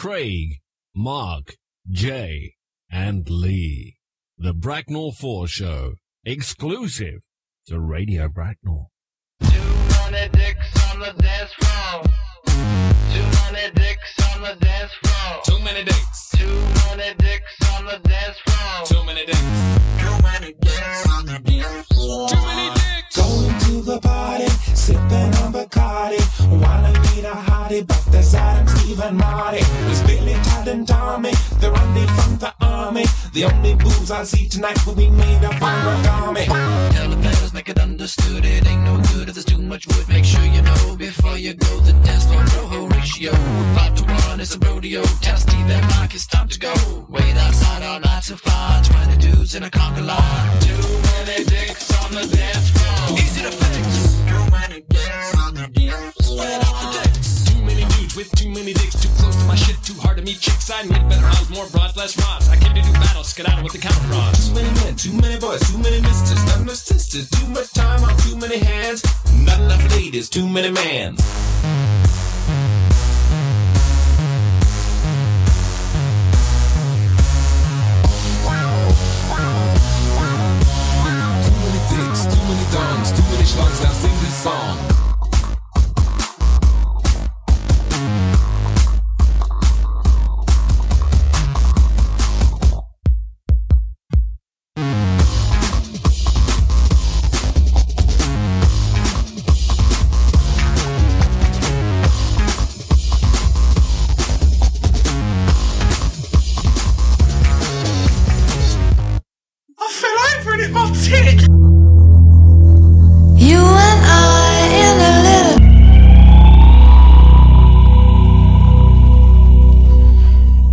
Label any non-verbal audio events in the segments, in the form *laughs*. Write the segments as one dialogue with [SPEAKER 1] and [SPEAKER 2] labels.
[SPEAKER 1] Craig, Mark, Jay, and Lee. The Bracknell 4 Show, exclusive to Radio Bracknell.
[SPEAKER 2] Two hundred dicks on the dance floor. Two hundred dicks on the dance floor.
[SPEAKER 3] Too many dicks.
[SPEAKER 2] Two hundred dicks on the dance floor.
[SPEAKER 3] Too many dicks.
[SPEAKER 2] Two hundred dicks on the dance floor.
[SPEAKER 3] Too many dicks.
[SPEAKER 4] Going to the party, sipping on Bacardi. Wanna meet a hottie, but there's Adam, Steve, and Marty. There's Billy, Todd, and Tommy. They're only from the army. The only boobs I see tonight will be made of origami.
[SPEAKER 5] Tell the fellas, make it understood. It ain't no good if there's too much wood. Make sure you know before you go. The dance floor roho ratio. Five to one is a rodeo. Tell Steve and Mike it's time to go. Wait outside all night till five. Twenty dudes in a conga line.
[SPEAKER 2] Two hundred dicks on the dance floor.
[SPEAKER 5] Easy to fix.
[SPEAKER 2] Two hundred dicks on the dance
[SPEAKER 5] Spread out the dicks.
[SPEAKER 3] Too many dudes with too many dicks. Too close to my shit. Too hard to meet chicks. I need better odds, more broads, less rods. I came to do battle. Skedaddle with the counter rods.
[SPEAKER 4] Too many men, too many boys, too many misters, none no sisters. Too much time on too many hands. Not enough ladies, too many mans. Too many dicks, too many dongs, too many schlongs. Now sing this song.
[SPEAKER 6] You and I in a little.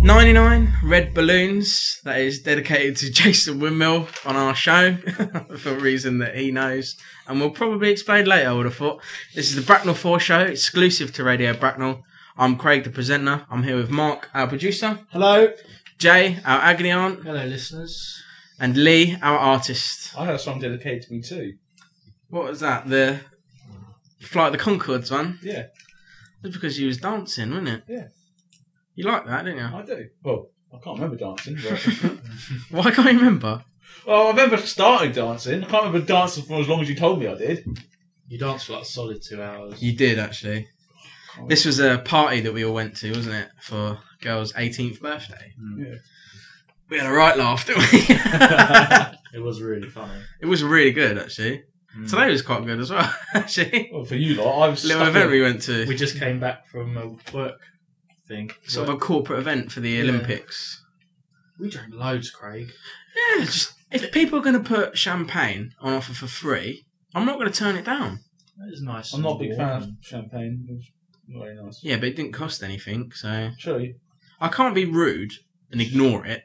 [SPEAKER 7] Ninety-nine red balloons. That is dedicated to *laughs* Jason Windmill on our show *laughs* for a reason that he knows, and we'll probably explain later. I would have thought. This is the Bracknell Four Show, exclusive to Radio Bracknell. I'm Craig, the presenter. I'm here with Mark, our producer.
[SPEAKER 8] Hello.
[SPEAKER 7] Jay, our agony aunt,
[SPEAKER 8] Hello, listeners.
[SPEAKER 7] and Lee, our artist.
[SPEAKER 8] I heard a song dedicated to me too.
[SPEAKER 7] What was that? The Flight of the Concords one?
[SPEAKER 8] Yeah,
[SPEAKER 7] That's because you was dancing, wasn't it?
[SPEAKER 8] Yeah.
[SPEAKER 7] You liked that, didn't you?
[SPEAKER 8] I do. Well, I can't remember dancing. But... *laughs*
[SPEAKER 7] Why can't you remember?
[SPEAKER 8] well, I remember starting dancing. I can't remember dancing for as long as you told me I did.
[SPEAKER 9] You danced for like a solid two hours.
[SPEAKER 7] You did actually. This was a party that we all went to, wasn't it, for girl's 18th birthday?
[SPEAKER 8] Yeah.
[SPEAKER 7] We had a right laugh, didn't we?
[SPEAKER 9] It was really funny.
[SPEAKER 7] it was really good actually. Today was quite good as well. *laughs* Actually,
[SPEAKER 8] Well, for you lot, I was
[SPEAKER 7] little
[SPEAKER 8] stuck
[SPEAKER 7] event
[SPEAKER 8] in-
[SPEAKER 7] we went to,
[SPEAKER 9] We just came back from a work thing.
[SPEAKER 7] sort of
[SPEAKER 9] Work-
[SPEAKER 7] a corporate event for the Olympics.
[SPEAKER 9] we drank loads, Craig.
[SPEAKER 7] Yeah, it's just if people are going to put champagne on offer for free, I'm not going to turn it down.
[SPEAKER 9] That is nice.
[SPEAKER 8] I'm not a big
[SPEAKER 9] and warm
[SPEAKER 8] fan of
[SPEAKER 9] and-
[SPEAKER 8] champagne. It was not very nice.
[SPEAKER 7] Yeah, but it didn't cost anything, so
[SPEAKER 8] True.
[SPEAKER 7] I can't be rude and ignore it.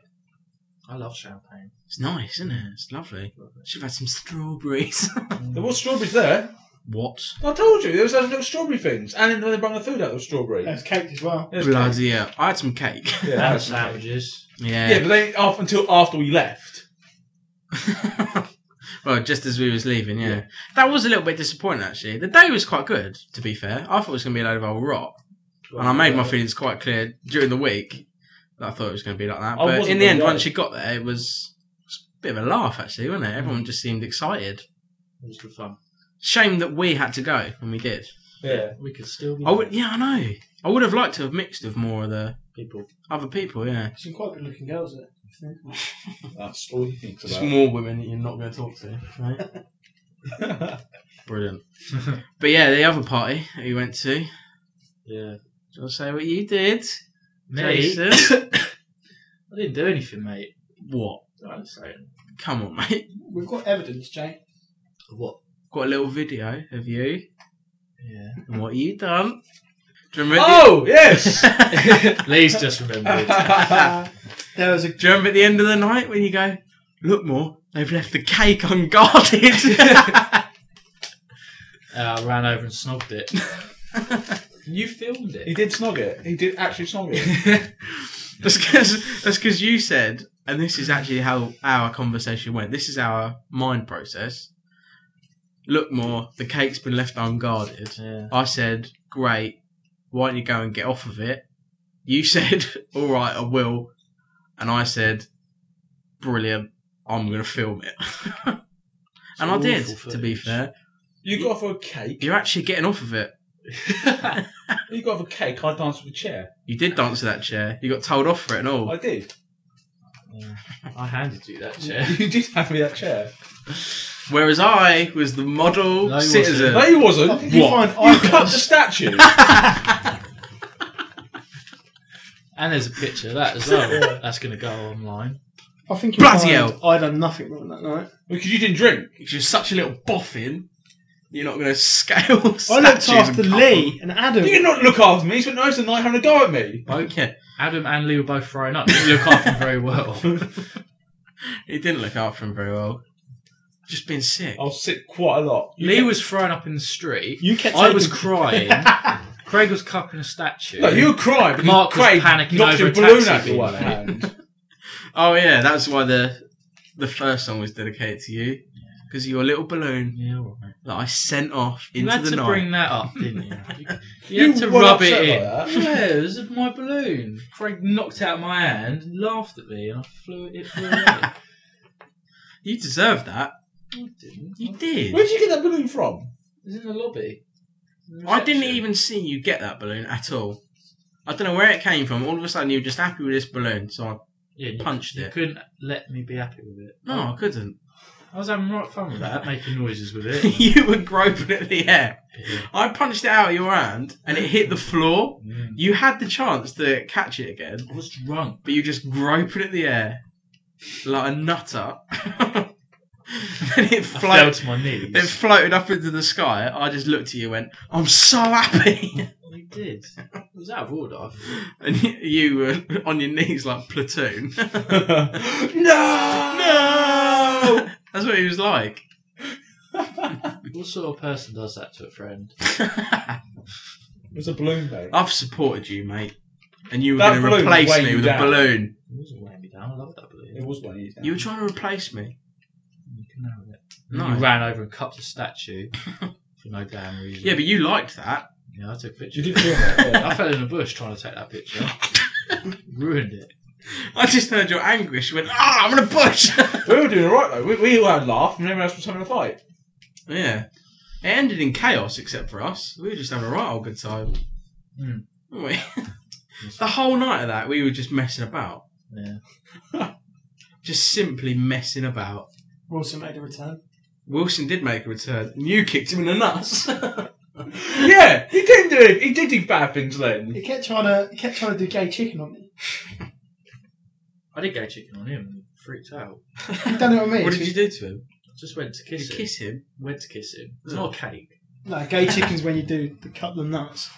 [SPEAKER 9] I love champagne.
[SPEAKER 7] It's nice, isn't it? It's lovely. Should have had some strawberries. *laughs*
[SPEAKER 8] There was strawberries there.
[SPEAKER 7] what?
[SPEAKER 8] I told you there was those little strawberry things, and when they brought the food out, there was strawberry.
[SPEAKER 9] There's cake as well.
[SPEAKER 8] There was cake.
[SPEAKER 7] Bloody hell. I had some cake. *laughs*
[SPEAKER 8] Yeah,
[SPEAKER 9] And
[SPEAKER 8] that was cake.
[SPEAKER 9] sandwiches.
[SPEAKER 7] Yeah.
[SPEAKER 8] yeah, but they off until after we left.
[SPEAKER 7] *laughs* well, just as we was leaving, yeah.
[SPEAKER 8] Yeah.
[SPEAKER 7] That was a little bit disappointing, actually. The day was quite good, to be fair. I thought it was going to be a load of old rot. And I made my feelings quite clear during the week that I thought it was going to be like that.
[SPEAKER 8] I
[SPEAKER 7] But
[SPEAKER 8] wasn't
[SPEAKER 7] in the
[SPEAKER 8] gonna
[SPEAKER 7] end,
[SPEAKER 8] go.
[SPEAKER 7] once you got there, it was, it was a bit of a laugh, actually, wasn't it?
[SPEAKER 8] Mm.
[SPEAKER 7] Everyone just seemed excited.
[SPEAKER 9] It was good fun.
[SPEAKER 7] Shame that we had to go, and we did.
[SPEAKER 8] Yeah.
[SPEAKER 9] We could still be
[SPEAKER 7] I would, yeah, I know. I would have liked to have mixed with more of the
[SPEAKER 9] people.
[SPEAKER 7] other people, yeah.
[SPEAKER 9] Some quite good looking girls there.
[SPEAKER 8] That's all he thinks
[SPEAKER 7] Just
[SPEAKER 8] about.
[SPEAKER 7] more women that you're not going to talk to, right? Brilliant. *laughs* but yeah, the other party that we went to, do you
[SPEAKER 9] Yeah.
[SPEAKER 7] want to say what you did?
[SPEAKER 9] Me?
[SPEAKER 7] Jason?
[SPEAKER 9] I didn't do anything, mate.
[SPEAKER 7] what?
[SPEAKER 9] I'm saying.
[SPEAKER 7] Come on, mate.
[SPEAKER 9] We've got evidence, Jay. What?
[SPEAKER 7] Got a little video of you
[SPEAKER 9] Yeah.
[SPEAKER 7] and what you done. Do you remember?
[SPEAKER 8] oh yes.
[SPEAKER 7] the-
[SPEAKER 9] *laughs* Lee's just *laughs* remembered. Uh,
[SPEAKER 7] there was a. Do you remember at the end of the night when you go, look more, they've left the cake unguarded. *laughs*
[SPEAKER 9] Uh, I ran over and snogged it. *laughs* you filmed
[SPEAKER 8] He
[SPEAKER 9] it.
[SPEAKER 8] did snog it. He did actually snog
[SPEAKER 9] *laughs*
[SPEAKER 8] it.
[SPEAKER 7] *laughs* that's because that's because you said, and this is actually how our conversation went. This is our mind process. Look more, the cake's been left unguarded.
[SPEAKER 9] Yeah.
[SPEAKER 7] I said, great, why don't you go and get off of it? You *laughs* said, "All right, I will," and I said, "Brilliant! I'm going to film it." and I
[SPEAKER 9] awful
[SPEAKER 7] did. To
[SPEAKER 9] footage.
[SPEAKER 7] be fair,
[SPEAKER 8] You got off a cake.
[SPEAKER 7] you're actually getting off of it.
[SPEAKER 8] you got off a cake. I danced with a chair.
[SPEAKER 7] You did dance to that chair. You got told off for it and all.
[SPEAKER 8] I
[SPEAKER 9] *laughs*
[SPEAKER 8] did.
[SPEAKER 9] *laughs* I handed you that chair. *laughs*
[SPEAKER 8] You did hand me that chair.
[SPEAKER 7] Whereas I was the model
[SPEAKER 9] No, you
[SPEAKER 7] citizen.
[SPEAKER 8] No, you wasn't. What?
[SPEAKER 9] you
[SPEAKER 8] You,
[SPEAKER 9] find
[SPEAKER 8] cut the
[SPEAKER 9] icons.
[SPEAKER 8] statue.
[SPEAKER 9] *laughs* and there's a picture of that as well. That's going to go online.
[SPEAKER 10] I think you
[SPEAKER 7] Bloody
[SPEAKER 10] find
[SPEAKER 7] hell.
[SPEAKER 10] I done nothing wrong that night.
[SPEAKER 8] because you didn't drink.
[SPEAKER 7] You're such a little boffin. You're not going to *laughs* scale.
[SPEAKER 10] I
[SPEAKER 7] statues
[SPEAKER 10] looked after
[SPEAKER 7] and cut
[SPEAKER 10] Lee and Adam.
[SPEAKER 8] You did not look after me. You spent most of the night having a go at me.
[SPEAKER 7] them. Okay.
[SPEAKER 9] Adam and Lee were both thrown up. Didn't look after him very well.
[SPEAKER 7] He didn't look after him very well. Just been sick.
[SPEAKER 10] Oh.
[SPEAKER 8] I was sick quite a lot. You
[SPEAKER 9] Lee
[SPEAKER 8] kept-
[SPEAKER 9] was thrown up in the street.
[SPEAKER 10] You kept
[SPEAKER 9] *laughs* I was
[SPEAKER 10] taking-
[SPEAKER 8] *laughs*
[SPEAKER 9] crying. Craig was cupping a statue.
[SPEAKER 8] No, you were crying because
[SPEAKER 9] Mark was
[SPEAKER 8] Craig
[SPEAKER 9] panicking
[SPEAKER 8] knocked
[SPEAKER 9] over
[SPEAKER 8] your
[SPEAKER 9] a
[SPEAKER 8] balloon
[SPEAKER 9] taxi
[SPEAKER 8] out the
[SPEAKER 9] being
[SPEAKER 8] one *laughs*
[SPEAKER 9] hit.
[SPEAKER 8] hand.
[SPEAKER 7] Oh yeah, that's why the the first song was dedicated to you because your little balloon
[SPEAKER 9] Yeah, all right.
[SPEAKER 7] that I sent off
[SPEAKER 9] You
[SPEAKER 7] into
[SPEAKER 9] had
[SPEAKER 7] the
[SPEAKER 9] to
[SPEAKER 7] night.
[SPEAKER 9] bring that up, didn't you? You,
[SPEAKER 8] You
[SPEAKER 9] had to
[SPEAKER 8] were
[SPEAKER 9] rub it
[SPEAKER 8] upset
[SPEAKER 9] in.
[SPEAKER 8] by that.
[SPEAKER 9] Yeah, it was my balloon. Craig knocked it out of my hand, laughed at me, and I flew it. It flew away. I
[SPEAKER 7] You deserve that.
[SPEAKER 9] didn't.
[SPEAKER 7] You did.
[SPEAKER 8] Where did you get that balloon from?
[SPEAKER 9] It was in the lobby.
[SPEAKER 7] I didn't
[SPEAKER 9] Reception.
[SPEAKER 7] even see you get that balloon at all. I don't know where it came from. All of a sudden, you were just happy with this balloon, so I
[SPEAKER 9] Yeah, you-
[SPEAKER 7] punched
[SPEAKER 9] You
[SPEAKER 7] it.
[SPEAKER 9] couldn't let me be happy with it.
[SPEAKER 7] no, I couldn't. *laughs*
[SPEAKER 9] I was having right fun with that, making noises with it.
[SPEAKER 7] you were groping at the air. I punched it out of your hand, and it hit the floor.
[SPEAKER 9] Mm.
[SPEAKER 7] You had the chance to catch it again,
[SPEAKER 9] I was drunk.
[SPEAKER 7] but you just groping at the air like a nutter. *laughs* and it
[SPEAKER 9] I fell
[SPEAKER 7] floated.
[SPEAKER 9] to my knees.
[SPEAKER 7] It floated up into the sky. I just looked at you and went, I'm so happy. *laughs*
[SPEAKER 9] We did. It was out of order. I thought.
[SPEAKER 7] And you- you were on your knees like
[SPEAKER 8] *laughs*
[SPEAKER 7] Platoon.
[SPEAKER 8] no!
[SPEAKER 7] That's what he was like. *laughs*
[SPEAKER 9] What sort of person does that to a friend?
[SPEAKER 8] It was a balloon,
[SPEAKER 9] Uh,
[SPEAKER 8] mate.
[SPEAKER 7] I've supported you, mate. And you were
[SPEAKER 8] That
[SPEAKER 7] going to
[SPEAKER 8] balloon
[SPEAKER 7] replace
[SPEAKER 8] weighed
[SPEAKER 7] me
[SPEAKER 8] you
[SPEAKER 7] with
[SPEAKER 8] down.
[SPEAKER 7] a balloon.
[SPEAKER 9] It wasn't weighing me down. I love that balloon.
[SPEAKER 8] It was one of you.
[SPEAKER 7] You were trying to replace me.
[SPEAKER 9] You can have it. And
[SPEAKER 7] No.
[SPEAKER 9] You ran over and cupped a
[SPEAKER 7] *laughs*
[SPEAKER 9] statue for no damn reason.
[SPEAKER 7] Yeah, but you liked that.
[SPEAKER 9] yeah, I took a picture.
[SPEAKER 8] You did feel that.
[SPEAKER 9] *laughs*
[SPEAKER 8] yeah.
[SPEAKER 9] I fell in a bush trying to take
[SPEAKER 7] *laughs*
[SPEAKER 9] that picture. Ruined it.
[SPEAKER 7] I just heard your anguish. You went, ah, I'm in a bush.
[SPEAKER 8] We were doing alright though. We, we all had a laugh and everyone else was having a fight.
[SPEAKER 7] *laughs* yeah. It ended in chaos except for us. We were just having a right old good time.
[SPEAKER 9] Hmm.
[SPEAKER 7] Weren't we? *laughs* the whole night of that, we were just messing about.
[SPEAKER 9] Yeah.
[SPEAKER 7] Just simply messing about.
[SPEAKER 10] Wilson made a return.
[SPEAKER 7] Wilson did make a return, and you kicked him in the nuts. *laughs*
[SPEAKER 8] Yeah, he didn't do it. He did do bad things then.
[SPEAKER 10] He kept trying to he kept trying to do gay chicken on me.
[SPEAKER 9] I did go chicken on him and freaked out.
[SPEAKER 10] He done it on me.
[SPEAKER 7] what did you do to him?
[SPEAKER 9] Just went to
[SPEAKER 7] Did
[SPEAKER 9] kiss
[SPEAKER 7] you
[SPEAKER 9] him.
[SPEAKER 7] kiss him?
[SPEAKER 9] Went to kiss him. It's not a cake.
[SPEAKER 10] No, gay chicken's when you do the cut them nuts.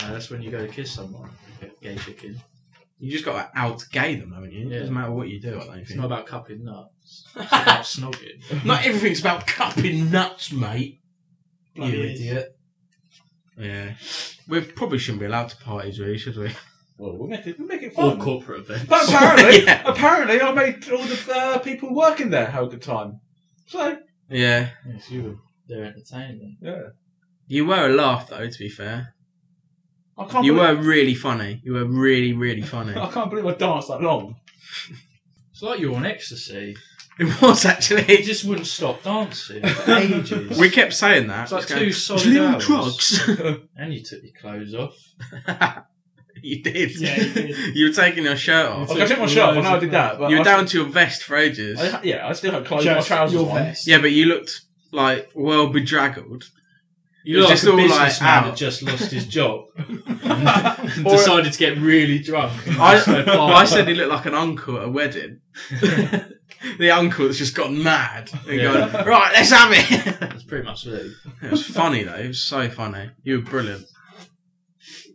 [SPEAKER 9] No, that's when you go to kiss someone. You get Gay chicken.
[SPEAKER 7] You just got to out gay them, haven't you? It
[SPEAKER 9] Yeah.
[SPEAKER 7] doesn't matter what you do, I don't
[SPEAKER 9] It's
[SPEAKER 7] think.
[SPEAKER 9] not about cupping nuts.
[SPEAKER 7] *laughs*
[SPEAKER 9] It's about snogging.
[SPEAKER 7] Not everything's about cupping nuts, mate.
[SPEAKER 10] Bloody
[SPEAKER 7] you
[SPEAKER 10] is.
[SPEAKER 7] idiot. Yeah. We probably shouldn't be allowed to parties, really, should we?
[SPEAKER 8] Well, we'll make it, we'll make it
[SPEAKER 9] Or
[SPEAKER 8] fun.
[SPEAKER 9] corporate *laughs* events.
[SPEAKER 8] But
[SPEAKER 7] *laughs*
[SPEAKER 8] apparently,
[SPEAKER 7] Yeah.
[SPEAKER 8] apparently, I made all the uh, people working there have a good time. So
[SPEAKER 7] Yeah.
[SPEAKER 9] Yes, you were there entertaining them.
[SPEAKER 8] yeah,
[SPEAKER 7] You were a laugh, though, to be fair.
[SPEAKER 8] I can't.
[SPEAKER 7] You were
[SPEAKER 8] believe,
[SPEAKER 7] really funny. You were really, really *laughs* funny.
[SPEAKER 8] I can't believe I danced that long.
[SPEAKER 9] It's like you were on ecstasy.
[SPEAKER 7] it was,
[SPEAKER 9] It
[SPEAKER 7] actually.
[SPEAKER 9] just wouldn't
[SPEAKER 10] *laughs*
[SPEAKER 9] stop dancing for ages.
[SPEAKER 7] We kept saying that.
[SPEAKER 9] It's like
[SPEAKER 7] just going,
[SPEAKER 9] two
[SPEAKER 7] "It's
[SPEAKER 9] solid
[SPEAKER 7] little
[SPEAKER 9] hours."
[SPEAKER 7] drugs. *laughs*
[SPEAKER 9] and you took your clothes off.
[SPEAKER 7] you did.
[SPEAKER 10] Yeah, you did.
[SPEAKER 7] *laughs* you were taking your shirt off.
[SPEAKER 8] Like, I took my shirt off. I know I did that, but
[SPEAKER 7] You were
[SPEAKER 8] I,
[SPEAKER 7] down to your vest for ages.
[SPEAKER 8] I, yeah, I still had clothes.
[SPEAKER 10] Just
[SPEAKER 8] my trousers
[SPEAKER 10] your
[SPEAKER 8] *laughs* on.
[SPEAKER 10] vest.
[SPEAKER 7] Yeah, but you looked like well bedraggled. It
[SPEAKER 9] You
[SPEAKER 7] was
[SPEAKER 9] look like
[SPEAKER 7] just
[SPEAKER 9] a
[SPEAKER 7] all like
[SPEAKER 9] businessman
[SPEAKER 7] out.
[SPEAKER 9] that just lost his *laughs* job
[SPEAKER 7] *laughs*
[SPEAKER 9] and decided to get really drunk.
[SPEAKER 7] I, I said he looked like an uncle at a wedding. the uncle that's just gone mad and
[SPEAKER 9] Yeah.
[SPEAKER 7] going, right, let's have it.
[SPEAKER 9] that's pretty much it.
[SPEAKER 7] it was funny though. It was so funny. You were brilliant.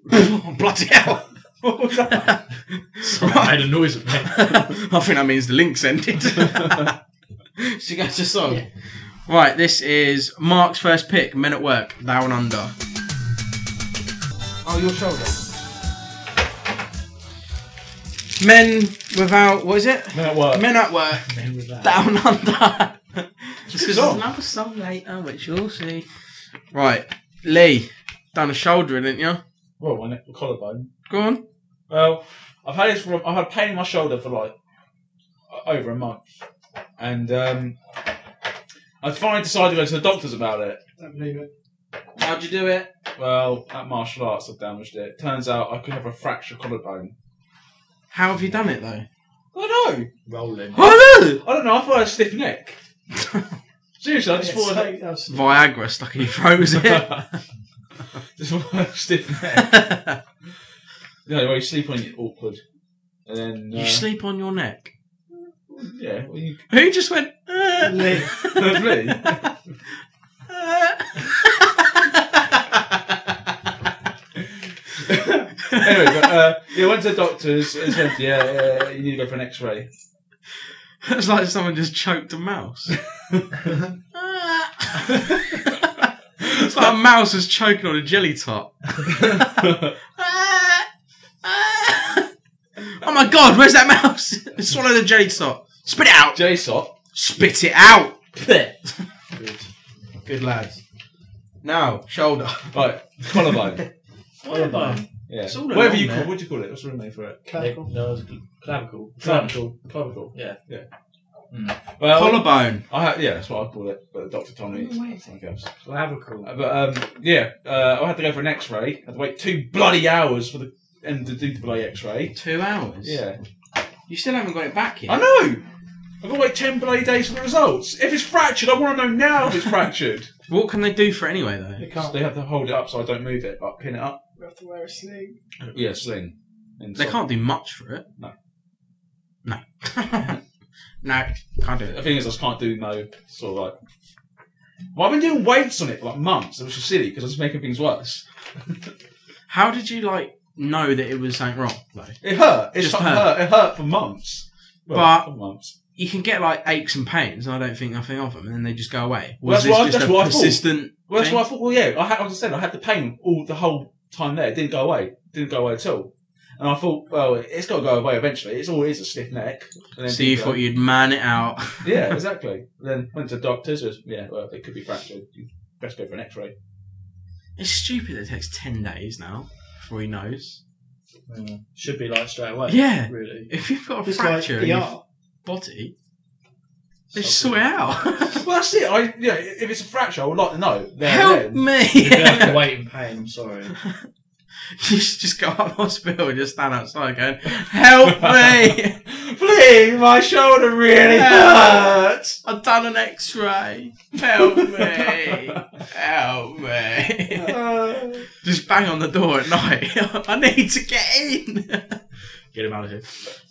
[SPEAKER 7] Bloody hell!
[SPEAKER 8] What was that?
[SPEAKER 9] Sorry, I made a noise at me.
[SPEAKER 7] *laughs* I think that means the link's ended. *laughs* she goes to song. Right, this is Mark's first pick, Men at Work, Down Under.
[SPEAKER 10] Oh, your shoulder.
[SPEAKER 7] Men without, what is it?
[SPEAKER 8] Men at work.
[SPEAKER 7] Men at Work,
[SPEAKER 9] Men with
[SPEAKER 7] *laughs*
[SPEAKER 9] that.
[SPEAKER 7] Down Under. This is
[SPEAKER 8] song.
[SPEAKER 7] another Oh, song later, which you'll see. Right, Lee, done a shouldering, didn't you?
[SPEAKER 8] Well, my neck, my collarbone.
[SPEAKER 7] Go on.
[SPEAKER 8] Well, I've had this from I've had pain in my shoulder for like o- over a month, and um, I finally decided to go to the doctors about it.
[SPEAKER 10] Don't believe it.
[SPEAKER 8] How'd you do it? Well, at martial arts, I've damaged it. Turns out I could have a fractured collarbone.
[SPEAKER 7] How have you done it
[SPEAKER 8] *laughs*
[SPEAKER 7] though?
[SPEAKER 8] I know.
[SPEAKER 9] *laughs*
[SPEAKER 8] Rolling.
[SPEAKER 7] Oh,
[SPEAKER 8] I don't know. I thought I had a stiff neck. Seriously, I
[SPEAKER 10] It's
[SPEAKER 8] just thought I had
[SPEAKER 10] like- that's-
[SPEAKER 7] Viagra stuck in your throat, was
[SPEAKER 8] *laughs*
[SPEAKER 7] it?
[SPEAKER 8] just thought I had a stiff neck. no, well, you sleep on it, awkward, and then uh,
[SPEAKER 7] You sleep on your neck.
[SPEAKER 8] Yeah,
[SPEAKER 7] *laughs*
[SPEAKER 8] well, you
[SPEAKER 7] Who just went? "Uh,
[SPEAKER 10] Lee.
[SPEAKER 8] That's me. anyway, but, uh, yeah, went to the doctors and said, yeah, yeah, you need to go for an X-ray.
[SPEAKER 7] *laughs* It's like someone just choked a *laughs* mouse. it's like a mouse is choking on a jelly top. oh my god, where's that mouse? *laughs* Swallow the jelly top. Spit it out.
[SPEAKER 8] JSOC.
[SPEAKER 7] Spit it out.
[SPEAKER 8] Good.
[SPEAKER 7] Good lads. Now, shoulder.
[SPEAKER 8] Right, collarbone.
[SPEAKER 9] Collarbone.
[SPEAKER 8] Yeah.
[SPEAKER 9] It's all
[SPEAKER 8] Whatever
[SPEAKER 9] along
[SPEAKER 8] you
[SPEAKER 9] there.
[SPEAKER 8] call, what do you call it? What's the real name for it?
[SPEAKER 10] Clavicle.
[SPEAKER 9] No, it's cl- clavicle.
[SPEAKER 8] Clavicle. Clavicle.
[SPEAKER 9] Yeah.
[SPEAKER 8] Yeah. Well,
[SPEAKER 7] Collarbone.
[SPEAKER 8] I ha- yeah, that's what I call it, but the doctor told me it's something else.
[SPEAKER 9] Clavicle.
[SPEAKER 8] Uh, But um, yeah, uh, I had to go for an X-ray. I had to wait two bloody hours for the and to do the bloody X-ray.
[SPEAKER 7] Two hours.
[SPEAKER 8] Yeah.
[SPEAKER 7] You still haven't got it back yet.
[SPEAKER 8] I know. I've got to wait ten bloody days for the results. If it's fractured, I want to know now if it's fractured.
[SPEAKER 7] What can they do for it anyway, though?
[SPEAKER 10] You can't.
[SPEAKER 8] they have to hold it up so I don't move it, but pin it up.
[SPEAKER 10] You have to wear a sling.
[SPEAKER 8] Yeah, sling. And
[SPEAKER 7] They
[SPEAKER 8] so-
[SPEAKER 7] can't do much for it.
[SPEAKER 8] No.
[SPEAKER 7] No. *laughs* no, can't do
[SPEAKER 8] The
[SPEAKER 7] it.
[SPEAKER 8] thing is, I just can't do no sort of like. Well, I've been doing weights on it for like months, which is silly because I was making things worse.
[SPEAKER 7] How did you like know that it was something wrong though?
[SPEAKER 8] It hurt. It
[SPEAKER 7] Just
[SPEAKER 8] hurt.
[SPEAKER 7] hurt.
[SPEAKER 8] It hurt for months. Well,
[SPEAKER 7] But-
[SPEAKER 8] for months.
[SPEAKER 7] You can get like aches and pains, and I don't think nothing of them, and then they just go away.
[SPEAKER 8] Well,
[SPEAKER 7] Was
[SPEAKER 8] that's what I-
[SPEAKER 7] this just
[SPEAKER 8] that's
[SPEAKER 7] a
[SPEAKER 8] what I thought.
[SPEAKER 7] persistent?
[SPEAKER 8] Well, that's
[SPEAKER 7] thing?
[SPEAKER 8] what I thought. Well, yeah, I had, as I said, I had the pain all the whole time there. It didn't go away. didn't go away at all. And I thought, well, it's got to go away eventually. It's always a stiff neck. And then
[SPEAKER 7] So you
[SPEAKER 8] didn't go.
[SPEAKER 7] thought you'd man it out? *laughs*
[SPEAKER 8] Yeah, exactly. then went to doctors. it Was, yeah, well, it could be fractured. You best go for an X-ray.
[SPEAKER 7] It's stupid. That it takes ten days now before he knows.
[SPEAKER 9] Should be like straight away.
[SPEAKER 7] Yeah.
[SPEAKER 9] Really. *laughs*
[SPEAKER 7] If you've got a
[SPEAKER 10] It's like
[SPEAKER 7] fracture in
[SPEAKER 10] ER.
[SPEAKER 7] your body, they just sort it out.
[SPEAKER 8] Well, that's it. I yeah, if it's a fracture, I would like to know. There
[SPEAKER 7] *laughs*
[SPEAKER 8] and
[SPEAKER 7] Help
[SPEAKER 8] then.
[SPEAKER 7] me!
[SPEAKER 9] You
[SPEAKER 7] *laughs*
[SPEAKER 9] have to wait in pain. I'm sorry.
[SPEAKER 7] just just go up hospital and just stand outside going, "Help
[SPEAKER 8] *laughs*
[SPEAKER 7] me!
[SPEAKER 8] Please, my shoulder
[SPEAKER 7] *laughs*
[SPEAKER 8] really hurts.
[SPEAKER 7] I've done an X-ray. Help me! Help me!"
[SPEAKER 8] Uh,
[SPEAKER 7] just bang on the door at night. *laughs* I need to get in. get him out of here.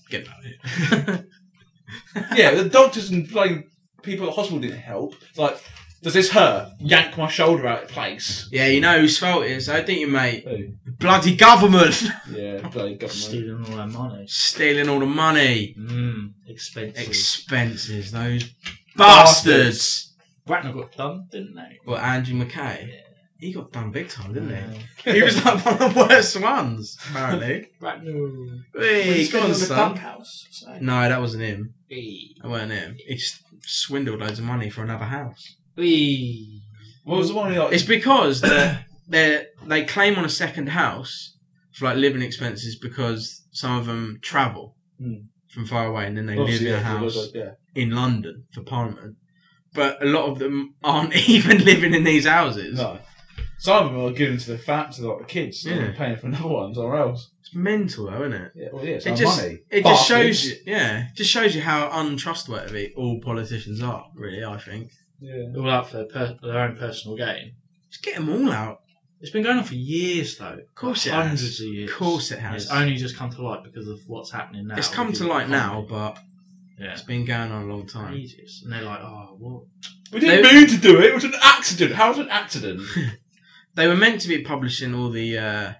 [SPEAKER 7] Get him out of here.
[SPEAKER 8] yeah, the doctors and like, people at the hospital didn't help. It's like, does this hurt? Yank my shoulder out of place.
[SPEAKER 7] yeah, you know whose fault it is, though, don't you, mate?
[SPEAKER 8] Who?
[SPEAKER 7] Bloody government
[SPEAKER 8] Yeah, bloody government.
[SPEAKER 9] Stealing all our money.
[SPEAKER 7] stealing all the money,
[SPEAKER 9] Mmm. Expensive.
[SPEAKER 7] expenses, those bastards.
[SPEAKER 8] Bastards.
[SPEAKER 9] Bracknell got done, didn't they?
[SPEAKER 7] Well, Andrew McKay. He got done big time, didn't he? He was like one of the worst ones, apparently.
[SPEAKER 10] Bracknell.
[SPEAKER 7] hey,
[SPEAKER 10] He's
[SPEAKER 7] go
[SPEAKER 10] been
[SPEAKER 7] on,
[SPEAKER 10] in the
[SPEAKER 7] son.
[SPEAKER 10] dunk house. So.
[SPEAKER 7] No, that wasn't him. That wasn't him. He just swindled loads of money for another house.
[SPEAKER 9] Wee.
[SPEAKER 8] What was the one? Like,
[SPEAKER 7] It's because *coughs* the- they they claim on a second house for like living expenses because some of them travel
[SPEAKER 8] Hmm.
[SPEAKER 7] from far away and then they live
[SPEAKER 8] obviously,
[SPEAKER 7] in a
[SPEAKER 8] yeah, it was
[SPEAKER 7] house
[SPEAKER 8] like, yeah.
[SPEAKER 7] in London for Parliament. But a lot of them *laughs* aren't even living in these houses.
[SPEAKER 8] No. Some of them are given to the fat to like, the kids. Yeah.
[SPEAKER 7] Yeah.
[SPEAKER 8] paying for another one somewhere else.
[SPEAKER 7] It's mental, though, isn't it?
[SPEAKER 8] Yeah, well, yeah, it's
[SPEAKER 7] it
[SPEAKER 8] our
[SPEAKER 7] just
[SPEAKER 8] money.
[SPEAKER 7] it just shows
[SPEAKER 8] Bastards.
[SPEAKER 7] you, yeah, it just shows you how untrustworthy all politicians are. Really, I think.
[SPEAKER 8] Yeah.
[SPEAKER 9] All out for their, per- their own personal gain.
[SPEAKER 7] Just get them all out.
[SPEAKER 9] It's been going on for years, though. Of
[SPEAKER 7] course it
[SPEAKER 9] Hundreds
[SPEAKER 7] has.
[SPEAKER 9] of years.
[SPEAKER 7] Of course it has.
[SPEAKER 9] It's only just come to light because of what's happening now.
[SPEAKER 7] it's come
[SPEAKER 9] because
[SPEAKER 7] to
[SPEAKER 9] of
[SPEAKER 7] light
[SPEAKER 9] the
[SPEAKER 7] now,
[SPEAKER 9] economy.
[SPEAKER 7] but
[SPEAKER 9] Yeah.
[SPEAKER 7] it's been going on a long time.
[SPEAKER 9] Ages. And they're like, oh, what?
[SPEAKER 8] We didn't
[SPEAKER 7] They-
[SPEAKER 8] mean to do it. It was an accident. How was it an accident?
[SPEAKER 7] They were meant to be publishing all the uh,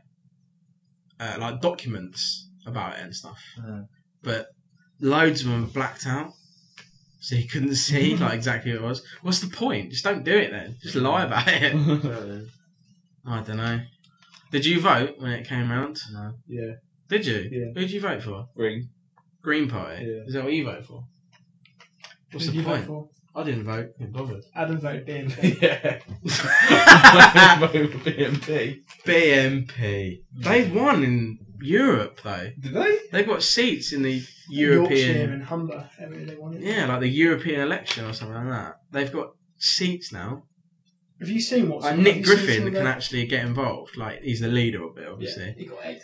[SPEAKER 7] uh, like documents about it and stuff, *laughs*
[SPEAKER 9] Uh.
[SPEAKER 7] but loads of them blacked out, so you couldn't see
[SPEAKER 10] Hmm.
[SPEAKER 7] like exactly what it was. What's the point? Just don't do it then. Just
[SPEAKER 10] Hmm.
[SPEAKER 7] lie about it. *laughs*
[SPEAKER 9] Uh,
[SPEAKER 7] I don't know. Did you vote when it came round?
[SPEAKER 9] no.
[SPEAKER 8] yeah.
[SPEAKER 7] Did you?
[SPEAKER 8] Yeah.
[SPEAKER 7] Who did you vote for?
[SPEAKER 8] Ring.
[SPEAKER 7] Green Party.
[SPEAKER 8] Yeah.
[SPEAKER 7] Is that what you vote for? What's
[SPEAKER 10] Who did
[SPEAKER 7] the
[SPEAKER 10] you vote
[SPEAKER 7] point?
[SPEAKER 10] for?
[SPEAKER 7] I didn't vote.
[SPEAKER 10] *laughs*
[SPEAKER 7] Didn't *laughs* bother.
[SPEAKER 10] Adam voted BNP.
[SPEAKER 8] *laughs* Yeah.
[SPEAKER 7] *laughs*
[SPEAKER 8] BNP.
[SPEAKER 7] BNP. They've won in Europe though.
[SPEAKER 8] Did they?
[SPEAKER 7] They got seats in the
[SPEAKER 10] Yorkshire
[SPEAKER 7] European.
[SPEAKER 10] and Humber, area they wanted.
[SPEAKER 7] Yeah, like the European election or something like that. They've got seats now.
[SPEAKER 10] Have you seen what's
[SPEAKER 7] Like
[SPEAKER 10] have
[SPEAKER 7] Nick
[SPEAKER 10] you seen
[SPEAKER 7] Griffin
[SPEAKER 10] some of
[SPEAKER 7] can
[SPEAKER 10] the-
[SPEAKER 7] actually get involved. Like he's the leader of it, obviously.
[SPEAKER 9] He got eight.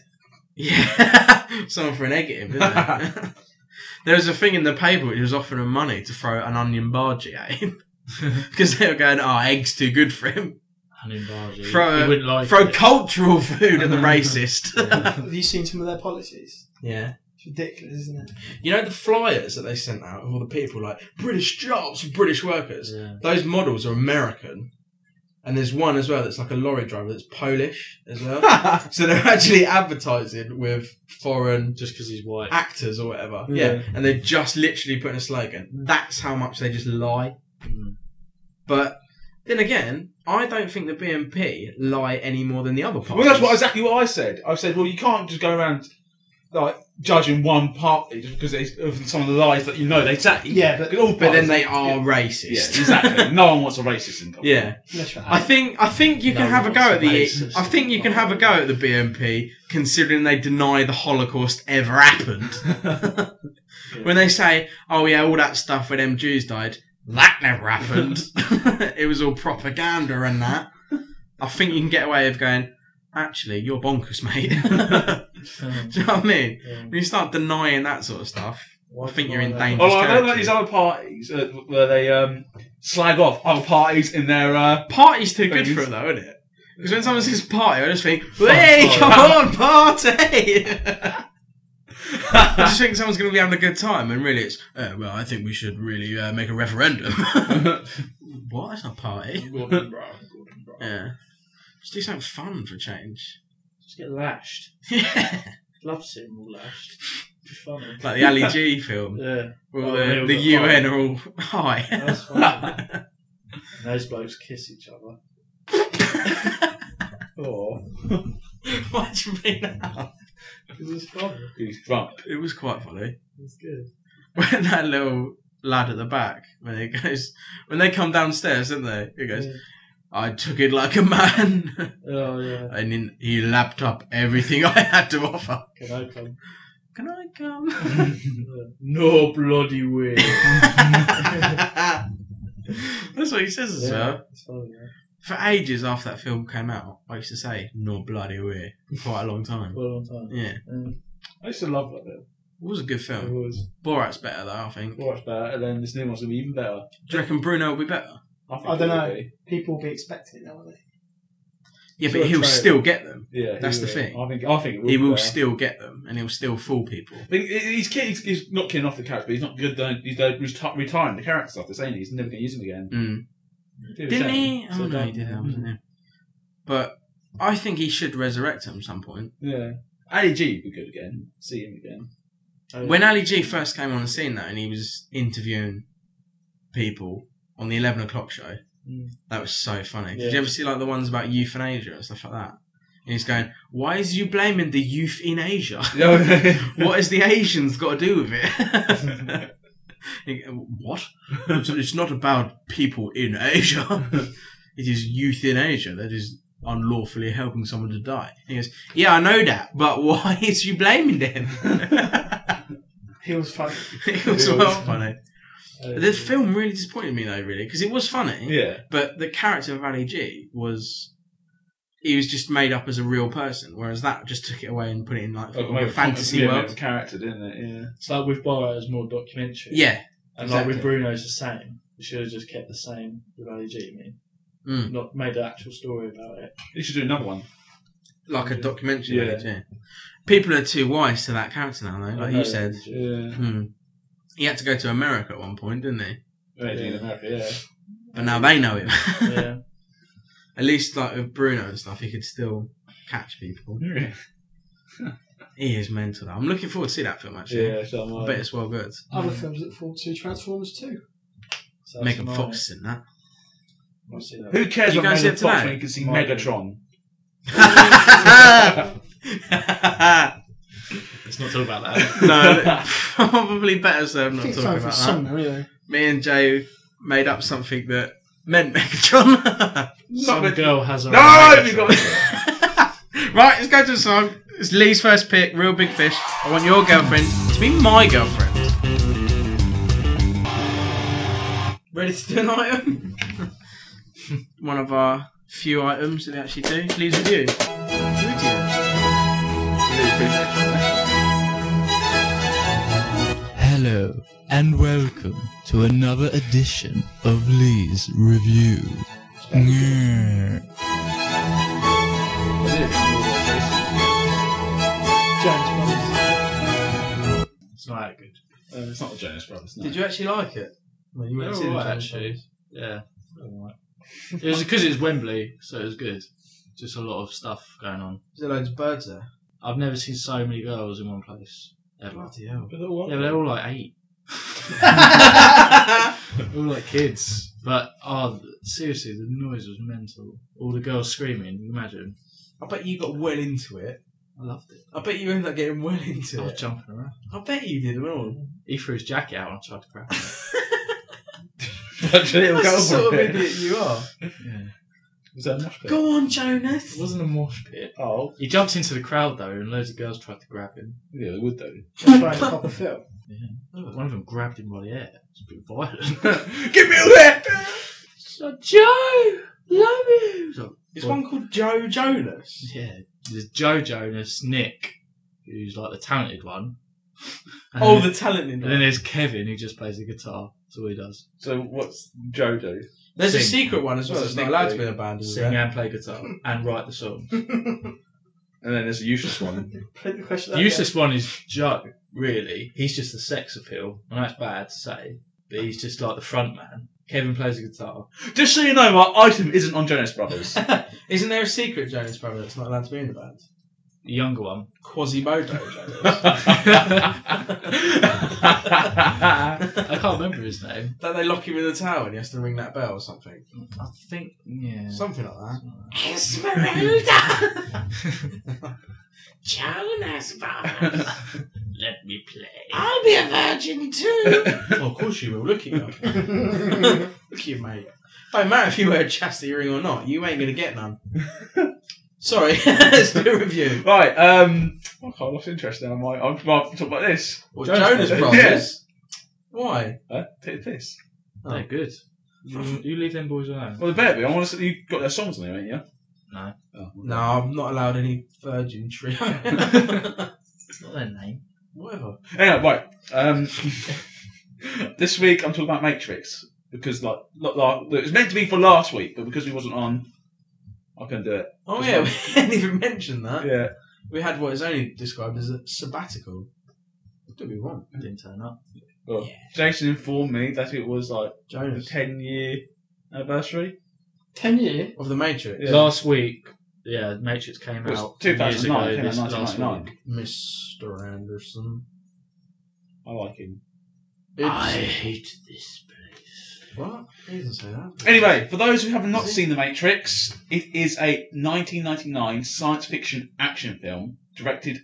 [SPEAKER 7] Yeah, *laughs* someone for an egg at him, isn't
[SPEAKER 9] *laughs*
[SPEAKER 7] it? there was a thing in the paper which was offering him money to throw an onion bargee at
[SPEAKER 9] *laughs*
[SPEAKER 7] him *laughs* because they were going, "Oh, eggs too good for him."
[SPEAKER 9] Onion Bargy.
[SPEAKER 7] Throw,
[SPEAKER 9] he wouldn't like
[SPEAKER 7] throw
[SPEAKER 9] it. *laughs*
[SPEAKER 7] cultural food at the racist. *laughs*
[SPEAKER 10] Have you seen some of their policies?
[SPEAKER 7] yeah.
[SPEAKER 10] It's ridiculous, isn't it?
[SPEAKER 7] You know the flyers that they sent out of all the people like British jobs for British workers.
[SPEAKER 9] Yeah.
[SPEAKER 7] Those models are American, and there's one as well that's like a lorry driver that's Polish as
[SPEAKER 8] *laughs*
[SPEAKER 7] well. so they're actually advertising with foreign
[SPEAKER 9] Just because he's white.
[SPEAKER 10] Ah,
[SPEAKER 7] actors or whatever. Yeah.
[SPEAKER 8] Yeah.
[SPEAKER 7] And they just literally put in a slogan. That's how much they just lie.
[SPEAKER 8] Mm.
[SPEAKER 7] But then again, I don't think the BNP lie any more than the other parties.
[SPEAKER 8] Well, that's what exactly what I said. I said, well, you can't just go around like judging one party just because they- of some of the lies that you know they say.
[SPEAKER 10] Yeah, but-
[SPEAKER 8] 'Cause all
[SPEAKER 7] But then
[SPEAKER 8] parties-
[SPEAKER 7] they are racist.
[SPEAKER 8] Yeah, exactly. no one wants a racist in government.
[SPEAKER 7] *laughs* yeah.
[SPEAKER 10] Let's right.
[SPEAKER 7] I think I think you can
[SPEAKER 9] No,
[SPEAKER 7] have a go
[SPEAKER 9] it's
[SPEAKER 7] at the
[SPEAKER 9] racist.
[SPEAKER 7] I think you can have a go at the BNP considering they deny the Holocaust ever happened.
[SPEAKER 8] *laughs*
[SPEAKER 7] when they say, "Oh yeah, all that stuff where them Jews died, that never
[SPEAKER 8] *laughs*
[SPEAKER 7] happened. *laughs* it was all propaganda and that." I think you can get away with going, "Actually, you're bonkers, mate." *laughs* Do you know what I mean?
[SPEAKER 9] Um,
[SPEAKER 7] When you start denying that sort of stuff, I think you're in danger.
[SPEAKER 8] Oh, I know that these other parties uh, where they um, slag off other parties in their. Uh, *laughs*
[SPEAKER 7] Party's too good
[SPEAKER 8] Things.
[SPEAKER 7] for it, though, isn't it? Because when someone says party, I just think, hey,
[SPEAKER 8] party."
[SPEAKER 7] come on, party!
[SPEAKER 9] *laughs*
[SPEAKER 7] I just think someone's going to be having a good time, and really it's, oh, well, I think we should really uh, make a referendum. *laughs* what? That's not party.
[SPEAKER 9] Gordon Brown. Gordon Brown.
[SPEAKER 7] Yeah. Just do something fun for a change. *laughs*
[SPEAKER 9] Just get lashed.
[SPEAKER 7] Yeah.
[SPEAKER 9] Love to see him all lashed. Be
[SPEAKER 10] *laughs*
[SPEAKER 9] funny.
[SPEAKER 7] Like the Ali G film.
[SPEAKER 9] Yeah,
[SPEAKER 7] Where
[SPEAKER 9] Oh,
[SPEAKER 7] all the,
[SPEAKER 9] they've
[SPEAKER 7] the
[SPEAKER 9] got
[SPEAKER 7] UN are all high.
[SPEAKER 10] *laughs*
[SPEAKER 9] that's funny. and those blokes kiss each other. *laughs*
[SPEAKER 8] oh,
[SPEAKER 7] Why do you mean that?
[SPEAKER 10] Because it's fun.
[SPEAKER 8] he's drunk.
[SPEAKER 7] It was quite funny. *laughs*
[SPEAKER 10] It's good.
[SPEAKER 7] when that little lad at the back when he goes when they come downstairs, didn't they? He goes,
[SPEAKER 10] Yeah.
[SPEAKER 7] I took it like a man *laughs*
[SPEAKER 10] Oh, yeah.
[SPEAKER 7] and then he lapped up everything *laughs* I had to offer.
[SPEAKER 10] Can I
[SPEAKER 9] *laughs*
[SPEAKER 10] come?
[SPEAKER 7] Can I come?
[SPEAKER 9] No bloody *laughs* way.
[SPEAKER 7] *laughs* That's what he says as well.
[SPEAKER 10] It's fun, yeah.
[SPEAKER 7] For ages after that film came out, I used to say, No bloody way for quite a long time.
[SPEAKER 10] Well, Um, a long time.
[SPEAKER 7] Yeah.
[SPEAKER 8] I used to love that film.
[SPEAKER 7] It was a good
[SPEAKER 8] It
[SPEAKER 7] film.
[SPEAKER 8] was.
[SPEAKER 7] Borat's better though, I think. Do
[SPEAKER 8] Watch that, and then this new one's going to be even better.
[SPEAKER 7] you reckon Bruno will be better?
[SPEAKER 8] think
[SPEAKER 10] I
[SPEAKER 8] it
[SPEAKER 10] don't
[SPEAKER 8] will
[SPEAKER 10] know.
[SPEAKER 8] be.
[SPEAKER 10] People will be expecting it now, won't they?
[SPEAKER 7] Yeah,
[SPEAKER 8] Sort
[SPEAKER 7] but
[SPEAKER 8] of
[SPEAKER 7] he'll
[SPEAKER 8] trailer.
[SPEAKER 7] still get them.
[SPEAKER 8] Yeah, he
[SPEAKER 7] That's the
[SPEAKER 8] will.
[SPEAKER 7] thing.
[SPEAKER 8] I think. I think it will
[SPEAKER 7] He
[SPEAKER 8] be
[SPEAKER 7] will
[SPEAKER 8] better.
[SPEAKER 7] still get them and he'll still fool people.
[SPEAKER 8] I think He's, kid- he's, he's not killing off the character, but he's not good. Though. He's done- reti- retiring the character stuff. They're saying he's never going to use him again.
[SPEAKER 7] Mm. Didn't he? Oh,
[SPEAKER 8] So
[SPEAKER 7] no, he
[SPEAKER 8] don't-
[SPEAKER 7] didn't. wasn't he? But I think he should resurrect at some point.
[SPEAKER 8] Yeah. Ali G would be good again. See him again.
[SPEAKER 7] When Ali G first came on the scene, though, and he was interviewing people on the 11 o'clock show, that was so funny. Did you ever see like the ones about euthanasia and stuff like that? And he's going, Why is you blaming the youth in Asia? what has the Asians got to do with it? He- what? It's, it's not about people in Asia. it is youth in Asia that is unlawfully helping someone to die. He goes, Yeah, I know that, but why is you blaming them?
[SPEAKER 10] He was funny.
[SPEAKER 7] *laughs* it was well funny.
[SPEAKER 9] Um,
[SPEAKER 7] The film really disappointed me though, really, because it was funny.
[SPEAKER 8] yeah.
[SPEAKER 7] But the character of Ali G was. He was just made up as a real person, whereas that just took it away and put it in like
[SPEAKER 8] Like,
[SPEAKER 7] a fantasy
[SPEAKER 8] yeah,
[SPEAKER 7] world.
[SPEAKER 8] character, didn't it? Yeah.
[SPEAKER 9] It's like with Borrow, it's more documentary.
[SPEAKER 7] Yeah,
[SPEAKER 9] And like with
[SPEAKER 7] exactly.
[SPEAKER 9] Bruno's the same. We should have just kept the same with Ali G, I mean.
[SPEAKER 7] Mm.
[SPEAKER 9] Not made an actual story about it.
[SPEAKER 8] You should do another one.
[SPEAKER 7] like a documentary.
[SPEAKER 8] Yeah.
[SPEAKER 7] Yeah. yeah. People are too wise to that character now, though. Like you said,
[SPEAKER 8] Yeah.
[SPEAKER 7] Hmm. he had to go to America at one point, didn't he?
[SPEAKER 8] Made in America, yeah.
[SPEAKER 7] But now they know him.
[SPEAKER 9] *laughs* Yeah.
[SPEAKER 7] *laughs* at least like with Bruno and stuff, he could still catch people.
[SPEAKER 8] Yeah.
[SPEAKER 7] He is mental. though. I'm looking forward to see that film actually.
[SPEAKER 8] Yeah, so am
[SPEAKER 7] I
[SPEAKER 8] I.
[SPEAKER 7] bet it's well good.
[SPEAKER 10] Other films look forward to Transformers 2.
[SPEAKER 9] So that's
[SPEAKER 7] Megan
[SPEAKER 9] mine.
[SPEAKER 7] Fox is in that.
[SPEAKER 9] I'll see that.
[SPEAKER 8] Who cares
[SPEAKER 7] You
[SPEAKER 8] about
[SPEAKER 7] guys
[SPEAKER 8] Megan
[SPEAKER 7] see it
[SPEAKER 8] Fox
[SPEAKER 7] tonight?
[SPEAKER 8] when you can see
[SPEAKER 9] Might be.
[SPEAKER 8] Megatron?
[SPEAKER 9] Let's not talk about that.
[SPEAKER 8] *laughs*
[SPEAKER 7] no, probably better so I'm
[SPEAKER 10] I
[SPEAKER 7] *laughs* not
[SPEAKER 10] think it's
[SPEAKER 7] talking
[SPEAKER 10] time
[SPEAKER 7] about
[SPEAKER 10] for a
[SPEAKER 7] that.
[SPEAKER 10] song now, anyway.
[SPEAKER 7] Me and Joe made up something that meant *laughs* Megatron.
[SPEAKER 9] Some girl has a
[SPEAKER 8] No, you got
[SPEAKER 7] *laughs* right, let's go to the song. It's Lee's first pick, Real Big Fish. I want your girlfriend to be my girlfriend. Ready to do an item? *laughs* One of our few items that we actually do. Lee's with you.
[SPEAKER 11] Hello and welcome to another edition of Lee's Review. Nyeh.
[SPEAKER 8] It's not that good. Uh, it's not the Jonas Brothers. No.
[SPEAKER 7] Did you actually like it?
[SPEAKER 9] Well, you went
[SPEAKER 8] They're
[SPEAKER 9] to the
[SPEAKER 8] alright,
[SPEAKER 9] Jonas
[SPEAKER 8] actually.
[SPEAKER 9] Brothers. Yeah. It was because it was Wembley, so it was good. Just a lot of stuff going on.
[SPEAKER 7] Is there loads of birds there?
[SPEAKER 9] I've never seen so many girls in one place. Ever.
[SPEAKER 7] Bloody hell.
[SPEAKER 9] Yeah, but they're all like
[SPEAKER 7] *laughs*
[SPEAKER 9] eight. all like kids. But oh, seriously, the noise was mental. All the girls screaming. you Imagine.
[SPEAKER 7] I bet you got well into it.
[SPEAKER 9] I loved it.
[SPEAKER 7] I bet you ended up getting well into
[SPEAKER 9] I was jumping around.
[SPEAKER 7] I bet you did well.
[SPEAKER 9] He threw his jacket out and I tried to grab
[SPEAKER 7] *laughs*
[SPEAKER 9] it.
[SPEAKER 8] *laughs* *laughs* Actually, it'll go for it.
[SPEAKER 7] you are.
[SPEAKER 8] Was that a mosh pit?
[SPEAKER 7] Go on, Jonas.
[SPEAKER 9] It wasn't a mosh pit.
[SPEAKER 8] Oh,
[SPEAKER 9] He jumped into the crowd though, and loads of girls tried to grab him.
[SPEAKER 8] yeah, they would though.
[SPEAKER 10] Trying to cop a film.
[SPEAKER 9] One of them grabbed him by the hair. It's a bit
[SPEAKER 7] *laughs*
[SPEAKER 9] violent.
[SPEAKER 8] *laughs* Give me all that!
[SPEAKER 9] so, Joe, love you. So,
[SPEAKER 7] It's one called Joe Jonas.
[SPEAKER 9] yeah, there's Joe Jonas, Nick, who's like the talented one. *laughs* And
[SPEAKER 7] Oh,
[SPEAKER 9] then,
[SPEAKER 7] the talented
[SPEAKER 9] and Uh-huh. then
[SPEAKER 7] one.
[SPEAKER 9] there's Kevin who just plays the guitar. That's all he does.
[SPEAKER 8] So what's Joe do?
[SPEAKER 7] There's a
[SPEAKER 9] Sing.
[SPEAKER 7] secret one as well.
[SPEAKER 8] What's
[SPEAKER 7] It's
[SPEAKER 8] his
[SPEAKER 7] not allowed
[SPEAKER 8] nickname?
[SPEAKER 7] to be in a band, is
[SPEAKER 9] Sing
[SPEAKER 7] it?
[SPEAKER 9] and play guitar and write the song.
[SPEAKER 8] And then there's a useless *laughs* one.
[SPEAKER 10] Put the question
[SPEAKER 9] The
[SPEAKER 10] out there.
[SPEAKER 9] useless one is Joe. Really, he's just the sex appeal. I know it's bad to say, but he's just like the front man. Kevin plays the guitar.
[SPEAKER 8] Just so you know, my item isn't on Jonas *laughs* Brothers.
[SPEAKER 7] Isn't there a secret Jonas brother that's not allowed to be in the band?
[SPEAKER 9] The younger
[SPEAKER 7] *laughs*
[SPEAKER 9] one. *laughs*
[SPEAKER 7] Quasimodo Jonas.
[SPEAKER 9] I can't remember his name.
[SPEAKER 7] Don't they lock him in the tower and he has to ring that bell or something?
[SPEAKER 9] I think yeah.
[SPEAKER 7] Something like that.
[SPEAKER 9] Let me play.
[SPEAKER 7] I'll be a virgin too. well, of course you will. Look at
[SPEAKER 8] *laughs*
[SPEAKER 7] you. Look at you, mate. Don't matter if you wear a chastity ring or not. You ain't gonna get none. Sorry, *laughs* it's peer review.
[SPEAKER 8] right, um... I can't lost interest now. My, I'm, I'm talking about this.
[SPEAKER 7] Well, Jonas,
[SPEAKER 8] Jonas Brothers.
[SPEAKER 7] Brothers. Why?
[SPEAKER 8] Huh? Take this.
[SPEAKER 9] They're Oh, good. You, you leave them boys alone.
[SPEAKER 8] Well, they better be. I want to see... you got their songs on there, ain't you?
[SPEAKER 9] No.
[SPEAKER 8] Oh.
[SPEAKER 7] No, I'm not allowed any virgin trio.
[SPEAKER 9] It's not their name.
[SPEAKER 7] *laughs* Whatever.
[SPEAKER 8] Anyway, right. Um, *laughs* this week I'm talking about Matrix because like, like, like it was meant to be for last week, but because we wasn't on, I couldn't do it.
[SPEAKER 7] Oh yeah, we *laughs* didn't even mention that.
[SPEAKER 8] Yeah.
[SPEAKER 7] We had what is only described as a sabbatical. Don't be wrong.
[SPEAKER 9] Didn't turn up.
[SPEAKER 8] Well, Jason informed me that it was like the
[SPEAKER 7] Jonas
[SPEAKER 8] ten year anniversary.
[SPEAKER 10] Ten year.
[SPEAKER 7] of the Matrix.
[SPEAKER 8] Yeah.
[SPEAKER 9] Last week, yeah, Matrix came
[SPEAKER 8] It was
[SPEAKER 9] out two years ago.
[SPEAKER 8] 2009, came out
[SPEAKER 9] This last
[SPEAKER 8] 1999.
[SPEAKER 9] week.
[SPEAKER 7] Mr. Anderson.
[SPEAKER 8] I like him.
[SPEAKER 7] It's-
[SPEAKER 9] hate this place.
[SPEAKER 7] What? He doesn't say that.
[SPEAKER 8] Anyway, for those who have not seen The Matrix, it is a 1999 science fiction action film directed,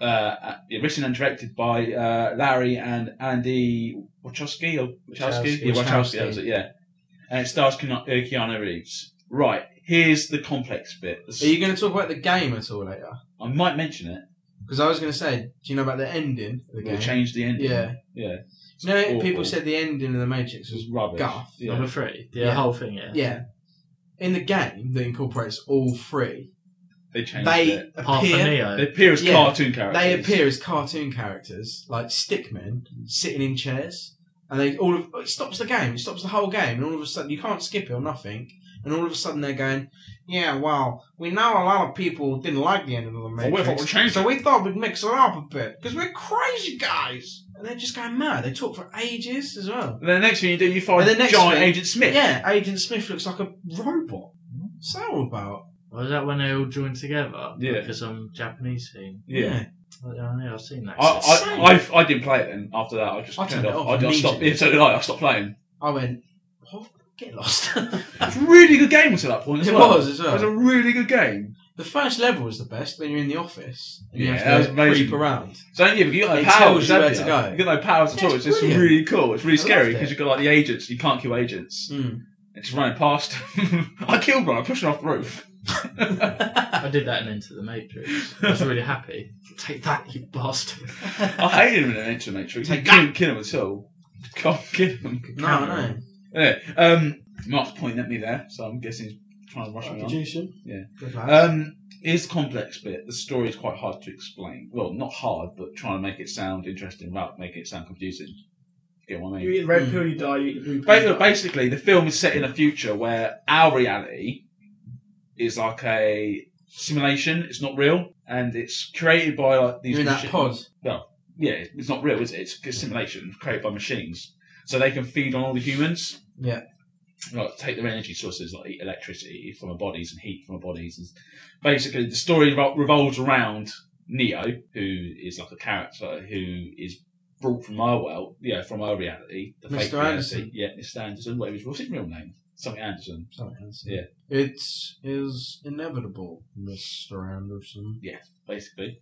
[SPEAKER 8] uh, uh, written and directed by uh, Larry and Andy Wachowski or
[SPEAKER 7] Wachowski.
[SPEAKER 8] Wachowski, yeah, Wachowski, that
[SPEAKER 7] Wachowski.
[SPEAKER 8] was it, yeah. And it stars Keanu, uh, Keanu Reeves. Right, here's the complex bit.
[SPEAKER 7] Are you going to talk about the game at all later?
[SPEAKER 8] I might mention it.
[SPEAKER 7] Because I was going to say, do you know about the ending of the
[SPEAKER 8] We'll
[SPEAKER 7] game?
[SPEAKER 8] change the ending.
[SPEAKER 7] Yeah.
[SPEAKER 8] yeah.
[SPEAKER 7] You know,
[SPEAKER 8] Awful.
[SPEAKER 7] people said the ending of the Matrix
[SPEAKER 8] It was
[SPEAKER 7] was
[SPEAKER 8] rubbish.
[SPEAKER 7] guff.
[SPEAKER 8] Yeah.
[SPEAKER 9] Number three. The
[SPEAKER 7] Yeah.
[SPEAKER 9] whole thing, yeah.
[SPEAKER 7] yeah. In the game that incorporates all three,
[SPEAKER 8] They changed
[SPEAKER 7] they
[SPEAKER 8] it.
[SPEAKER 9] uh, Half a
[SPEAKER 7] appear.
[SPEAKER 9] Neo.
[SPEAKER 8] They appear as
[SPEAKER 7] Yeah.
[SPEAKER 8] cartoon characters.
[SPEAKER 7] They appear as cartoon characters, like stickmen sitting in chairs, and they all of it stops the game. It stops the whole game, and all of a sudden you can't skip it or nothing. And all of a sudden they're going, "Yeah, well, we know a lot of people didn't like the ending of the
[SPEAKER 8] Well, we thought
[SPEAKER 7] Matrix."
[SPEAKER 8] we'd change
[SPEAKER 7] So we thought we'd mix it up a bit because we're crazy guys, and they're just going mad. They talk for ages as well.
[SPEAKER 8] And then the next thing you do, you find
[SPEAKER 7] And the next
[SPEAKER 8] giant
[SPEAKER 7] thing-
[SPEAKER 8] Agent Smith.
[SPEAKER 7] Yeah, Agent Smith looks like a robot. What's that all about?
[SPEAKER 9] Was that when they all joined together?
[SPEAKER 8] Yeah.
[SPEAKER 9] For some Japanese thing.
[SPEAKER 8] yeah.
[SPEAKER 9] I don't know, I've seen that.
[SPEAKER 8] I, I, I, I didn't play it then. After that, I just
[SPEAKER 7] I
[SPEAKER 8] turned
[SPEAKER 7] turned it
[SPEAKER 8] off.
[SPEAKER 7] off
[SPEAKER 8] I just stopped.
[SPEAKER 7] immediately.
[SPEAKER 8] Yeah, so did I. I stopped playing.
[SPEAKER 7] I went, what? Get lost. *laughs*
[SPEAKER 8] It's a really good game until that point. As
[SPEAKER 7] It
[SPEAKER 8] well.
[SPEAKER 7] was as well.
[SPEAKER 8] It was a really good game.
[SPEAKER 7] The first level is the best when you're in the office. And
[SPEAKER 8] Yeah,
[SPEAKER 7] you
[SPEAKER 8] that was
[SPEAKER 7] have to
[SPEAKER 8] amazing.
[SPEAKER 7] creep around.
[SPEAKER 8] So yeah, but you got no
[SPEAKER 7] It
[SPEAKER 8] powers.
[SPEAKER 7] tells you where
[SPEAKER 8] haven't
[SPEAKER 7] to
[SPEAKER 8] you?
[SPEAKER 7] go.
[SPEAKER 8] You got no powers at
[SPEAKER 7] Yeah,
[SPEAKER 8] all.
[SPEAKER 7] it's
[SPEAKER 8] It's just
[SPEAKER 7] brilliant.
[SPEAKER 8] really cool. It's really
[SPEAKER 7] I
[SPEAKER 8] scary
[SPEAKER 7] loved it.
[SPEAKER 8] because you've got like the agents. You can't kill agents.
[SPEAKER 7] Mm.
[SPEAKER 8] *laughs* It's running past. I killed one. I pushed him off the roof.
[SPEAKER 9] I did that in Into the Matrix. I was really happy. Take that, you bastard.
[SPEAKER 8] I hated him in Enter the Matrix. He couldn't kill him at all. Can't kill him.
[SPEAKER 9] No, I know.
[SPEAKER 8] Anyway, um, Mark's pointing at me there, so I'm guessing he's trying to rush me
[SPEAKER 10] Produce
[SPEAKER 8] on.
[SPEAKER 10] him. Good
[SPEAKER 8] Yeah.
[SPEAKER 10] lad.
[SPEAKER 8] Um, is complex bit. The story is quite hard to explain. Well, not hard, but trying to make it sound interesting without making it sound confusing. Get what I mean?
[SPEAKER 10] You eat the red pill, you die. You eat the blue pill. you
[SPEAKER 8] Basically,
[SPEAKER 10] die.
[SPEAKER 8] basically, the film is set in a future where our reality is like a simulation. It's not real, and it's created by like these.
[SPEAKER 7] You're in that
[SPEAKER 8] machi-
[SPEAKER 7] pod.
[SPEAKER 8] Well, yeah, it's not real, is it? It's a simulation created by machines, so they can feed on all the humans.
[SPEAKER 7] Yeah.
[SPEAKER 8] Like take their energy sources, like eat electricity from our bodies and heat from our bodies. And basically, the story revol- revolves around Neo, who is like a character who is brought from our world, yeah, from our reality, the
[SPEAKER 7] Mr.
[SPEAKER 8] fake reality.
[SPEAKER 7] Anderson.
[SPEAKER 8] yeah, Mr. Anderson, whatever his, what's his real name? Something Anderson.
[SPEAKER 10] Something Anderson.
[SPEAKER 8] Yeah,
[SPEAKER 10] It is inevitable, Mr. Anderson.
[SPEAKER 8] yeah, basically.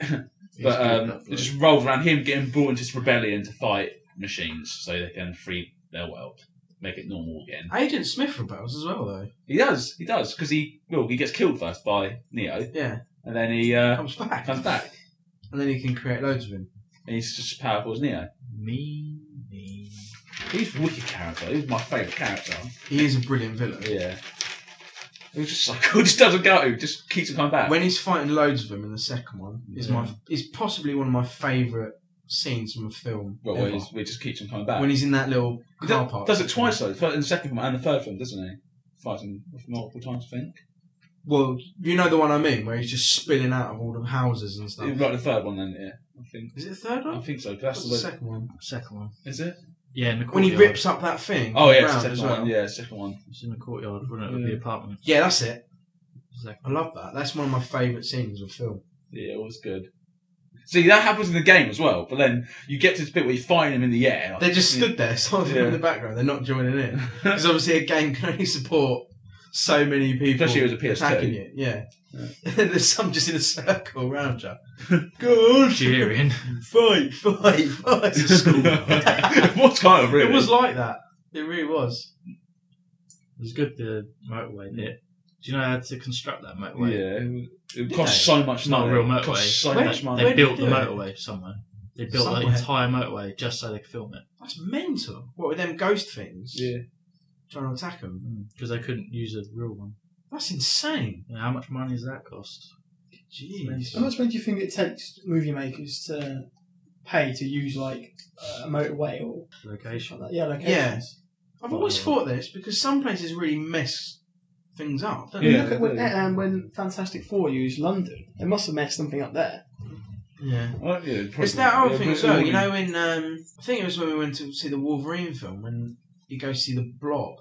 [SPEAKER 10] He's
[SPEAKER 8] but
[SPEAKER 10] good,
[SPEAKER 8] um,
[SPEAKER 10] that
[SPEAKER 8] it
[SPEAKER 10] bloke.
[SPEAKER 8] just rolls around him getting brought into this rebellion to fight machines so they can free their world, make it normal again.
[SPEAKER 7] Agent Smith rebels as well, though.
[SPEAKER 8] He does, he does, because he well, he gets killed first by Neo,
[SPEAKER 7] Yeah,
[SPEAKER 8] and then he uh,
[SPEAKER 7] comes back,
[SPEAKER 8] comes back,
[SPEAKER 7] and then you can create loads of him.
[SPEAKER 8] and he's just as powerful as Neo.
[SPEAKER 9] Me, me.
[SPEAKER 8] He's a wicked character. He's my favourite character.
[SPEAKER 7] He is a brilliant villain.
[SPEAKER 8] Yeah. He's just so cool. *laughs* Just doesn't go. Just keeps on coming back.
[SPEAKER 7] When he's fighting loads of them in the second one, is my is possibly one of my favourite scenes from a film.
[SPEAKER 8] Well,
[SPEAKER 7] ever.
[SPEAKER 8] when he's, we just keeps on coming back.
[SPEAKER 7] when he's in that little
[SPEAKER 8] He
[SPEAKER 7] car
[SPEAKER 8] does,
[SPEAKER 7] park.
[SPEAKER 8] does it twice though, in the second one and the third film, doesn't he? Fighting multiple times, I think.
[SPEAKER 7] Well, you know the one I mean, where he's just spilling out of all the houses and stuff.
[SPEAKER 8] Right, the third one then, yeah. I think.
[SPEAKER 7] Is it the third
[SPEAKER 8] I
[SPEAKER 7] one?
[SPEAKER 8] think so. 'cause That's
[SPEAKER 7] Oh. What's
[SPEAKER 8] the
[SPEAKER 7] the
[SPEAKER 8] way.
[SPEAKER 7] second one. Second one.
[SPEAKER 8] Is it?
[SPEAKER 9] Yeah, in the
[SPEAKER 7] When
[SPEAKER 9] courtyard.
[SPEAKER 7] he rips up that thing.
[SPEAKER 8] Oh yeah,
[SPEAKER 7] round
[SPEAKER 8] it's the
[SPEAKER 7] as
[SPEAKER 8] second
[SPEAKER 7] well.
[SPEAKER 8] one. Yeah, second one.
[SPEAKER 9] It's in the courtyard, wouldn't it? Of
[SPEAKER 8] Yeah.
[SPEAKER 9] the apartment.
[SPEAKER 7] Yeah, that's it.
[SPEAKER 9] Exactly.
[SPEAKER 7] I love that. That's one of my favourite scenes of film.
[SPEAKER 8] Yeah, it was good. See, that happens in the game as well, but then you get to this bit where you find him in the air.
[SPEAKER 7] *laughs* They just stood there, some of them
[SPEAKER 8] Yeah.
[SPEAKER 7] in the background. They're not joining in *laughs* because obviously a game can only support so many people.
[SPEAKER 8] Especially as a PS2.
[SPEAKER 7] attacking you. Yeah. And *laughs* there's some just in a circle around
[SPEAKER 8] *laughs*
[SPEAKER 7] you. Go on,
[SPEAKER 9] Cheering. *laughs*
[SPEAKER 7] fight, fight, fight. It's a
[SPEAKER 8] *laughs*
[SPEAKER 7] school.
[SPEAKER 8] it was kind of really.
[SPEAKER 7] It was like that. *laughs* It really was.
[SPEAKER 9] It was good the motorway bit. Do you know how to construct that
[SPEAKER 8] Yeah,
[SPEAKER 9] motorway?
[SPEAKER 8] it- it
[SPEAKER 7] Did
[SPEAKER 8] cost
[SPEAKER 7] they?
[SPEAKER 8] so much
[SPEAKER 9] It's not a
[SPEAKER 8] money.
[SPEAKER 9] real
[SPEAKER 8] It cost
[SPEAKER 9] motorway.
[SPEAKER 8] So
[SPEAKER 7] Where-
[SPEAKER 8] much money.
[SPEAKER 9] They
[SPEAKER 7] Where did
[SPEAKER 9] built
[SPEAKER 7] you
[SPEAKER 9] the
[SPEAKER 7] do it?
[SPEAKER 9] motorway somewhere. They built the
[SPEAKER 7] Somewhere.
[SPEAKER 9] entire motorway just so they could film it
[SPEAKER 7] That's mental. What with them ghost things
[SPEAKER 8] Yeah.
[SPEAKER 7] trying to attack them?
[SPEAKER 9] because they couldn't use a real one.
[SPEAKER 7] That's insane.
[SPEAKER 9] Yeah, how much money does that cost?
[SPEAKER 7] Jeez.
[SPEAKER 10] How much money do you think it takes movie makers to pay to use like a motorway or
[SPEAKER 9] Location.
[SPEAKER 10] like that? Yeah, locations.
[SPEAKER 7] I've always thought this because some places really mess things up. Don't
[SPEAKER 10] I mean,
[SPEAKER 8] Yeah,
[SPEAKER 10] look
[SPEAKER 8] they
[SPEAKER 10] at when,
[SPEAKER 8] do.
[SPEAKER 10] um, when Fantastic Four used London. They must have messed something up there.
[SPEAKER 7] they? Yeah.
[SPEAKER 8] Oh, yeah,
[SPEAKER 7] It's
[SPEAKER 8] probably.
[SPEAKER 7] that whole
[SPEAKER 8] Yeah,
[SPEAKER 7] thing
[SPEAKER 8] but
[SPEAKER 7] as well.
[SPEAKER 8] all
[SPEAKER 7] You know, when um, I think it was when we went to see the Wolverine film, when you go see the Blob.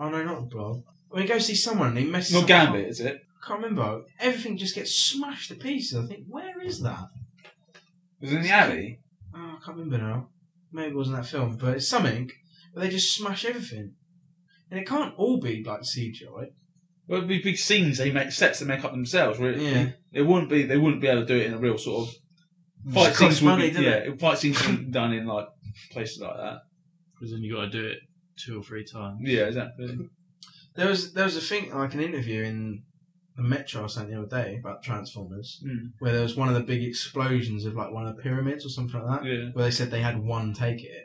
[SPEAKER 7] Oh no, not the Blob. When you go see someone, and he messes.
[SPEAKER 8] Not
[SPEAKER 7] something
[SPEAKER 8] Gambit,
[SPEAKER 7] up.
[SPEAKER 8] is it?
[SPEAKER 7] I can't remember. Everything just gets smashed to pieces. I think where is that?
[SPEAKER 8] It was in the alley.
[SPEAKER 7] Oh, I can't remember now. Maybe it wasn't that film, but it's something. where they just smash everything, and it can't all be like CGI.
[SPEAKER 8] Well, it'd be big scenes they make sets they make up themselves. Really,
[SPEAKER 7] Yeah.
[SPEAKER 8] it wouldn't be they wouldn't be able to do it in a real sort of fight
[SPEAKER 7] It
[SPEAKER 8] scenes.
[SPEAKER 7] costs
[SPEAKER 8] would
[SPEAKER 7] money,
[SPEAKER 8] be,
[SPEAKER 7] doesn't
[SPEAKER 8] yeah,
[SPEAKER 7] it?
[SPEAKER 8] fight scenes wouldn't be done in like places like that.
[SPEAKER 9] Because then you got to do it two or three times.
[SPEAKER 8] Yeah, exactly.
[SPEAKER 7] There was there was a thing like an interview in the Metro or something the other day about Transformers,
[SPEAKER 8] Mm.
[SPEAKER 7] where there was one of the big explosions of like one of the pyramids or something like that,
[SPEAKER 8] Yeah,
[SPEAKER 7] where they said they had one take at it.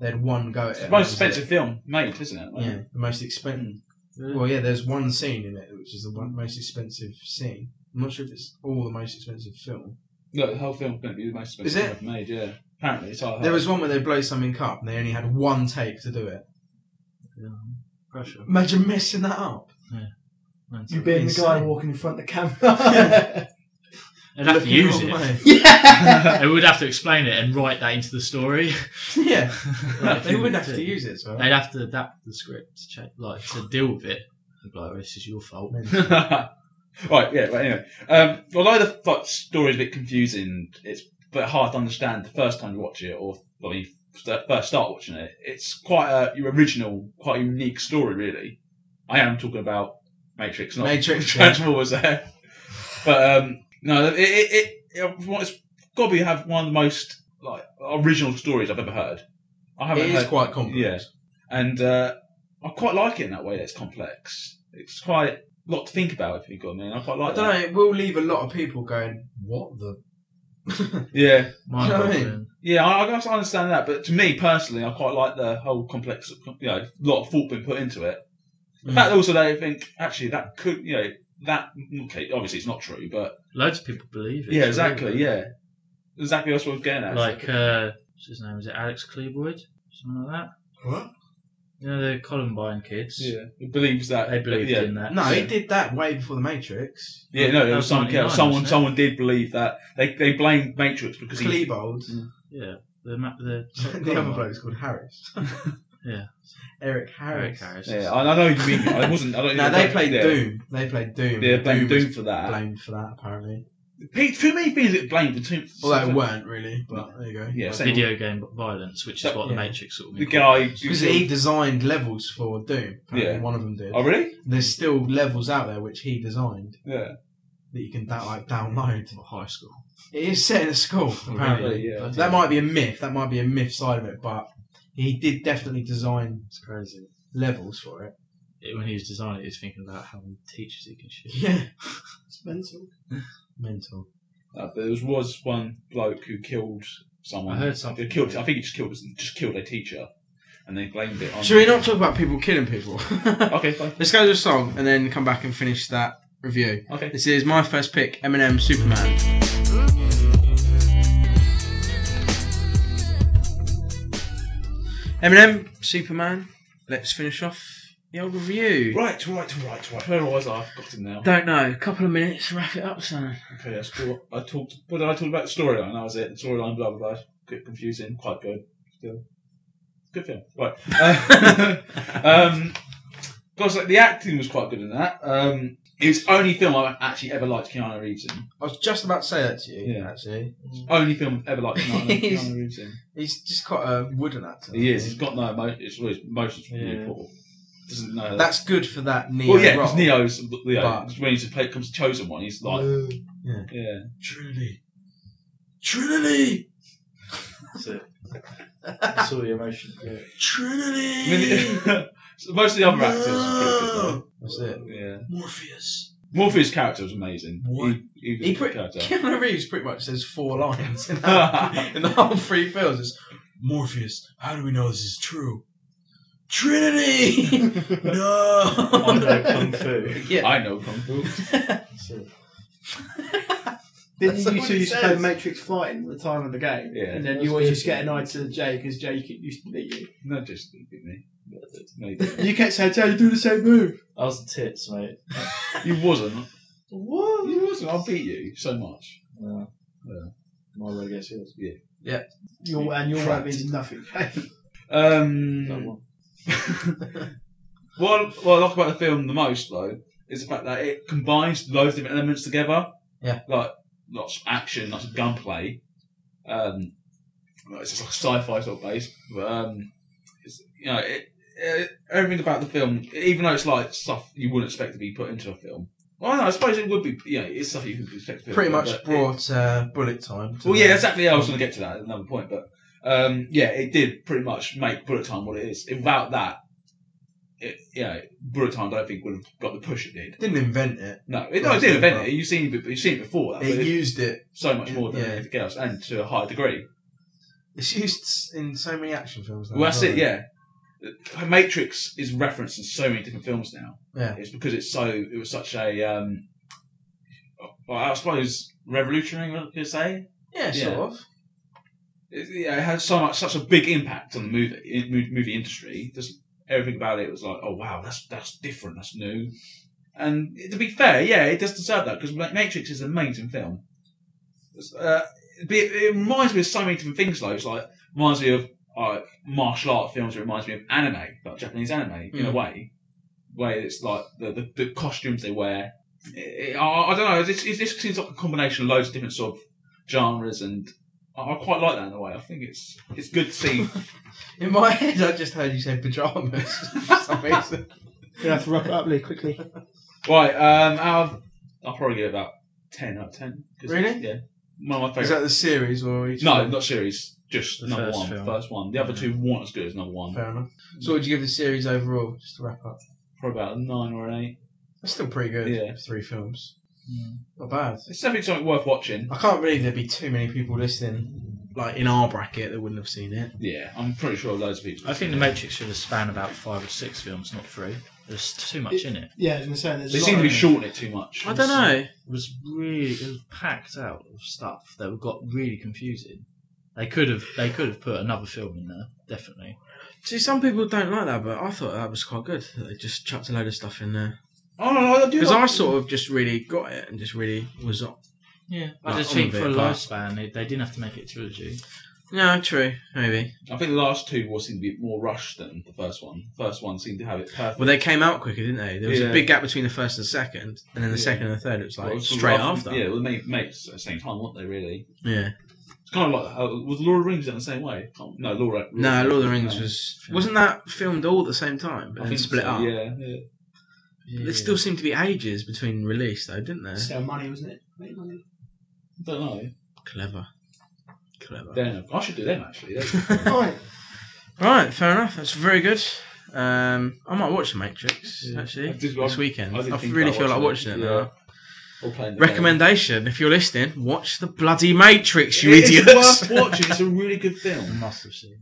[SPEAKER 7] They had one go at
[SPEAKER 8] it's
[SPEAKER 7] it.
[SPEAKER 8] the
[SPEAKER 7] and that
[SPEAKER 8] most
[SPEAKER 7] was
[SPEAKER 8] expensive
[SPEAKER 7] it.
[SPEAKER 8] film made, isn't it? Like,
[SPEAKER 7] Yeah, the most expensive. Well, yeah, there's one scene in it which is the one most expensive scene. I'm not sure if it's all the most expensive film.
[SPEAKER 8] Look, the whole film's going to be the most
[SPEAKER 7] Is
[SPEAKER 8] expensive
[SPEAKER 7] it?
[SPEAKER 8] film ever made. Yeah, apparently it's all.
[SPEAKER 7] There was one where they blow something up and they only had one take to do it.
[SPEAKER 9] Pressure.
[SPEAKER 7] Imagine messing that up.
[SPEAKER 10] You
[SPEAKER 9] Mental.
[SPEAKER 10] being the guy
[SPEAKER 7] Insane.
[SPEAKER 10] walking in front of the camera.
[SPEAKER 9] They'd have to
[SPEAKER 7] Looking
[SPEAKER 9] use
[SPEAKER 7] the wrong
[SPEAKER 9] it.
[SPEAKER 7] way.
[SPEAKER 10] yeah.
[SPEAKER 9] *laughs* They would have to explain it and write that into the story.
[SPEAKER 7] *laughs* yeah,
[SPEAKER 9] Like,
[SPEAKER 7] they
[SPEAKER 9] if
[SPEAKER 7] would
[SPEAKER 9] you
[SPEAKER 7] have to
[SPEAKER 9] did.
[SPEAKER 7] use it. So.
[SPEAKER 9] They'd have to adapt the script to check, like to deal with it. They'd be like, "Oh, this is your fault.
[SPEAKER 8] *laughs*
[SPEAKER 9] *laughs*
[SPEAKER 8] *laughs* right. Yeah. But anyway, um, although the like, story's a bit confusing, it's a bit hard to understand the first time you watch it, or when you st- first start watching it. It's quite a your original, quite a unique story, really. I am talking about Matrix, not
[SPEAKER 7] Matrix, yeah.
[SPEAKER 8] Transformers there. But um, no, it, it, it, it it's got to be have one of the most like original stories I've ever heard. I haven't
[SPEAKER 7] It
[SPEAKER 8] heard
[SPEAKER 7] is quite complex.
[SPEAKER 8] yeah, and uh, I quite like it in that way. That it's complex. It's quite lot to think about if you got me. I quite like
[SPEAKER 7] I don't know. It will leave a lot of people going, "What the?"
[SPEAKER 8] that. Yeah.
[SPEAKER 7] Mind You know what I mean? boggling.
[SPEAKER 8] Yeah, I, I guess I understand that, but to me personally, I quite like the whole complex, you know, lot of thought being put into it.
[SPEAKER 9] Mm.
[SPEAKER 8] The
[SPEAKER 7] Mm.
[SPEAKER 8] fact also that I think, actually, that could, you know, that, okay, obviously it's not true, but.
[SPEAKER 9] Loads of people believe it.
[SPEAKER 8] Yeah,
[SPEAKER 9] so
[SPEAKER 8] exactly,
[SPEAKER 9] really.
[SPEAKER 8] yeah. Exactly that's what I was getting at.
[SPEAKER 9] Like, uh, what's his name? Is it Alex Kleboid? Something like that?
[SPEAKER 10] What?
[SPEAKER 9] You know, the Columbine kids.
[SPEAKER 8] Yeah, he believes that.
[SPEAKER 9] They believed
[SPEAKER 8] yeah.
[SPEAKER 9] in that.
[SPEAKER 7] No, he
[SPEAKER 9] Yeah.
[SPEAKER 7] did that way before the Matrix.
[SPEAKER 8] Yeah, no,
[SPEAKER 9] That
[SPEAKER 8] it was
[SPEAKER 9] was
[SPEAKER 8] someone, yeah,
[SPEAKER 9] 99,
[SPEAKER 8] someone,
[SPEAKER 9] wasn't it?
[SPEAKER 8] someone did believe that. They they blamed Matrix because he. Mm.
[SPEAKER 7] Klebold.
[SPEAKER 9] Yeah. The, ma- the,
[SPEAKER 7] *laughs* the other bloke's called
[SPEAKER 8] *laughs*
[SPEAKER 7] Harris.
[SPEAKER 9] Yeah.
[SPEAKER 7] Eric Harris.
[SPEAKER 9] Eric Harris.
[SPEAKER 8] Yeah, I, I know what you mean. I wasn't. I don't.
[SPEAKER 7] No, they
[SPEAKER 8] I-
[SPEAKER 7] played
[SPEAKER 8] yeah.
[SPEAKER 7] Doom. They played Doom.
[SPEAKER 8] Yeah, blamed
[SPEAKER 7] was
[SPEAKER 8] Doom for that.
[SPEAKER 7] Blamed for that, apparently.
[SPEAKER 8] Pete, too many people get blamed for too.
[SPEAKER 7] Although it weren't really, but there you go.
[SPEAKER 8] Yeah, same-
[SPEAKER 9] Video game violence, which is
[SPEAKER 8] That-
[SPEAKER 9] what the
[SPEAKER 7] yeah.
[SPEAKER 9] Matrix sort of
[SPEAKER 8] The guy.
[SPEAKER 7] Because he designed levels for Doom. apparently,
[SPEAKER 8] Yeah.
[SPEAKER 7] One of them did.
[SPEAKER 8] Oh really?
[SPEAKER 7] There's still levels out there which he designed
[SPEAKER 8] Yeah.
[SPEAKER 7] that you can da- like download.
[SPEAKER 9] for high school.
[SPEAKER 7] It is set in a school, apparently.
[SPEAKER 8] Yeah.
[SPEAKER 7] That might be a myth. That might be a myth side of it, but he did definitely design
[SPEAKER 9] It's crazy.
[SPEAKER 7] levels for it.
[SPEAKER 9] It- when he was designing it, he was thinking about how many teachers he can shoot.
[SPEAKER 7] *laughs* Yeah.
[SPEAKER 10] It's mental.
[SPEAKER 7] *laughs* Mental.
[SPEAKER 8] Uh, but there was one bloke who killed someone.
[SPEAKER 9] I heard something.
[SPEAKER 8] He killed. I think he just killed. Just killed a teacher, and they blamed it on.
[SPEAKER 7] Should we not talk about people killing people? *laughs*
[SPEAKER 8] Okay, fine.
[SPEAKER 7] Let's go to a song and then come back and finish that review.
[SPEAKER 8] Okay.
[SPEAKER 7] This is my first pick, Eminem Superman. Eminem, Superman. Let's finish off the old review.
[SPEAKER 8] Right, right, right, right. Where was I? I've forgotten now.
[SPEAKER 7] Don't know. A couple of minutes. Wrap it up, son.
[SPEAKER 8] Okay, that's cool. I talked. What did I talk about? The storyline. That was it. The storyline. Blah blah blah. Bit confusing. Quite good. Still. Good film. Right. *laughs* Uh, um, gosh, like the acting was quite good in that. Um, it's only film I've actually ever liked Keanu Reeves in.
[SPEAKER 7] I was just about to say that to you.
[SPEAKER 8] Yeah.
[SPEAKER 7] Actually,
[SPEAKER 8] Only film I've ever liked Keanu,
[SPEAKER 7] He's-
[SPEAKER 8] Keanu Reeves in.
[SPEAKER 7] he's just um, quite a wooden actor.
[SPEAKER 8] He is. He's got no emotion. It's well, his emotions really
[SPEAKER 9] Yeah.
[SPEAKER 8] poor. Doesn't know that.
[SPEAKER 7] That's good for that Neo
[SPEAKER 8] well, yeah,
[SPEAKER 7] role.
[SPEAKER 8] because Neo's you know,
[SPEAKER 7] But-
[SPEAKER 8] when he's play, comes to chosen one, he's like, yeah. *laughs*
[SPEAKER 7] Trinity. Trinity.
[SPEAKER 9] That's it. That's all the emotion. Yeah.
[SPEAKER 10] *laughs*
[SPEAKER 8] I mean, so most of the other actors. Are
[SPEAKER 7] *laughs*
[SPEAKER 8] pretty good, though.
[SPEAKER 7] That's it.
[SPEAKER 8] Yeah.
[SPEAKER 7] Morpheus.
[SPEAKER 8] Morpheus' character was amazing.
[SPEAKER 7] What?
[SPEAKER 8] He, he was
[SPEAKER 7] He
[SPEAKER 8] a good
[SPEAKER 7] pretty,
[SPEAKER 8] character.
[SPEAKER 7] Keanu Reeves pretty much
[SPEAKER 10] *laughs*
[SPEAKER 7] says four lines in, that, in the whole three films. It's Morpheus. How do we know this is true? Trinity. *laughs*
[SPEAKER 9] I know
[SPEAKER 7] no.
[SPEAKER 9] kung fu.
[SPEAKER 7] *laughs* yeah.
[SPEAKER 8] I know Kung Fu.
[SPEAKER 9] That's it.
[SPEAKER 10] Didn't
[SPEAKER 7] That's
[SPEAKER 10] you
[SPEAKER 7] what
[SPEAKER 10] two
[SPEAKER 7] it
[SPEAKER 10] used to play
[SPEAKER 7] says.
[SPEAKER 10] the Matrix fighting at the time of the game?
[SPEAKER 8] Yeah.
[SPEAKER 10] And then you always used to get an eye to Jay because Jay used to beat you.
[SPEAKER 8] Not just me. but it's Maybe.
[SPEAKER 10] *laughs* You kept saying, Jay, you do the same move.
[SPEAKER 9] I was the tits, mate.
[SPEAKER 8] you wasn't.
[SPEAKER 10] What?
[SPEAKER 8] You wasn't. I'll beat you so much.
[SPEAKER 9] Yeah.
[SPEAKER 8] Yeah.
[SPEAKER 9] Uh, My word against yours.
[SPEAKER 10] Your, and your word
[SPEAKER 8] Trapped.
[SPEAKER 10] means nothing.
[SPEAKER 9] That
[SPEAKER 8] Um,
[SPEAKER 9] one.
[SPEAKER 8] what, I- what I like about the film the most, though, is the fact that it combines loads of different elements together.
[SPEAKER 7] Yeah.
[SPEAKER 8] Like lots of action, lots of gunplay. Um, well, it's just like sci-fi sort of base. But, um, it's, you know, it, it, everything about the film, even though it's like stuff you wouldn't expect to be put into a film. Well, no, I suppose it would be. Yeah, it's stuff you could expect. To be
[SPEAKER 10] *laughs*
[SPEAKER 7] *laughs* Pretty
[SPEAKER 8] but
[SPEAKER 7] much
[SPEAKER 8] it-
[SPEAKER 7] brought uh, bullet time. to
[SPEAKER 8] well,
[SPEAKER 7] the-
[SPEAKER 8] yeah, exactly. I was going to get to that at another point, but um, yeah, it did pretty much make Bullet Time what it is. Without that, it, yeah, Bullet Time I don't think would have got the push it did.
[SPEAKER 7] Didn't invent it.
[SPEAKER 8] No, it, no, it didn't invent it. You've seen it, be- you've seen it before, that, but
[SPEAKER 7] It
[SPEAKER 8] it's
[SPEAKER 7] used it.
[SPEAKER 8] so much more than
[SPEAKER 7] yeah.
[SPEAKER 8] anything else, and to a higher degree.
[SPEAKER 7] It's used in so many action films. now
[SPEAKER 8] Well,
[SPEAKER 7] as
[SPEAKER 8] that's it. Yeah, Matrix is referenced in so many different films now.
[SPEAKER 7] Yeah.
[SPEAKER 8] it's because it's so it was such a, um, well, I suppose revolutionary. I could say
[SPEAKER 7] Yeah, sort
[SPEAKER 8] Yeah.
[SPEAKER 7] of.
[SPEAKER 8] it, yeah, it had so much, such a big impact on the movie in, mo- movie industry. Just everything about it was like, oh wow, that's that's different, that's new. And to be fair, yeah, it does deserve that because Matrix is an amazing film. It's, Uh, but it, it reminds me of so many different things though. It's like reminds me of like martial art films. It reminds me of anime, like Japanese anime in a
[SPEAKER 7] Mm.
[SPEAKER 8] way, where it's like the the, the costumes they wear. It- it- I, I don't know. This, this seems like a combination of loads of different sort of genres and I, I quite like that in a way. I think it's it's good to see. *laughs*
[SPEAKER 7] In my *laughs* head, I just heard you say pajamas *laughs* for some reason.
[SPEAKER 10] You're going to have to wrap it up really quickly.
[SPEAKER 8] right, um, out of, I'll probably give it about ten out of ten. 'Cause-
[SPEAKER 7] Really?
[SPEAKER 8] Yeah, one of my
[SPEAKER 7] Is that
[SPEAKER 8] favorite.
[SPEAKER 7] the series or each
[SPEAKER 8] No,
[SPEAKER 7] film?
[SPEAKER 8] not series. Just
[SPEAKER 9] The
[SPEAKER 8] number
[SPEAKER 9] first
[SPEAKER 8] one,
[SPEAKER 9] film.
[SPEAKER 8] first one. The other two weren't as good as number one.
[SPEAKER 7] Fair enough. So, what would you give the series overall? Just to wrap up.
[SPEAKER 8] Probably about a nine or an eight.
[SPEAKER 7] It's still pretty good.
[SPEAKER 8] Yeah.
[SPEAKER 7] Three films.
[SPEAKER 10] Mm.
[SPEAKER 7] Not bad.
[SPEAKER 8] It's definitely something worth watching.
[SPEAKER 7] I can't believe there'd be too many people listening, like in our bracket, that wouldn't have seen it.
[SPEAKER 8] Yeah, I'm pretty sure loads of people.
[SPEAKER 9] I think The Matrix should have span about five or six films, not three. There's too much in it.
[SPEAKER 10] Yeah, I was gonna say, there's
[SPEAKER 8] They
[SPEAKER 10] a lot
[SPEAKER 8] seem to be
[SPEAKER 10] of-
[SPEAKER 8] shortening it too much.
[SPEAKER 7] I don't know.
[SPEAKER 9] It was really it was packed out of stuff that got really confusing. They could have they could have put another film in there, definitely.
[SPEAKER 7] See, some people don't like that, but I thought that was quite good. that They just chucked a load of stuff in there.
[SPEAKER 8] Oh, no, I do
[SPEAKER 7] Because
[SPEAKER 8] like-
[SPEAKER 7] I sort of just really got it and just really was.
[SPEAKER 9] Yeah, I
[SPEAKER 7] Like,
[SPEAKER 9] just
[SPEAKER 7] I'm
[SPEAKER 9] think
[SPEAKER 7] a bit
[SPEAKER 9] for a
[SPEAKER 7] apart.
[SPEAKER 9] lifespan, they, they didn't have to make it a trilogy.
[SPEAKER 7] No, true, maybe.
[SPEAKER 8] I think the last two will seem to be more rushed than the first one. first one seemed to have it perfect.
[SPEAKER 7] Well, they came out quicker, didn't they? There was
[SPEAKER 8] Yeah.
[SPEAKER 7] a big gap between the first and second, and then the
[SPEAKER 8] Yeah.
[SPEAKER 7] second and the third. It was like
[SPEAKER 8] Well, sort of
[SPEAKER 7] straight
[SPEAKER 8] rough-
[SPEAKER 7] after.
[SPEAKER 8] Yeah, well, they made mates at the same time, weren't they? Really?
[SPEAKER 7] Yeah.
[SPEAKER 8] It's kind of like uh, was Lord of the Rings done the same way? Can't- No, Lord. Lord
[SPEAKER 7] No, Lord of the Rings
[SPEAKER 8] no.
[SPEAKER 7] was wasn't that filmed all at the same time, but
[SPEAKER 8] I
[SPEAKER 7] then
[SPEAKER 8] think
[SPEAKER 7] split
[SPEAKER 8] so,
[SPEAKER 7] up.
[SPEAKER 8] Yeah, yeah.
[SPEAKER 7] But There still seemed to be ages between release, though, didn't there?
[SPEAKER 10] Still money, wasn't it? Made money.
[SPEAKER 8] don't know.
[SPEAKER 7] Clever, clever.
[SPEAKER 8] Then I should do them
[SPEAKER 7] *laughs*
[SPEAKER 8] actually. They-
[SPEAKER 10] Right.
[SPEAKER 7] Right, fair enough. That's very good. Um, I might watch The Matrix
[SPEAKER 8] Yeah.
[SPEAKER 7] actually
[SPEAKER 8] I did-
[SPEAKER 7] this
[SPEAKER 8] I-
[SPEAKER 7] weekend. I,
[SPEAKER 8] I did think
[SPEAKER 7] really
[SPEAKER 8] about
[SPEAKER 7] feel like
[SPEAKER 8] watching
[SPEAKER 7] watching
[SPEAKER 8] it,
[SPEAKER 7] it,
[SPEAKER 8] yeah.
[SPEAKER 7] now.
[SPEAKER 8] All playing the
[SPEAKER 7] Recommendation: If you're listening, watch the bloody Matrix, you
[SPEAKER 8] It's
[SPEAKER 7] idiots.
[SPEAKER 8] worth watching. It's a really good film.
[SPEAKER 9] Must have seen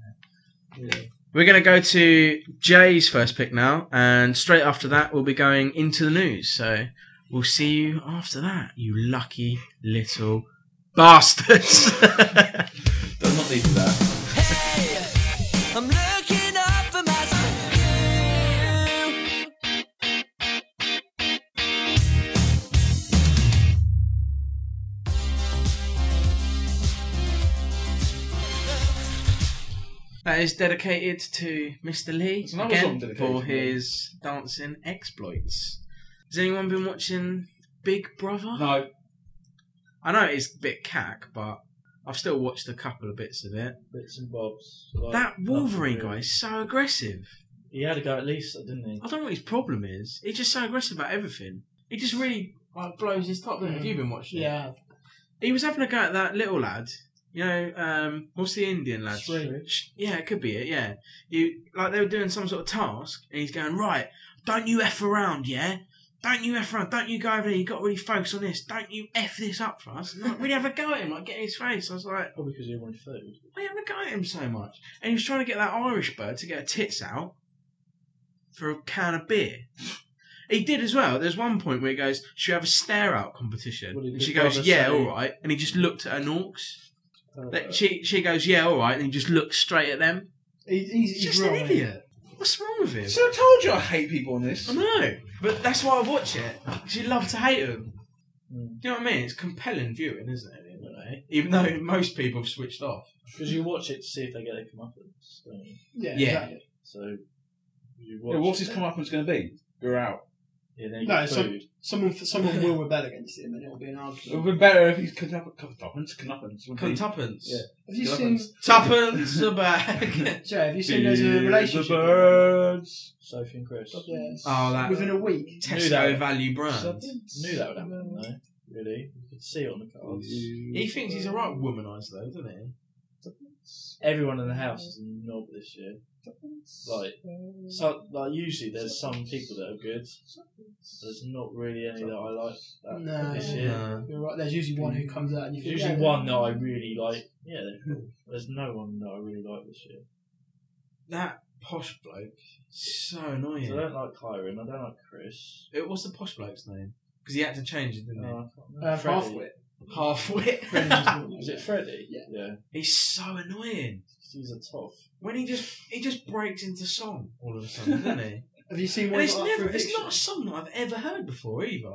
[SPEAKER 9] it.
[SPEAKER 7] *laughs* We're going to go to Jay's first pick now, and straight after that, we'll be going into the news. So we'll see you after that, you lucky little bastards. *laughs*
[SPEAKER 8] Does not need for that.
[SPEAKER 12] I'm looking up for myself.
[SPEAKER 7] that is dedicated to Mr. Lee
[SPEAKER 8] another song
[SPEAKER 7] again
[SPEAKER 8] dedicated
[SPEAKER 7] for
[SPEAKER 8] to him.
[SPEAKER 7] his dancing exploits. Has anyone been watching Big Brother?
[SPEAKER 8] No.
[SPEAKER 7] I know it's a bit cack, but I've still watched a couple of bits of it.
[SPEAKER 9] Bits and bobs. like-
[SPEAKER 7] That Wolverine
[SPEAKER 9] nothing
[SPEAKER 7] guy
[SPEAKER 9] really.
[SPEAKER 7] is so aggressive.
[SPEAKER 9] He had a go at Lisa, didn't he?
[SPEAKER 7] I don't know what his problem is. He's just so aggressive about everything. He just really like blows his top. Have you been watching? it?
[SPEAKER 10] Yeah.
[SPEAKER 7] He was having a go at that little lad. You know, um, what's the Indian lad?
[SPEAKER 9] Sri.
[SPEAKER 7] Sh- Yeah, it could be it. Yeah, you like they were doing some sort of task, and he's going right. Don't you f around, yeah. Don't you f around. Don't you go over there. You got to really focus on this. Don't you f this up for us. And, like, really have a go at him, like get in his face. I was like,
[SPEAKER 9] Probably because he wanted food.
[SPEAKER 7] why are you having a go at him so much? And he was trying to get that Irish bird to get her tits out for a can of beer. He did as well. There's one point where he goes, Should we have a stare out competition?
[SPEAKER 9] What did
[SPEAKER 7] And
[SPEAKER 9] the
[SPEAKER 7] she goes,
[SPEAKER 9] brother
[SPEAKER 7] Yeah,
[SPEAKER 9] say?
[SPEAKER 7] all right. And he just looked at her norks. Oh, That- She, she goes, Yeah, all right. And he just looks straight at them.
[SPEAKER 10] He, he's, he's
[SPEAKER 7] He's just
[SPEAKER 10] wrong,
[SPEAKER 7] an
[SPEAKER 10] isn't he?
[SPEAKER 7] idiot. What's wrong with him?
[SPEAKER 8] So I told you I hate people on this.
[SPEAKER 7] I know. But that's why I watch it. Because you love to hate them.
[SPEAKER 9] Hmm.
[SPEAKER 7] Do you know what I mean? It's compelling viewing, isn't it? at the end of the day? Even though most people have switched off.
[SPEAKER 9] Because you watch it to see if they get their comeuppance. don't you?
[SPEAKER 10] Yeah.
[SPEAKER 7] Yeah.
[SPEAKER 10] Exactly.
[SPEAKER 9] So you watch.
[SPEAKER 8] Yeah, what's his
[SPEAKER 9] it.
[SPEAKER 8] come up and it's going to be? You're out.
[SPEAKER 9] Yeah, then you
[SPEAKER 10] No,
[SPEAKER 9] get
[SPEAKER 10] some,
[SPEAKER 9] food.
[SPEAKER 10] someone someone will rebel against him, and it'll be an
[SPEAKER 8] It would
[SPEAKER 10] argument.
[SPEAKER 8] be better if he's come up. Come up. Come up. Come
[SPEAKER 7] Come tuppence.
[SPEAKER 8] Yeah.
[SPEAKER 10] Have you seen
[SPEAKER 7] Tuppence
[SPEAKER 10] *laughs*
[SPEAKER 7] a bag.
[SPEAKER 10] Jay? Have you seen there's a relationship?
[SPEAKER 8] birds.
[SPEAKER 9] Sophie and Chris.
[SPEAKER 10] Yes.
[SPEAKER 7] Oh, that-
[SPEAKER 10] within a week.
[SPEAKER 9] Knew that.
[SPEAKER 7] Tesco value brand.
[SPEAKER 9] Knew that would happen, though. Really, you could see it on the cards.
[SPEAKER 7] He thinks he's a right womanizer, though, doesn't he?
[SPEAKER 9] Everyone in the house is a knob this year. Like,
[SPEAKER 10] Uh,
[SPEAKER 9] so, like usually there's some people that are good. There's not really any that I like that
[SPEAKER 10] No.
[SPEAKER 9] this year.
[SPEAKER 7] No.
[SPEAKER 10] You're right. There's usually one who comes out, and you
[SPEAKER 9] There's
[SPEAKER 10] think,
[SPEAKER 9] usually
[SPEAKER 10] yeah,
[SPEAKER 9] one that I really like. Yeah, they're cool. There's no one that I really like this year.
[SPEAKER 7] That posh bloke. So
[SPEAKER 9] So I
[SPEAKER 7] annoying.
[SPEAKER 9] don't like Kyron. I don't like Chris.
[SPEAKER 7] It was the posh bloke's name because he had to change it, didn't he?
[SPEAKER 9] No, I can't remember.
[SPEAKER 10] Uh,
[SPEAKER 9] Freddie.
[SPEAKER 10] halfwit.
[SPEAKER 7] *laughs* Half wit.
[SPEAKER 9] Was it Freddie?
[SPEAKER 10] Yeah.
[SPEAKER 9] Yeah.
[SPEAKER 7] *laughs* he's so annoying.
[SPEAKER 9] He's a tough.
[SPEAKER 7] When he just he just breaks into song all of a *laughs* sudden, doesn't he?
[SPEAKER 10] Have you seen
[SPEAKER 7] And
[SPEAKER 10] one
[SPEAKER 7] it's
[SPEAKER 10] that
[SPEAKER 7] never
[SPEAKER 10] for
[SPEAKER 7] it's
[SPEAKER 10] eviction?
[SPEAKER 7] not a song that I've ever heard before either.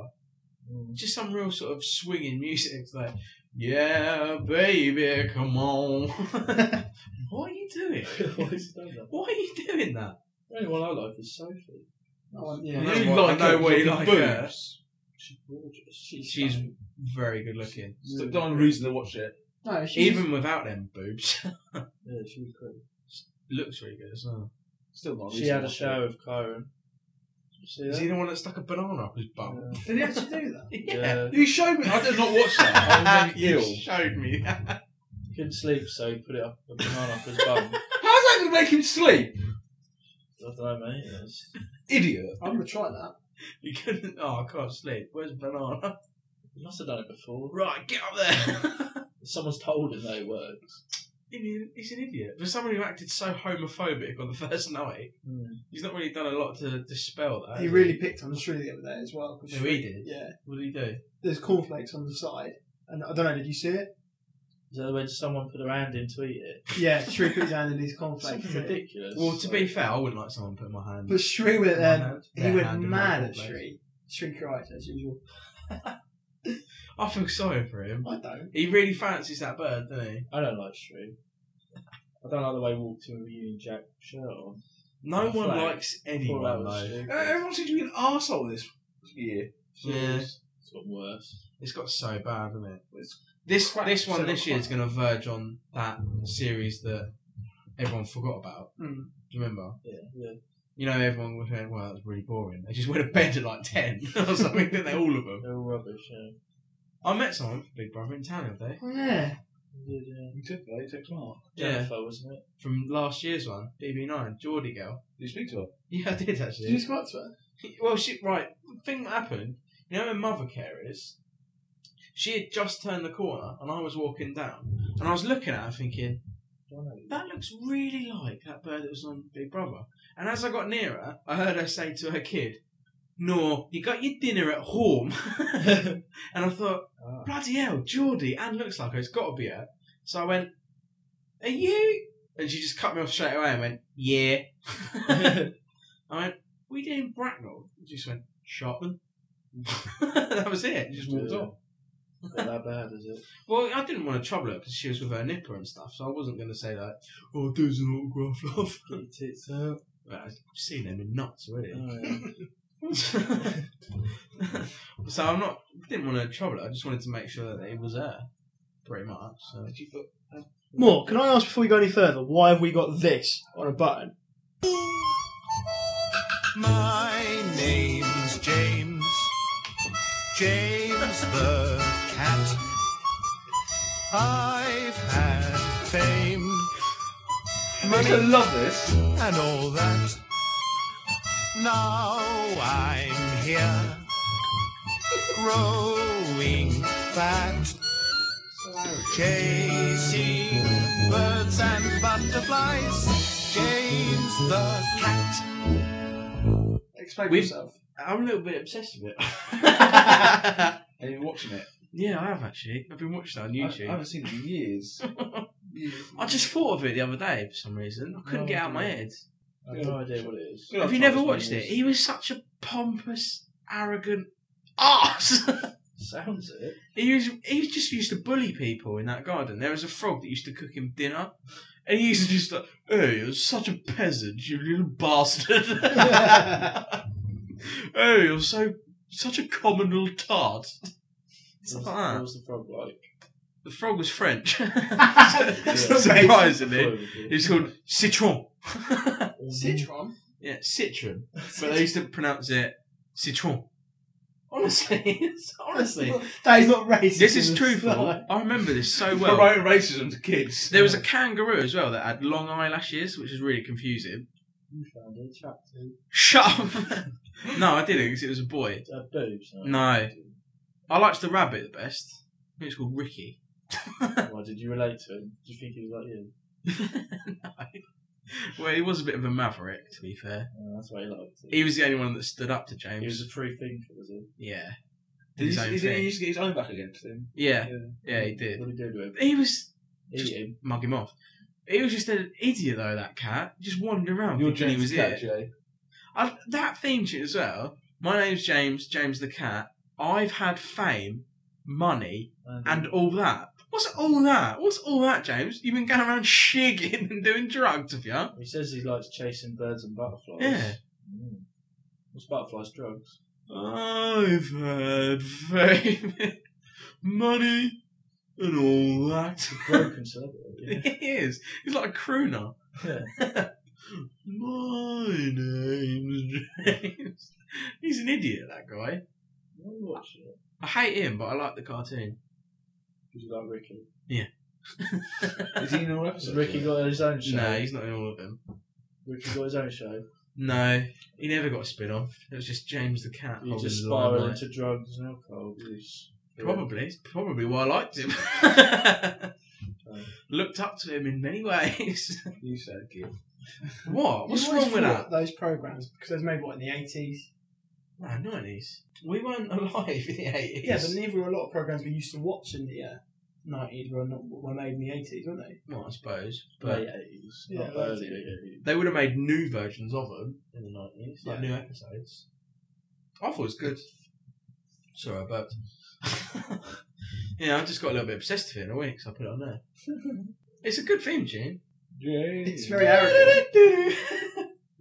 [SPEAKER 9] Mm.
[SPEAKER 7] Just some real sort of swinging music. It's like, yeah, baby, come on. *laughs* what are you doing?
[SPEAKER 9] Why is he doing that?
[SPEAKER 7] Why are you doing that?
[SPEAKER 9] The only one I like is Sophie.
[SPEAKER 10] That one,
[SPEAKER 7] I
[SPEAKER 10] yeah.
[SPEAKER 7] know
[SPEAKER 8] You
[SPEAKER 7] what-
[SPEAKER 8] like
[SPEAKER 7] I know
[SPEAKER 8] her
[SPEAKER 7] what you
[SPEAKER 8] with
[SPEAKER 7] like
[SPEAKER 8] the
[SPEAKER 7] her.
[SPEAKER 8] boobs.
[SPEAKER 9] She's gorgeous. She's,
[SPEAKER 7] She's very good looking.
[SPEAKER 8] It's the only reason to watch it.
[SPEAKER 10] No, she's,
[SPEAKER 7] Even without them boobs,
[SPEAKER 9] yeah, she was cool.
[SPEAKER 7] looks really good as well.
[SPEAKER 8] Still not. a
[SPEAKER 9] She
[SPEAKER 8] reason
[SPEAKER 9] had
[SPEAKER 8] to
[SPEAKER 9] a
[SPEAKER 8] watch
[SPEAKER 9] show with Kyron.
[SPEAKER 7] Is he the one that stuck a banana up his bum?
[SPEAKER 9] Yeah.
[SPEAKER 10] did he actually do
[SPEAKER 7] *laughs*
[SPEAKER 10] that?
[SPEAKER 9] Yeah.
[SPEAKER 8] it. You showed me. I did not watch that. I
[SPEAKER 9] *laughs*
[SPEAKER 8] was
[SPEAKER 7] you
[SPEAKER 8] ill.
[SPEAKER 7] showed me that.
[SPEAKER 9] He couldn't sleep, so he put it up a banana up his bum. I
[SPEAKER 8] How's that going to make him sleep?
[SPEAKER 9] don't know, mate. It was-
[SPEAKER 8] Idiot.
[SPEAKER 7] *laughs*
[SPEAKER 10] I'm gonna try that.
[SPEAKER 9] You couldn't. Oh, I can't sleep. Where's banana? You must have done it before.
[SPEAKER 7] Right, get up there. *laughs*
[SPEAKER 9] Someone's told him that it works.
[SPEAKER 7] Indian- He's an idiot. For someone who acted so homophobic on the *laughs* first night,
[SPEAKER 9] Hmm.
[SPEAKER 7] he's not really done a lot to dispel that.
[SPEAKER 10] He
[SPEAKER 7] has
[SPEAKER 10] really picked on Shrew the other day as well. 'cause
[SPEAKER 7] No,
[SPEAKER 10] Shrew-
[SPEAKER 7] he did.
[SPEAKER 10] Yeah.
[SPEAKER 7] What did he do?
[SPEAKER 10] There's cornflakes on the side. And I don't know, did you see it?
[SPEAKER 9] Is that when someone put their hand in to eat it?
[SPEAKER 10] Yeah, Shrew put his hand in these cornflakes.
[SPEAKER 9] Something ridiculous.
[SPEAKER 7] Well, to be fair, I wouldn't like someone putting my hand.
[SPEAKER 10] But Shrew went,
[SPEAKER 7] my
[SPEAKER 10] um,
[SPEAKER 7] hand-
[SPEAKER 10] he
[SPEAKER 7] their
[SPEAKER 10] went
[SPEAKER 7] hand in my
[SPEAKER 10] mad at
[SPEAKER 7] cornflakes.
[SPEAKER 10] Shrew. Shrew cried as usual.
[SPEAKER 7] I feel sorry for him.
[SPEAKER 10] I don't.
[SPEAKER 7] He really fancies that bird, doesn't he?
[SPEAKER 9] I don't like Shrew. I don't like the way he walked in with you and Jack shirt on.
[SPEAKER 7] No one
[SPEAKER 9] Flag.
[SPEAKER 7] likes anyone,
[SPEAKER 9] Thought that was
[SPEAKER 7] though.
[SPEAKER 9] stupid.
[SPEAKER 8] Uh, everyone seems to be an arsehole this year.
[SPEAKER 7] Yeah.
[SPEAKER 9] It's got worse.
[SPEAKER 7] It's got so bad, hasn't it? this this one
[SPEAKER 9] so
[SPEAKER 7] this year is going to verge on that series that everyone forgot about.
[SPEAKER 10] Mm.
[SPEAKER 7] Do you remember?
[SPEAKER 9] Yeah, yeah.
[SPEAKER 7] You know, everyone was going, "Well, that was really boring." They just went to bed at like ten *laughs* or something, didn't they? All of them.
[SPEAKER 9] They're all rubbish, yeah.
[SPEAKER 7] I met someone from Big Brother in town the other day.
[SPEAKER 10] Oh, yeah.
[SPEAKER 9] Yeah, yeah.
[SPEAKER 8] You took that, you took Mark.
[SPEAKER 7] Yeah,
[SPEAKER 9] Jennifer, wasn't it?
[SPEAKER 7] from last year's one, BB9, Geordie girl.
[SPEAKER 8] Did you speak to her?
[SPEAKER 7] Yeah, I did actually.
[SPEAKER 10] Did you just go up to her?
[SPEAKER 7] Well, she right. The thing that happened, you know, where mother care is. She had just turned the corner, and I was walking down, and I was looking at her thinking, "That looks really like that bird that was on Big Brother." And as I got nearer, I heard her say to her kid, "No, you got your dinner at home." *laughs* and I thought, "Bloody hell, Geordie, and looks like her. It's got to be her." So I went, "Are you?" And she just cut me off straight away and went, "Yeah." I went, we did in Bracknell. He just went Sharpman. *laughs* that was it. He just walked
[SPEAKER 9] Yeah.
[SPEAKER 7] off.
[SPEAKER 9] Not that bad, is it?
[SPEAKER 7] Well, I didn't want to trouble her because she was with her nipper and stuff, so I wasn't going to say like, "Oh, there's an autograph,
[SPEAKER 9] *laughs*
[SPEAKER 7] love."
[SPEAKER 9] Get your tits out.
[SPEAKER 7] Well, I've seen them in nuts already.
[SPEAKER 9] Oh, yeah.
[SPEAKER 7] *laughs* so I'm not didn't want to trouble her. I just wanted to make sure that it was her, pretty much. So.
[SPEAKER 8] Did you put
[SPEAKER 9] uh,
[SPEAKER 10] More, can I ask before we go any further, why have we got this on a button?
[SPEAKER 13] My name's James. James the cat. I've had fame. Money. I love this. And all that. Now Oh, I'm here. Growing fat. Chasing birds and butterflies. James the cat.
[SPEAKER 10] Explain
[SPEAKER 7] We've-
[SPEAKER 10] yourself.
[SPEAKER 7] I'm a little bit obsessed with
[SPEAKER 10] *laughs*
[SPEAKER 7] it.
[SPEAKER 8] Have you been watching it?
[SPEAKER 7] yeah, I have actually. I've been watching it on
[SPEAKER 8] I,
[SPEAKER 7] YouTube.
[SPEAKER 8] I haven't seen it in
[SPEAKER 9] *laughs*
[SPEAKER 8] years. Years.
[SPEAKER 7] I just thought of it the other day for some reason. I couldn't
[SPEAKER 9] No
[SPEAKER 7] get it out of my
[SPEAKER 9] idea.
[SPEAKER 7] head.
[SPEAKER 9] I have no idea what it is.
[SPEAKER 8] Good
[SPEAKER 7] Have you
[SPEAKER 8] old
[SPEAKER 7] never
[SPEAKER 8] times,
[SPEAKER 7] watched
[SPEAKER 8] man.
[SPEAKER 7] it? He was such a pompous, arrogant arse. *laughs*
[SPEAKER 9] Sounds it.
[SPEAKER 7] he was he was just used to bully people in that garden. There was a frog that used to cook him dinner, and he used to just like, "Hey, you're such a peasant, you little bastard! *laughs* oh, you're so such a common little tart." Stuff like
[SPEAKER 9] What
[SPEAKER 7] that.
[SPEAKER 9] was the frog like?
[SPEAKER 7] The frog was French. *laughs*
[SPEAKER 9] Frog,
[SPEAKER 7] Surprisingly,
[SPEAKER 9] yeah.
[SPEAKER 7] it was called citron. *laughs*
[SPEAKER 10] Citron?
[SPEAKER 7] Yeah, citron. But they used to pronounce it citron. Honestly, it's- honestly,
[SPEAKER 10] That is not racist.
[SPEAKER 7] *laughs* this is
[SPEAKER 10] in the
[SPEAKER 7] truthful.
[SPEAKER 8] *laughs*
[SPEAKER 10] slightest.
[SPEAKER 7] I remember this so
[SPEAKER 8] Well,
[SPEAKER 7] well.
[SPEAKER 8] racism to kids.
[SPEAKER 7] There was a kangaroo as well that had long eyelashes, which was really confusing.
[SPEAKER 9] You found it attractive.
[SPEAKER 7] Shut up! no, I didn't because it was a boy.
[SPEAKER 9] Uh, boobs. huh? *laughs*
[SPEAKER 7] No. I liked the rabbit the best. I think it's called Ricky. *laughs*
[SPEAKER 9] Why did you relate to him? Do you think he was like you?
[SPEAKER 7] Well, he was a bit of a maverick, to be fair.
[SPEAKER 9] Oh, that's why he liked it.
[SPEAKER 7] He was the only one that stood up to James.
[SPEAKER 9] He was a free thinker, was he?
[SPEAKER 7] yeah. Did his
[SPEAKER 8] Did he, E
[SPEAKER 7] own
[SPEAKER 8] did
[SPEAKER 7] thing.
[SPEAKER 8] he used to get his own back against him?
[SPEAKER 7] Yeah. Yeah, he did.
[SPEAKER 9] What did he do to him?
[SPEAKER 7] He was
[SPEAKER 9] Eat
[SPEAKER 7] Just-
[SPEAKER 9] him.
[SPEAKER 7] mug him off. He was just an idiot though. That cat just wandering around.
[SPEAKER 8] You're
[SPEAKER 7] thinking
[SPEAKER 8] James
[SPEAKER 7] he was
[SPEAKER 8] Cat,
[SPEAKER 7] it.
[SPEAKER 8] Jay.
[SPEAKER 7] I, that theme tune as well. My name's James. James the cat. I've had fame, money, and all that. What's all that? What's all that, James? You've been going around *laughs* shigging and doing drugs, have you?
[SPEAKER 9] He says he likes chasing birds and butterflies.
[SPEAKER 7] Yeah.
[SPEAKER 9] Mm. What's butterflies? Drugs.
[SPEAKER 7] I've had fame, *laughs* money, and all that.
[SPEAKER 9] Broken celebrity. Yeah.
[SPEAKER 7] *laughs* He is. He's like a crooner.
[SPEAKER 9] Yeah.
[SPEAKER 7] *laughs* My name's James. He's an idiot, that guy.
[SPEAKER 9] Why you watch it?
[SPEAKER 7] I hate him, but I like the cartoon.
[SPEAKER 9] Because you like Ricky.
[SPEAKER 8] Is he in all
[SPEAKER 9] Has
[SPEAKER 8] episodes?
[SPEAKER 9] Ricky got his own show?
[SPEAKER 7] No, he's not in all of them.
[SPEAKER 9] Ricky got his own show.
[SPEAKER 7] No, he never got a spin off. It was just James the Cat.
[SPEAKER 9] You
[SPEAKER 7] holding
[SPEAKER 9] just
[SPEAKER 7] the
[SPEAKER 9] spiral
[SPEAKER 7] limelight.
[SPEAKER 9] into drugs and alcohol. abuse.
[SPEAKER 7] Probably. It's probably why I liked him. *laughs*
[SPEAKER 9] *laughs*
[SPEAKER 7] Looked up to him in many ways.
[SPEAKER 8] You said good.
[SPEAKER 7] What? What's
[SPEAKER 10] You always
[SPEAKER 7] wrong with
[SPEAKER 10] thought
[SPEAKER 7] that?
[SPEAKER 10] Those programs because there's maybe what in the eighties.
[SPEAKER 7] No, Ah, nineties. We weren't alive in the eighties.
[SPEAKER 10] Yeah, but neither were a lot of programs we used to watch in the uh, nineties were not were made in the eighties, weren't they?
[SPEAKER 7] Well, I suppose. But
[SPEAKER 9] Late eighties,
[SPEAKER 10] Yeah,
[SPEAKER 9] not
[SPEAKER 10] late
[SPEAKER 9] early
[SPEAKER 10] 80s.
[SPEAKER 9] eighties.
[SPEAKER 7] they would have made new versions of them in the nineties, like
[SPEAKER 9] Yeah.
[SPEAKER 7] new episodes. I thought it was good. Sorry, I
[SPEAKER 10] *laughs*
[SPEAKER 7] burped. yeah, I just got a little bit obsessed with it in a week, so I put it
[SPEAKER 10] *laughs*
[SPEAKER 7] on there. It's a good theme tune.
[SPEAKER 10] It's very arrogant.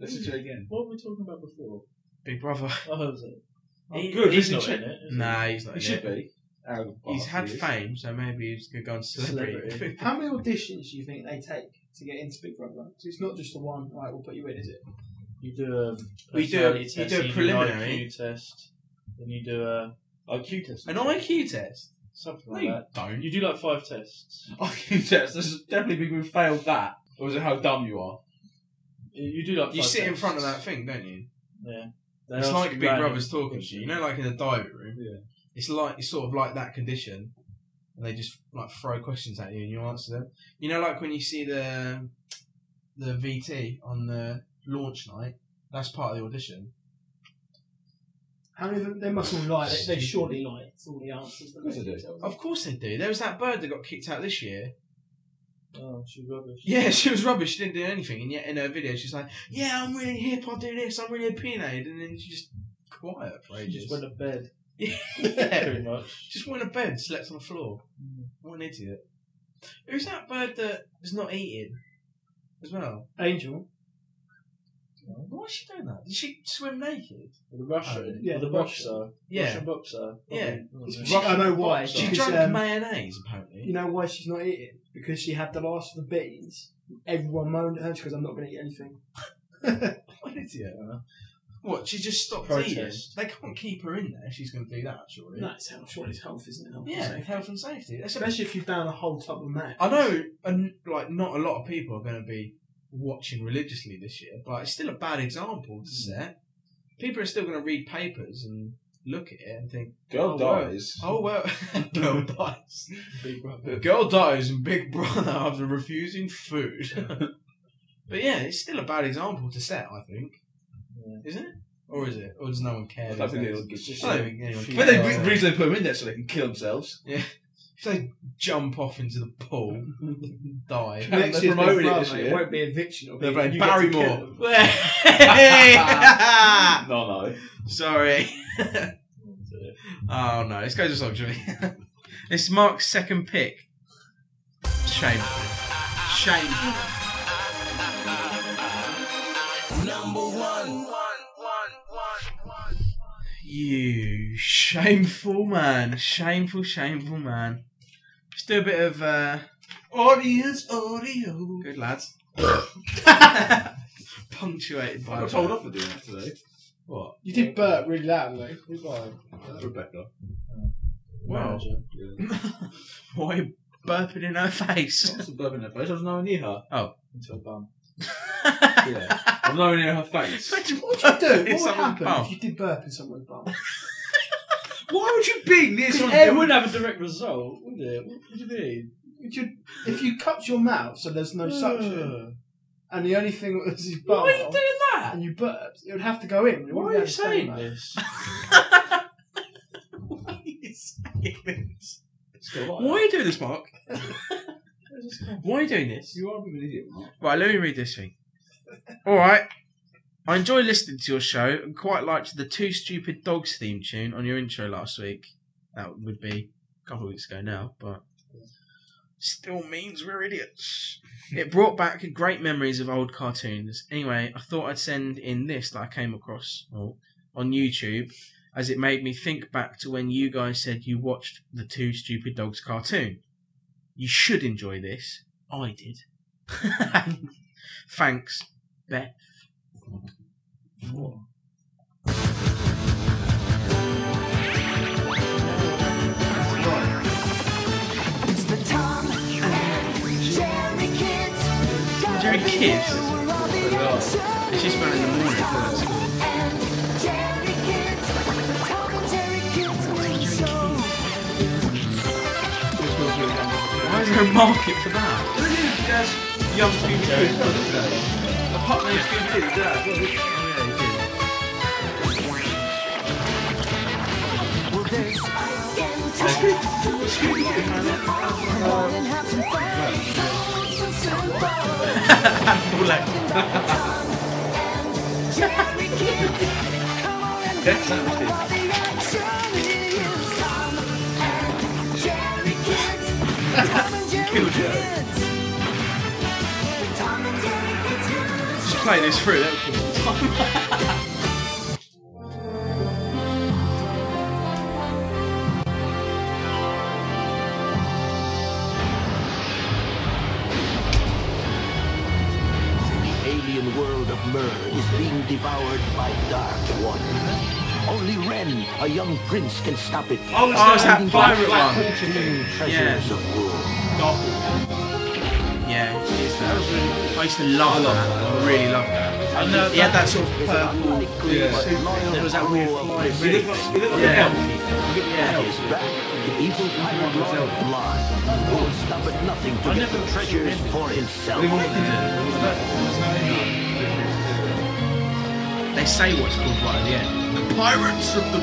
[SPEAKER 8] Listen to it again.
[SPEAKER 9] What were we talking about before?
[SPEAKER 7] Big Brother.
[SPEAKER 9] Oh, was it? Oh,
[SPEAKER 7] He-
[SPEAKER 9] good. He's,
[SPEAKER 7] a
[SPEAKER 9] not
[SPEAKER 7] chi-
[SPEAKER 9] in it. is he?
[SPEAKER 7] Nah, he's not.
[SPEAKER 8] He
[SPEAKER 7] in
[SPEAKER 8] should
[SPEAKER 7] it.
[SPEAKER 8] be. Arrogant
[SPEAKER 7] He's
[SPEAKER 8] bastard
[SPEAKER 7] had
[SPEAKER 8] he is.
[SPEAKER 7] fame, so maybe he's gonna go on celebrity.
[SPEAKER 10] Celebrity. How many auditions do you think they take to get into Big Brother? So it's not just the one. Right, we'll put you in, is it?
[SPEAKER 9] You do a
[SPEAKER 7] We do a-
[SPEAKER 9] personality
[SPEAKER 7] you
[SPEAKER 9] test,
[SPEAKER 7] do a
[SPEAKER 9] then
[SPEAKER 7] preliminary.
[SPEAKER 9] an IQ test, then you do a
[SPEAKER 8] IQ
[SPEAKER 7] *laughs*
[SPEAKER 8] test.
[SPEAKER 7] An IQ test.
[SPEAKER 9] something
[SPEAKER 7] No,
[SPEAKER 9] like
[SPEAKER 7] you
[SPEAKER 9] that.
[SPEAKER 7] don't.
[SPEAKER 9] You do like
[SPEAKER 8] *laughs*
[SPEAKER 9] five tests.
[SPEAKER 8] IQ test. There's definitely people who failed that. Or is it how dumb you are?
[SPEAKER 9] You- You do like.
[SPEAKER 7] You
[SPEAKER 9] five
[SPEAKER 7] sit in
[SPEAKER 9] tests.
[SPEAKER 7] front of that thing, don't you?
[SPEAKER 9] Yeah. They
[SPEAKER 7] It's
[SPEAKER 9] ask
[SPEAKER 7] like
[SPEAKER 9] you
[SPEAKER 7] Big
[SPEAKER 9] random
[SPEAKER 7] Brother's talking to you. You know, like in a diving room.
[SPEAKER 8] Yeah.
[SPEAKER 7] It's like it's sort of like that condition, and they just like throw questions at you and you answer them. You know, like when you see the the VT on the launch night. That's part of the audition.
[SPEAKER 10] How many of them? They must all lie. They, they surely lie. It's all the answers. That
[SPEAKER 8] course
[SPEAKER 10] they
[SPEAKER 8] they do.
[SPEAKER 10] tell them.
[SPEAKER 7] Of course they do. There was that bird that got kicked out this year.
[SPEAKER 9] Oh, she's rubbish.
[SPEAKER 7] Yeah, *laughs* she was rubbish. She didn't do anything, and yet in her video she's like, "Yeah, I'm really hip. I do this. I'm really opinionated," and then she just quiet for
[SPEAKER 9] She
[SPEAKER 7] ages.
[SPEAKER 9] just went to bed.
[SPEAKER 7] *laughs* yeah.
[SPEAKER 9] Pretty much.
[SPEAKER 7] Just went to bed, slept on the floor.
[SPEAKER 9] Mm.
[SPEAKER 7] What an idiot. Who's that bird that is not eating as well?
[SPEAKER 10] Angel.
[SPEAKER 7] Why is she doing that? Did she swim naked?
[SPEAKER 9] The Russian.
[SPEAKER 10] Oh, yeah,
[SPEAKER 9] the
[SPEAKER 10] the
[SPEAKER 9] boxer.
[SPEAKER 7] Yeah.
[SPEAKER 9] Russian boxer.
[SPEAKER 7] Yeah.
[SPEAKER 9] Probably-
[SPEAKER 10] She- I know why.
[SPEAKER 7] She
[SPEAKER 10] Because,
[SPEAKER 7] drank
[SPEAKER 10] um,
[SPEAKER 7] mayonnaise, apparently.
[SPEAKER 10] You know why she's not eating? Because she had the last of the beans. Everyone moaned at her. She goes, "I'm not going to eat anything."
[SPEAKER 7] *laughs* What an idiot. What, she just stopped
[SPEAKER 9] Protest.
[SPEAKER 7] eating? They can't keep her in there. She's going to do that, surely.
[SPEAKER 10] No, it's health. Surely it's health, isn't it? Health and
[SPEAKER 7] Yeah,
[SPEAKER 10] safety.
[SPEAKER 7] health and safety. That's a,
[SPEAKER 10] Especially if you've down a whole tub of mac.
[SPEAKER 7] I know, and like, not a lot of people are going to be watching religiously this year, but it's still a bad example to
[SPEAKER 10] Hmm.
[SPEAKER 7] set. People are still going to read papers and look at it and think,
[SPEAKER 8] Girl
[SPEAKER 7] Oh, well.
[SPEAKER 8] dies.
[SPEAKER 7] Oh
[SPEAKER 10] *laughs*
[SPEAKER 7] well, *laughs* girl dies.
[SPEAKER 9] Big Brother.
[SPEAKER 7] Girl dies and Big Brother *laughs* after refusing food.
[SPEAKER 10] *laughs*
[SPEAKER 7] but yeah, it's still a bad example to set, I think,
[SPEAKER 9] Yeah.
[SPEAKER 7] isn't it? Or is it? Or does no one care?
[SPEAKER 8] I don't
[SPEAKER 7] these
[SPEAKER 8] think
[SPEAKER 7] days?
[SPEAKER 8] they'll give a shit.
[SPEAKER 7] I don't think anyone
[SPEAKER 8] But they
[SPEAKER 7] cares.
[SPEAKER 8] the reason they put them in there so they can kill themselves.
[SPEAKER 7] if they jump off into the
[SPEAKER 10] *laughs*
[SPEAKER 7] pool, die.
[SPEAKER 8] They're
[SPEAKER 10] Next year's Big
[SPEAKER 8] promoting it
[SPEAKER 10] Brother,
[SPEAKER 8] this
[SPEAKER 10] it
[SPEAKER 8] year.
[SPEAKER 10] won't be eviction. it'll
[SPEAKER 7] They're
[SPEAKER 10] be-
[SPEAKER 7] playing
[SPEAKER 10] you get to kill
[SPEAKER 7] Barrymore.
[SPEAKER 10] them. *laughs*
[SPEAKER 7] *laughs*
[SPEAKER 8] no, no.
[SPEAKER 7] Sorry. oh no, let's go to song, shall *laughs* we? it's Mark's second pick. Shame. Shame. You shameful man. Shameful, shameful man. Let's do a bit of uh,
[SPEAKER 8] Audience audio.
[SPEAKER 7] good lads. *laughs* Punctuated
[SPEAKER 8] I
[SPEAKER 7] by
[SPEAKER 8] got told off for doing that today.
[SPEAKER 7] What?
[SPEAKER 10] You did burp really loudly.
[SPEAKER 8] Uh-huh. Rebecca.
[SPEAKER 7] Wow.
[SPEAKER 8] Yeah.
[SPEAKER 7] *laughs* Why you burping in her face?
[SPEAKER 8] Lots of blood in her face. I was nowhere near her. um,
[SPEAKER 9] Into a
[SPEAKER 8] *laughs*
[SPEAKER 9] bum.
[SPEAKER 8] Yeah. I was nowhere near her *laughs* face.
[SPEAKER 10] What would you do? What
[SPEAKER 7] It's
[SPEAKER 10] would
[SPEAKER 7] someone's
[SPEAKER 10] happen
[SPEAKER 7] bum.
[SPEAKER 10] if you did burp in someone's
[SPEAKER 7] *laughs*
[SPEAKER 10] bum?
[SPEAKER 8] Why would you be near
[SPEAKER 9] It wouldn't have a direct result, would it? What would you mean?
[SPEAKER 10] Would you, if you cut your mouth so there's no suction,
[SPEAKER 9] Ugh.
[SPEAKER 10] and the only thing that was his bum,
[SPEAKER 9] Why are you doing that?
[SPEAKER 10] and you burped, it would have to go in. It wouldn't
[SPEAKER 9] Why
[SPEAKER 10] be
[SPEAKER 9] are
[SPEAKER 10] able
[SPEAKER 9] you
[SPEAKER 10] to stay
[SPEAKER 9] saying
[SPEAKER 10] back.
[SPEAKER 9] this?
[SPEAKER 7] *laughs* Why are you saying this?
[SPEAKER 8] Still
[SPEAKER 7] Why are you doing this, Mark? Why are you doing this?
[SPEAKER 8] You are a bit of an idiot, Mark.
[SPEAKER 7] Right, let me read this thing. All right. I enjoy listening to your show and quite liked the Two Stupid Dogs theme tune on your intro last week. That would be a couple of weeks ago now, but still means we're idiots. it brought back great memories of old cartoons. Anyway, I thought I'd send in this that I came across oh, on YouTube as it made me think back to when you guys said you watched the Two Stupid Dogs cartoon. You should enjoy this. I did. *laughs* Thanks, Beth.
[SPEAKER 12] It's the Tom and Jerry kids.
[SPEAKER 7] Jerry Kids.
[SPEAKER 8] But, uh,
[SPEAKER 7] And She's spent in the morning. Why is there a market for that?
[SPEAKER 8] Young Scooby Doo. A pop named Scooby Doo. Dad. wasn't it?
[SPEAKER 7] Just play this through. That would be
[SPEAKER 14] The alien world of Myr is being devoured by dark waters. Only Ren, a young prince, can stop it.
[SPEAKER 7] Oh, it's Oh, it's that that pirate black one.
[SPEAKER 14] Hidden Treasures
[SPEAKER 7] Yeah.
[SPEAKER 14] of war.
[SPEAKER 7] Yeah, it is that. I used to love that. I really loved that.
[SPEAKER 9] I know
[SPEAKER 7] He had that
[SPEAKER 9] that-
[SPEAKER 7] sort of purple. Yeah. There was that weird fly.
[SPEAKER 14] He looked like- he looked like
[SPEAKER 7] yeah.
[SPEAKER 14] a
[SPEAKER 7] yeah.
[SPEAKER 14] Hell is back. The evil pirate lord Vlad will stop at nothing to get the treasures for himself.
[SPEAKER 7] They say what's called right at the end. The pirates of the.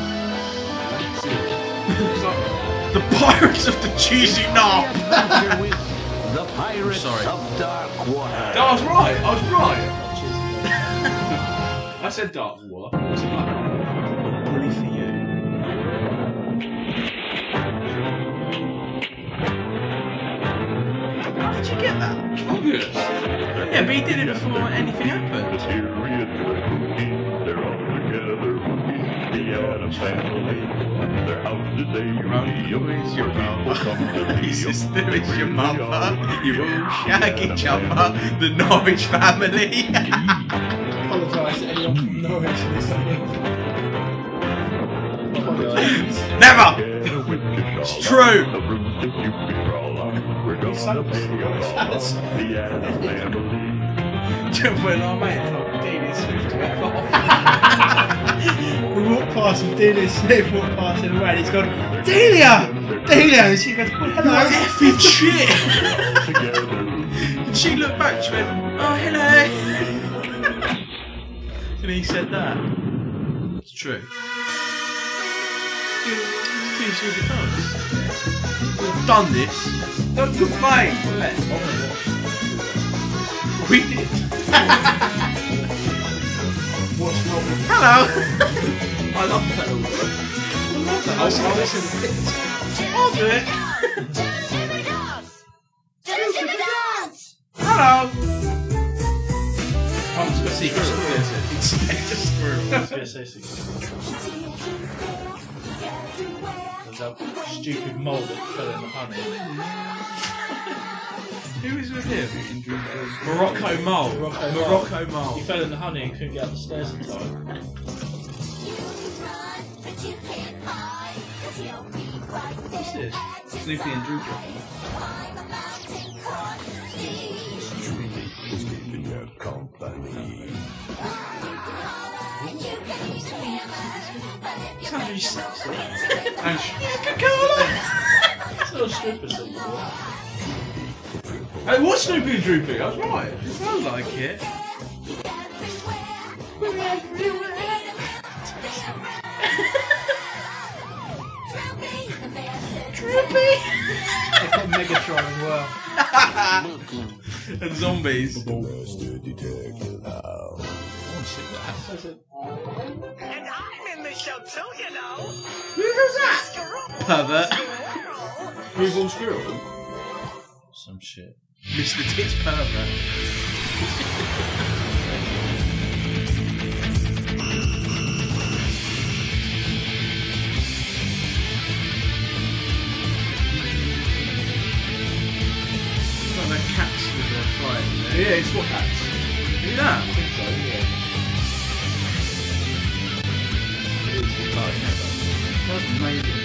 [SPEAKER 7] the pirates of the cheesy knob.
[SPEAKER 14] The pirates of dark water.
[SPEAKER 8] I was right. I was *laughs* right. I said Dark War. What's it like? Bully for
[SPEAKER 7] How did you get that?
[SPEAKER 8] Obvious.
[SPEAKER 7] Yeah, but he did it before anything happened. *laughs* He's just there is your mother. You all shag each other. The Norwich family. *laughs*
[SPEAKER 10] Apologise to anyone from Norwich
[SPEAKER 8] *laughs*
[SPEAKER 10] listening.
[SPEAKER 8] Oh
[SPEAKER 7] Never. It's true. *laughs* Jump when I mate told Dean Swift to F
[SPEAKER 10] *laughs* We walked past him, Delia Smith walked past him away, and he's gone, Delia! Delia! And she goes, hello, effing shit!
[SPEAKER 7] *laughs* And she looked back, she went, Oh, hello. *laughs* and he said that. It's true. It's too stupid times. We've done this. Don't complain. We did.
[SPEAKER 10] What's wrong with
[SPEAKER 7] Hello. I love that. I love that. I was I was in- I'll do it. Hello.
[SPEAKER 8] I'm secret squirrel.
[SPEAKER 7] Inspector Squirrel.
[SPEAKER 9] I was going to say that stupid mold that fell in the honey.
[SPEAKER 7] Who was with him?
[SPEAKER 9] Morocco
[SPEAKER 7] mole.
[SPEAKER 9] Morocco,
[SPEAKER 7] Morocco
[SPEAKER 9] mole.
[SPEAKER 7] mole.
[SPEAKER 9] He fell in the honey and couldn't get up the stairs in time.
[SPEAKER 8] What's this? Snoopy and Droopy.
[SPEAKER 7] It's 106.
[SPEAKER 8] And sh-
[SPEAKER 9] It's not a stripper thing.
[SPEAKER 8] hey, what's Snoopy and Droopy? I was right.
[SPEAKER 7] It sounds like it.
[SPEAKER 8] *laughs*
[SPEAKER 10] They've got Megatron as well.
[SPEAKER 7] and zombies. Who was that? Pervert.
[SPEAKER 8] Google Squirrel.
[SPEAKER 9] Some shit.
[SPEAKER 7] Mr. Tits Pervert. It's like the cats with their fly in there.
[SPEAKER 8] Yeah, it's what cats.
[SPEAKER 7] Look at that.
[SPEAKER 8] I think so, yeah. It is the card
[SPEAKER 7] That was amazing.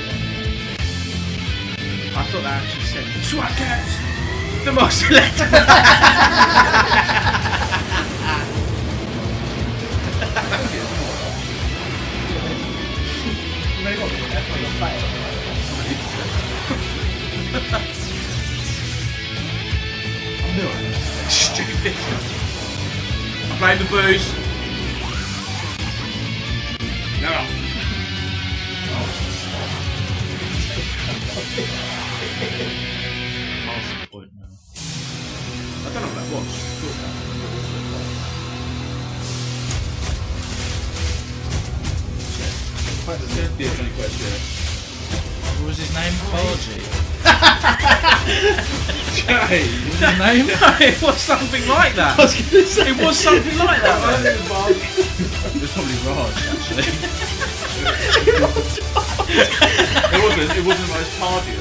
[SPEAKER 7] I thought that actually said SWAT cats. The most electric. I played the booze. No. I don't know what that was.
[SPEAKER 10] What was his name? Bargy.
[SPEAKER 7] What's his name? No, *laughs* it was something like that. It was something like that.
[SPEAKER 8] it was probably Raj, actually.
[SPEAKER 7] *laughs*
[SPEAKER 8] it wasn't. It wasn't my party.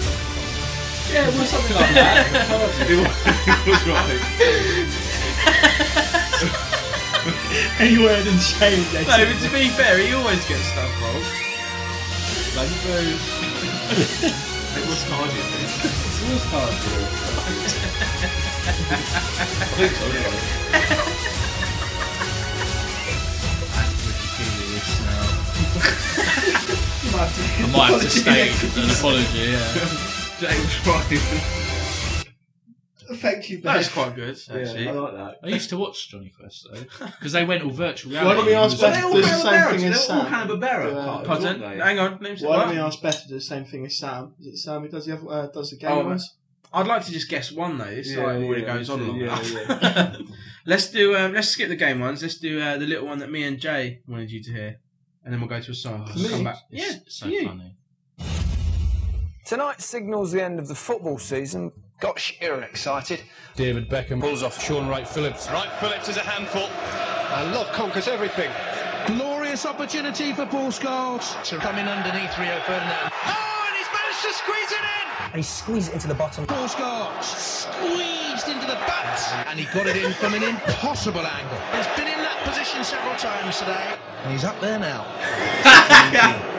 [SPEAKER 7] Yeah, it was something
[SPEAKER 8] like that. It was, it was right.
[SPEAKER 10] Anywhere in shade.
[SPEAKER 7] No, but to be fair, he always gets stuff wrong. Like the booze. it was cardio. It was
[SPEAKER 8] I
[SPEAKER 7] cardio.
[SPEAKER 8] think so.
[SPEAKER 10] I
[SPEAKER 15] might have to state an apology, yeah.
[SPEAKER 8] James Ryan.
[SPEAKER 10] Thank you,
[SPEAKER 7] That was
[SPEAKER 10] Beth.
[SPEAKER 7] quite good, actually.
[SPEAKER 15] I used to watch Johnny Quest though, because they went all
[SPEAKER 7] *laughs*
[SPEAKER 15] virtual
[SPEAKER 10] Why
[SPEAKER 15] reality.
[SPEAKER 10] don't we ask
[SPEAKER 15] It was-
[SPEAKER 10] Beth to do the same thing as Sam?
[SPEAKER 7] Hanna-Barbera cards, Pardon? weren't they? Hang on, name's-
[SPEAKER 10] Why
[SPEAKER 7] what?
[SPEAKER 10] don't we ask Beth to do the same thing as Sam? Is it Sam who does the other, uh, does the game
[SPEAKER 7] Oh,
[SPEAKER 10] ones?
[SPEAKER 7] I'd like to just guess one though. This
[SPEAKER 10] Yeah,
[SPEAKER 7] like already
[SPEAKER 10] yeah,
[SPEAKER 7] goes on long
[SPEAKER 10] yeah,
[SPEAKER 7] enough. *laughs* let's do. Um, let's skip the game ones. Let's do uh, the little one that me and Jay wanted you to hear, and then we'll go to a
[SPEAKER 10] Oh,
[SPEAKER 7] song.
[SPEAKER 16] For me?
[SPEAKER 7] Come back. Yeah,
[SPEAKER 16] It's
[SPEAKER 7] for you.
[SPEAKER 16] Tonight signals the end of the football season. Got Shearer excited. David Beckham pulls off Sean Wright Phillips.
[SPEAKER 17] Right, Phillips is a handful. And love conquers everything. Glorious opportunity for Paul Scholes to come in underneath Rio Ferdinand. Oh, and he's managed to squeeze it in.
[SPEAKER 16] And he squeezed it into the bottom.
[SPEAKER 17] Paul Scholes squeezed into the butt, and he got it in from an impossible angle. He's been in that position several times today.
[SPEAKER 16] And he's up there now.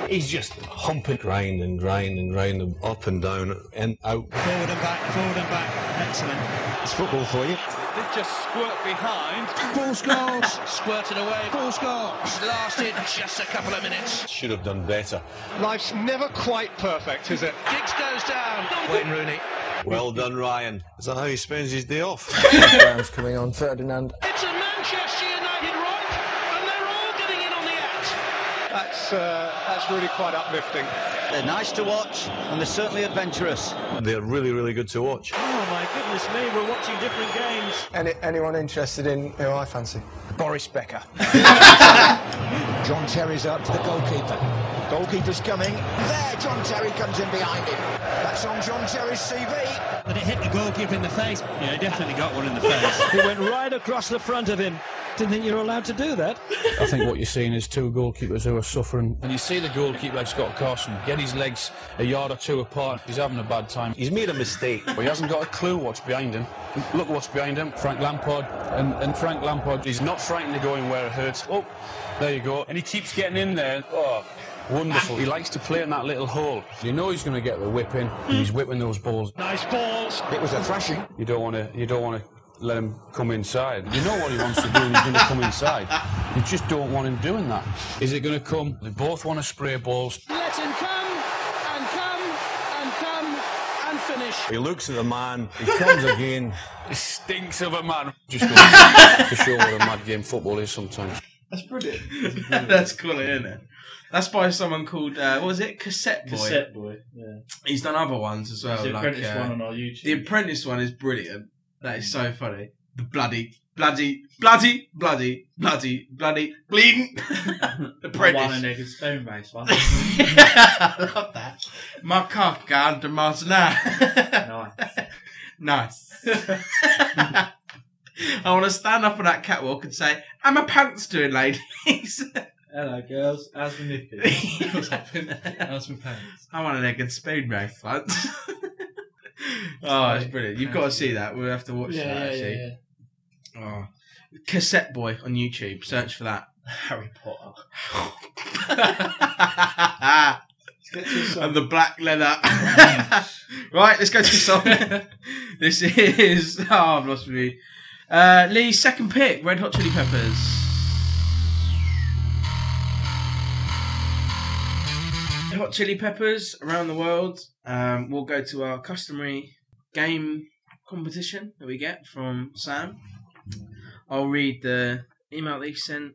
[SPEAKER 18] He's just humping, grind and grind and grind them up and down and out.
[SPEAKER 17] Forward and back, forward and back. Excellent.
[SPEAKER 18] It's football for you.
[SPEAKER 17] Did just squirt behind. Paul Scholes *laughs* squirted away. Paul Scholes lasted just a couple of minutes.
[SPEAKER 18] Should have done better.
[SPEAKER 17] Life's never quite perfect, is it? Giggs goes down. Wayne Rooney.
[SPEAKER 18] Well done, Ryan. Is that how he spends his day off?
[SPEAKER 16] Ground's coming on. Ferdinand
[SPEAKER 17] It's a Manchester United right, and they're all getting in on the act. That's uh, that's really quite uplifting.
[SPEAKER 19] They're nice to watch, and they're certainly adventurous.
[SPEAKER 18] They're really, really good to watch.
[SPEAKER 19] Oh my goodness me, we're watching different games.
[SPEAKER 16] Any, anyone interested in who I fancy? Boris Becker. John Terry's up to the goalkeeper. Goalkeeper's coming. There, John Terry comes in behind him. That's on John Terry's CV.
[SPEAKER 19] But it hit the goalkeeper in the face. Yeah, he definitely got one in *laughs* the face. it went right across the front of him. Didn't think you were allowed to do that.
[SPEAKER 11] I think what you're seeing is two goalkeepers who are suffering. And you see the goalkeeper, like Scott Carson, get his legs a yard or two apart. He's having a bad time. He's made a mistake. But he hasn't got a clue what's behind him. Look what's behind him. Frank Lampard. And, and Frank Lampard, he's not frightened of going where it hurts. Oh, there you go. And he keeps getting in there. Oh, wonderful. He likes to play in that little hole. You know he's going to get the whip in. He's whipping those balls.
[SPEAKER 19] Nice balls.
[SPEAKER 11] It was a thrashing. You don't want to. You don't want to let him come inside. You know what he wants to do. and He's going to come inside. You just don't want him doing that. Is it going to come? They both want to spray balls.
[SPEAKER 17] Let him come and come and come and finish.
[SPEAKER 18] He looks at the man, he comes
[SPEAKER 11] *laughs*
[SPEAKER 18] again.
[SPEAKER 11] It stinks of a man. Just goes to show what a mad game football is sometimes.
[SPEAKER 7] That's brilliant. *laughs* That's cool, isn't it? That's by someone called uh, what was it? Cassette Boy.
[SPEAKER 9] Cassette Boy, yeah.
[SPEAKER 7] He's done other ones as well.
[SPEAKER 9] There's the
[SPEAKER 7] like,
[SPEAKER 9] Apprentice
[SPEAKER 7] uh,
[SPEAKER 9] one on our YouTube.
[SPEAKER 7] The Apprentice one is brilliant. That
[SPEAKER 9] Hmm.
[SPEAKER 7] is so funny. The bloody, bloody, bloody, bloody, bloody, bloody
[SPEAKER 9] *laughs*
[SPEAKER 7] bleeding *laughs* Apprentice.
[SPEAKER 9] One
[SPEAKER 7] *laughs*
[SPEAKER 9] and they could stone base one.
[SPEAKER 7] I love that. My cup going to Martina. *laughs* nice. *laughs* nice. I want to stand up on that catwalk and say, "How my pants doing, ladies?" *laughs*
[SPEAKER 9] Hello, girls. How's the nipping? *laughs* What's happened? How's my pants?
[SPEAKER 7] I want an egg and spoon roast *laughs* once. oh, it's brilliant. You've got to see that. We'll have to watch
[SPEAKER 9] Yeah,
[SPEAKER 7] that,
[SPEAKER 9] yeah,
[SPEAKER 7] actually. Oh. Cassette Boy on YouTube. Search for that. Harry *laughs* Potter. and the black leather.
[SPEAKER 9] Oh,
[SPEAKER 7] *laughs* right, let's go to the
[SPEAKER 9] *laughs*
[SPEAKER 7] song. this is. Oh, I've lost my mood. Uh, Lee's second pick Red Hot Chili Peppers. Red Hot Chili Peppers around the world. Um, we'll go to our customary game competition that we get from Sam. I'll read the email that you sent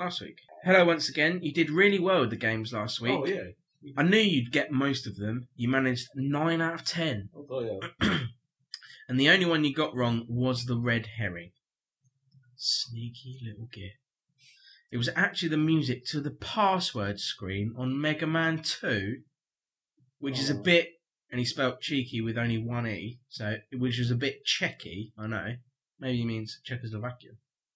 [SPEAKER 7] last week. Hello once again. You did really well with the games last week.
[SPEAKER 8] Oh, yeah.
[SPEAKER 7] I knew you'd get most of them. You managed nine out of ten.
[SPEAKER 8] Oh, yeah.
[SPEAKER 7] and the only one you got wrong was the red herring. Sneaky little git. It was actually the music to the password screen on Mega Man 2, which is a bit, and he spelt cheeky with only one E, so which is a bit checky, I know. Maybe he means Czechoslovakia.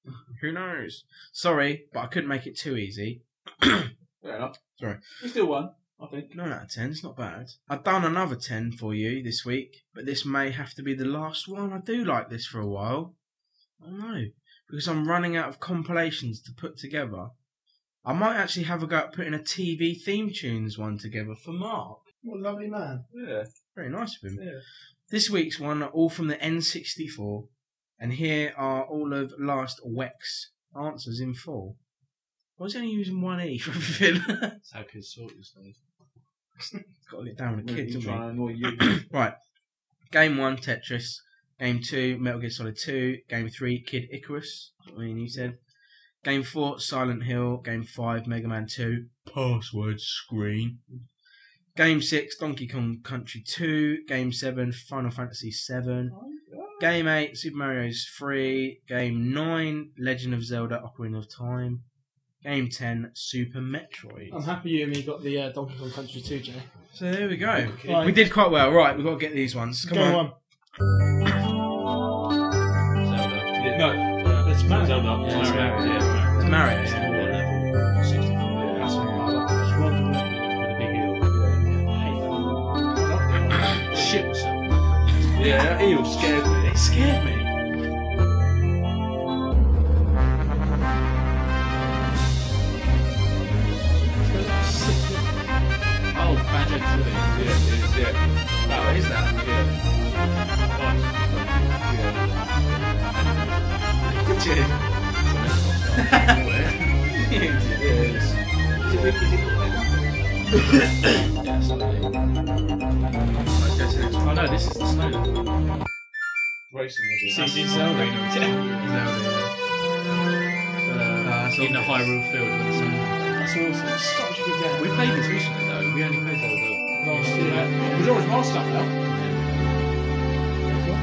[SPEAKER 7] *laughs* Who knows? Sorry, but I couldn't make it too easy. *clears throat*
[SPEAKER 8] Fair enough.
[SPEAKER 7] Sorry.
[SPEAKER 8] You still won, I think.
[SPEAKER 7] Nine out of ten, it's not bad. I've done another ten for you this week, but this may have to be the last one. I do like this for a while. I don't know. Because I'm running out of compilations to put together. I might actually have a go at putting a TV theme tunes one together for Mark.
[SPEAKER 9] What a lovely man.
[SPEAKER 8] Yeah.
[SPEAKER 7] Very nice of him.
[SPEAKER 9] Yeah.
[SPEAKER 7] This week's one are all from the N64, and here are all of last Wex answers in full. Why is he only using one E for *laughs* everything?
[SPEAKER 15] That's how kids sort these days.
[SPEAKER 7] Got to get down with the
[SPEAKER 15] Really
[SPEAKER 7] kids, haven't
[SPEAKER 15] trying
[SPEAKER 7] we? right. Game one, Tetris. Game two, Metal Gear Solid 2. Game three, Kid Icarus. I mean, you said. Game four, Silent Hill. Game five, Mega Man 2. Password screen. Game six, Donkey Kong Country 2. Game seven, Final Fantasy 7. Game eight, Super Mario's 3. Game nine, Legend of Zelda Ocarina of Time. Game 10, Super Metroid.
[SPEAKER 9] I'm happy you and me got the uh, Donkey Kong Country 2, Jay.
[SPEAKER 7] So there we go.
[SPEAKER 9] Right.
[SPEAKER 7] We did quite well. Right, we've got to get these ones. Come
[SPEAKER 9] Go
[SPEAKER 7] on.
[SPEAKER 9] on.
[SPEAKER 8] No, it's Mario. Zelda.
[SPEAKER 7] it's Mario.
[SPEAKER 8] Mario.
[SPEAKER 7] It's Mario.
[SPEAKER 8] That's
[SPEAKER 15] *coughs*
[SPEAKER 7] Shit myself.
[SPEAKER 15] Oh,
[SPEAKER 8] Yeah, that eel scared me.
[SPEAKER 7] It scared me.
[SPEAKER 15] Oh, Badger Exhibit. Yeah,
[SPEAKER 8] it is, yeah.
[SPEAKER 7] Oh, is that?
[SPEAKER 8] Yeah.
[SPEAKER 7] Nice. Yeah. Good
[SPEAKER 15] Oh no, this is the
[SPEAKER 9] Uh,
[SPEAKER 15] snow.
[SPEAKER 8] Racing,
[SPEAKER 15] This is in Zelda. Yeah. Zelda. Uh, in the Hyrule Field with the sun.
[SPEAKER 9] That's awesome. Such a good game.
[SPEAKER 15] We played this recently though. We only played Zelda
[SPEAKER 9] Last year.
[SPEAKER 8] We're always more stuff now. Well, isn't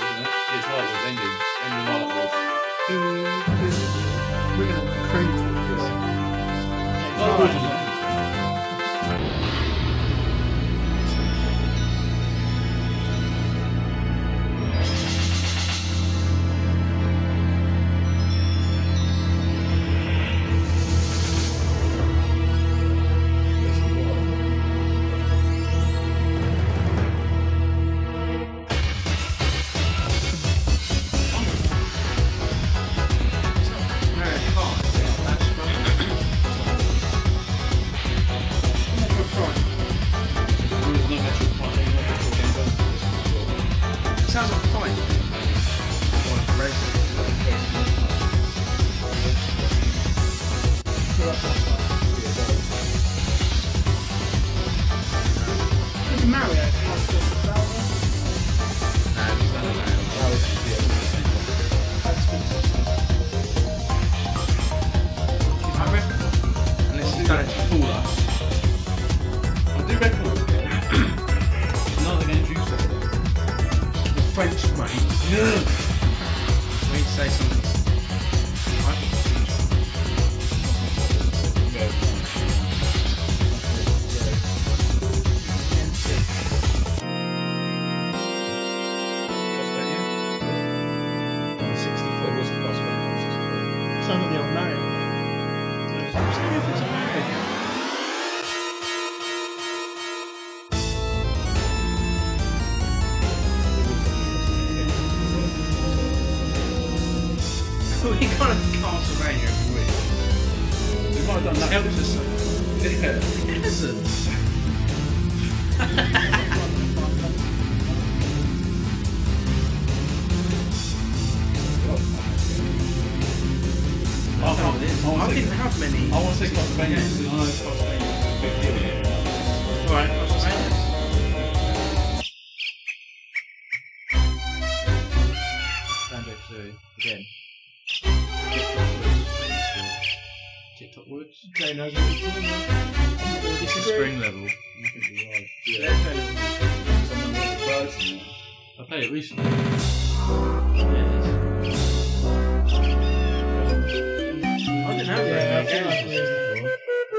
[SPEAKER 8] it? It's well, it's ending. Ending well, it was.
[SPEAKER 9] We're going to creep.
[SPEAKER 8] Oh,
[SPEAKER 7] Sounds like fine. Unless he's done it to fool us.
[SPEAKER 8] I do reckon it's not an end user.
[SPEAKER 7] The French mate. We need to say something.
[SPEAKER 9] Sound like the old Mario.
[SPEAKER 7] we got a Castlevania every week.
[SPEAKER 8] We might have done that.
[SPEAKER 7] Helps us. It hasn't.
[SPEAKER 8] I can't- I wanna
[SPEAKER 7] I
[SPEAKER 8] take-
[SPEAKER 7] didn't have many.
[SPEAKER 8] I want to take Castlevania because I know Castlevania is a big deal here.
[SPEAKER 7] Alright, Castlevania.
[SPEAKER 9] again.
[SPEAKER 15] TikTok works.
[SPEAKER 9] Jay knows what he's doing.
[SPEAKER 15] It's the spring level.
[SPEAKER 9] Yeah.
[SPEAKER 15] I played it recently.
[SPEAKER 9] I didn't have that. Yeah, I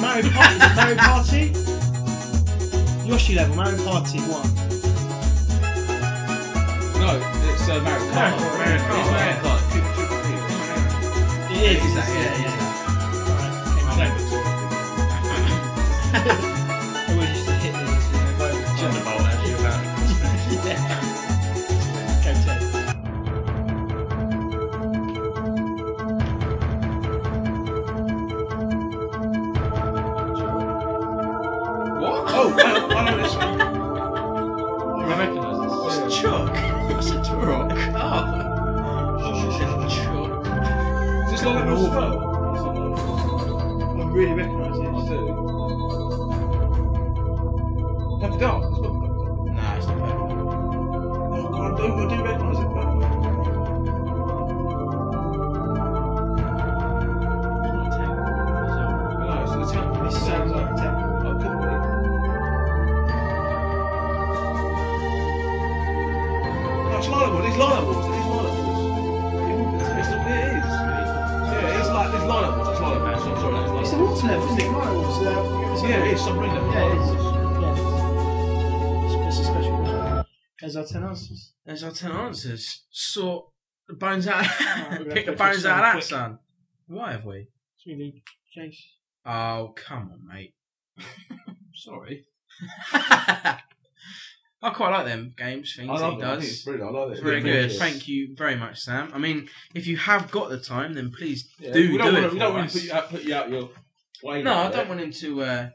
[SPEAKER 10] Mario Party. Mario Party. Yoshi level. Mario Party one.
[SPEAKER 8] No, it's uh, Mario Kart. Mario Kart. It's Mario Kart. Triple, triple P.
[SPEAKER 10] It is.
[SPEAKER 8] that, yeah, yeah.
[SPEAKER 10] I would just hit this. Just about that. Yeah. Go to.
[SPEAKER 8] What? Oh, I, I know this one. I recognise this.
[SPEAKER 15] It's Chuck. That's a Turok. Oh. Chuck.
[SPEAKER 8] Is this Lord of the
[SPEAKER 10] I really recognise it. I
[SPEAKER 8] do. Perfect Dark. It's not
[SPEAKER 15] Nah, it's not bad.
[SPEAKER 8] Oh god, I do, I do recognise it. No, it's the temple. This sounds like a temple. Oh, could be. No, it's Lana Wars. It's Lana Wars. It is Lana Wars. It's, it's, it is. Yeah, it's like, it's Lana Wars. It's Lana Wars. I'm sorry, that is Lana
[SPEAKER 10] It's the water level, isn't it? Mario Water level.
[SPEAKER 8] Yeah, it is. Submarine level.
[SPEAKER 10] Yeah, it is. Yeah. It's, it's a special one. There's our ten answers.
[SPEAKER 7] There's our ten answers. Sort the bones out. *laughs*
[SPEAKER 10] we're gonna
[SPEAKER 7] Pick the
[SPEAKER 10] Ah, have to do
[SPEAKER 7] bones out
[SPEAKER 10] some
[SPEAKER 7] of that,
[SPEAKER 10] quick.
[SPEAKER 7] son. Why have we?
[SPEAKER 10] So we need Chase.
[SPEAKER 7] Oh, come on,
[SPEAKER 8] *laughs*
[SPEAKER 7] mate.
[SPEAKER 15] Sorry.
[SPEAKER 7] *laughs* I quite like them games things
[SPEAKER 8] I
[SPEAKER 7] that he
[SPEAKER 8] love them. I think
[SPEAKER 7] does.
[SPEAKER 8] it's brilliant. I love it.
[SPEAKER 7] It's very
[SPEAKER 8] It's
[SPEAKER 7] good.
[SPEAKER 8] gorgeous.
[SPEAKER 7] Thank you very much, Sam. I mean, if you have got the time, then please
[SPEAKER 8] Yeah,
[SPEAKER 7] do
[SPEAKER 8] we don't
[SPEAKER 7] do
[SPEAKER 8] wanna-
[SPEAKER 7] it.
[SPEAKER 8] We don't
[SPEAKER 7] for
[SPEAKER 8] want
[SPEAKER 7] us.
[SPEAKER 8] to put you out, put you out your way.
[SPEAKER 7] No, I
[SPEAKER 8] there.
[SPEAKER 7] don't want him to uh,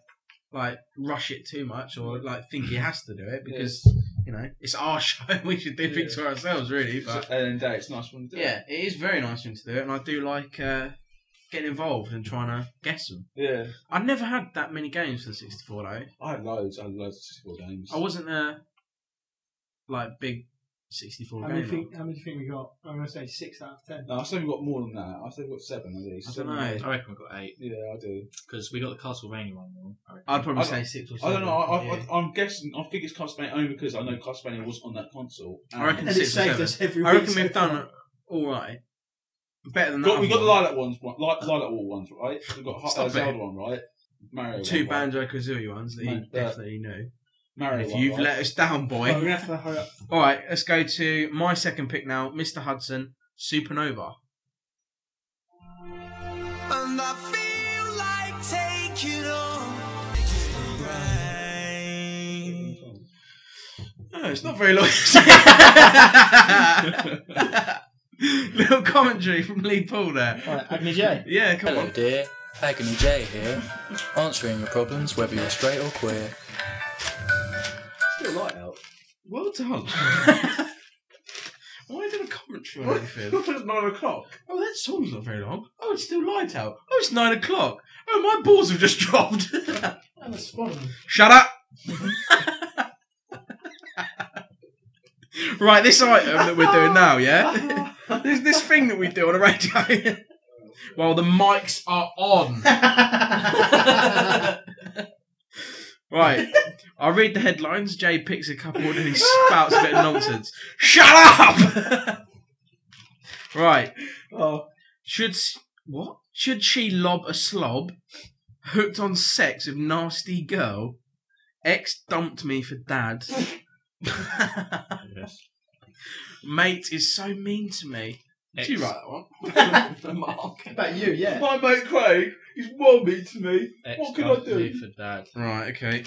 [SPEAKER 7] like rush it too much or like think he has to do it because you know it's our *laughs* show. We should do things for ourselves, really. But
[SPEAKER 8] At the end of the day, it's a nice one to do.
[SPEAKER 7] yeah, it is very nice thing to do, and I do like uh, getting involved and trying to guess them.
[SPEAKER 8] Yeah.
[SPEAKER 7] I've never had that many games for the sixty four though.
[SPEAKER 8] I had loads. I had loads of 64 games.
[SPEAKER 7] I wasn't a like big sixty four
[SPEAKER 10] How many,
[SPEAKER 7] gamer.
[SPEAKER 10] think, how many do you think we got? I'm going to say six out of ten.
[SPEAKER 8] No, I say we've got more than that. I say we've got seven at least. Seven or eight.
[SPEAKER 15] I reckon we've got eight.
[SPEAKER 8] Yeah, I do.
[SPEAKER 15] Because we got the Castlevania one. though, I reckon.
[SPEAKER 7] I'd probably
[SPEAKER 8] I
[SPEAKER 7] say
[SPEAKER 8] don't-
[SPEAKER 7] six or
[SPEAKER 8] I
[SPEAKER 7] seven.
[SPEAKER 8] don't know. I, I,
[SPEAKER 7] yeah.
[SPEAKER 8] I, I'm guessing. I think it's Castlevania only because I know Castlevania was on that console.
[SPEAKER 7] I reckon
[SPEAKER 10] And it
[SPEAKER 7] six or
[SPEAKER 10] saved
[SPEAKER 7] seven.
[SPEAKER 10] us every
[SPEAKER 7] I
[SPEAKER 10] week
[SPEAKER 7] reckon
[SPEAKER 10] so
[SPEAKER 7] we've done
[SPEAKER 10] far.
[SPEAKER 7] all right. Better than that.
[SPEAKER 8] Got, we
[SPEAKER 7] other
[SPEAKER 8] got the
[SPEAKER 7] one.
[SPEAKER 8] Lilac ones, right? Li- Lilac Wall ones, right? We got Hot
[SPEAKER 7] Stop
[SPEAKER 8] uh,
[SPEAKER 7] it.
[SPEAKER 8] Zelda one, right? Mario.
[SPEAKER 7] two
[SPEAKER 8] one, right?
[SPEAKER 7] Banjo Kazooie ones that you
[SPEAKER 8] Mate, that-
[SPEAKER 7] definitely know.
[SPEAKER 8] Mario
[SPEAKER 7] And if
[SPEAKER 8] one,
[SPEAKER 7] you've
[SPEAKER 10] *laughs*
[SPEAKER 8] right?
[SPEAKER 7] let us down,
[SPEAKER 10] Right, we're
[SPEAKER 7] boy.
[SPEAKER 10] going to have to hurry up.
[SPEAKER 7] All right, let's go to my second pick now, Mr. Hudson, Supernova.
[SPEAKER 13] And I feel like taking off.
[SPEAKER 7] Oh, it's not very long. *laughs* Little commentary from Lee Paul there.
[SPEAKER 10] All right, Agni J.
[SPEAKER 7] Yeah, come
[SPEAKER 5] Hello,
[SPEAKER 7] on.
[SPEAKER 5] dear. Agony J here, answering your problems whether you're straight or queer.
[SPEAKER 8] Still light out.
[SPEAKER 7] Well done. Why did a commentary on anything?
[SPEAKER 8] it's nine o'clock.
[SPEAKER 7] Oh, that song's not very long. Oh, it's still light out. Oh, it's nine o'clock. Oh, my balls have just *laughs* dropped.
[SPEAKER 10] And a spawn.
[SPEAKER 7] Shut up! *laughs* right, this item that we're doing now, yeah? this, this thing that we do on a radio. *laughs* well, the mics are on.
[SPEAKER 10] *laughs*
[SPEAKER 7] right, I'll read the headlines. Jay picks a couple and then he spouts a bit of nonsense. Shut
[SPEAKER 10] *laughs*
[SPEAKER 7] up! right.
[SPEAKER 10] Oh.
[SPEAKER 7] Should. s- What? Should she lob a slob? Hooked on sex with nasty girl. Ex dumped me for
[SPEAKER 10] *laughs*
[SPEAKER 7] dad. Mate is so mean to me. Did you write
[SPEAKER 10] *laughs*
[SPEAKER 7] that one? Mark.
[SPEAKER 10] About you, yeah.
[SPEAKER 8] My mate Craig, he's well mean to me.
[SPEAKER 15] Ex
[SPEAKER 8] what can I
[SPEAKER 15] company
[SPEAKER 8] do?
[SPEAKER 15] For dad.
[SPEAKER 7] Right, okay.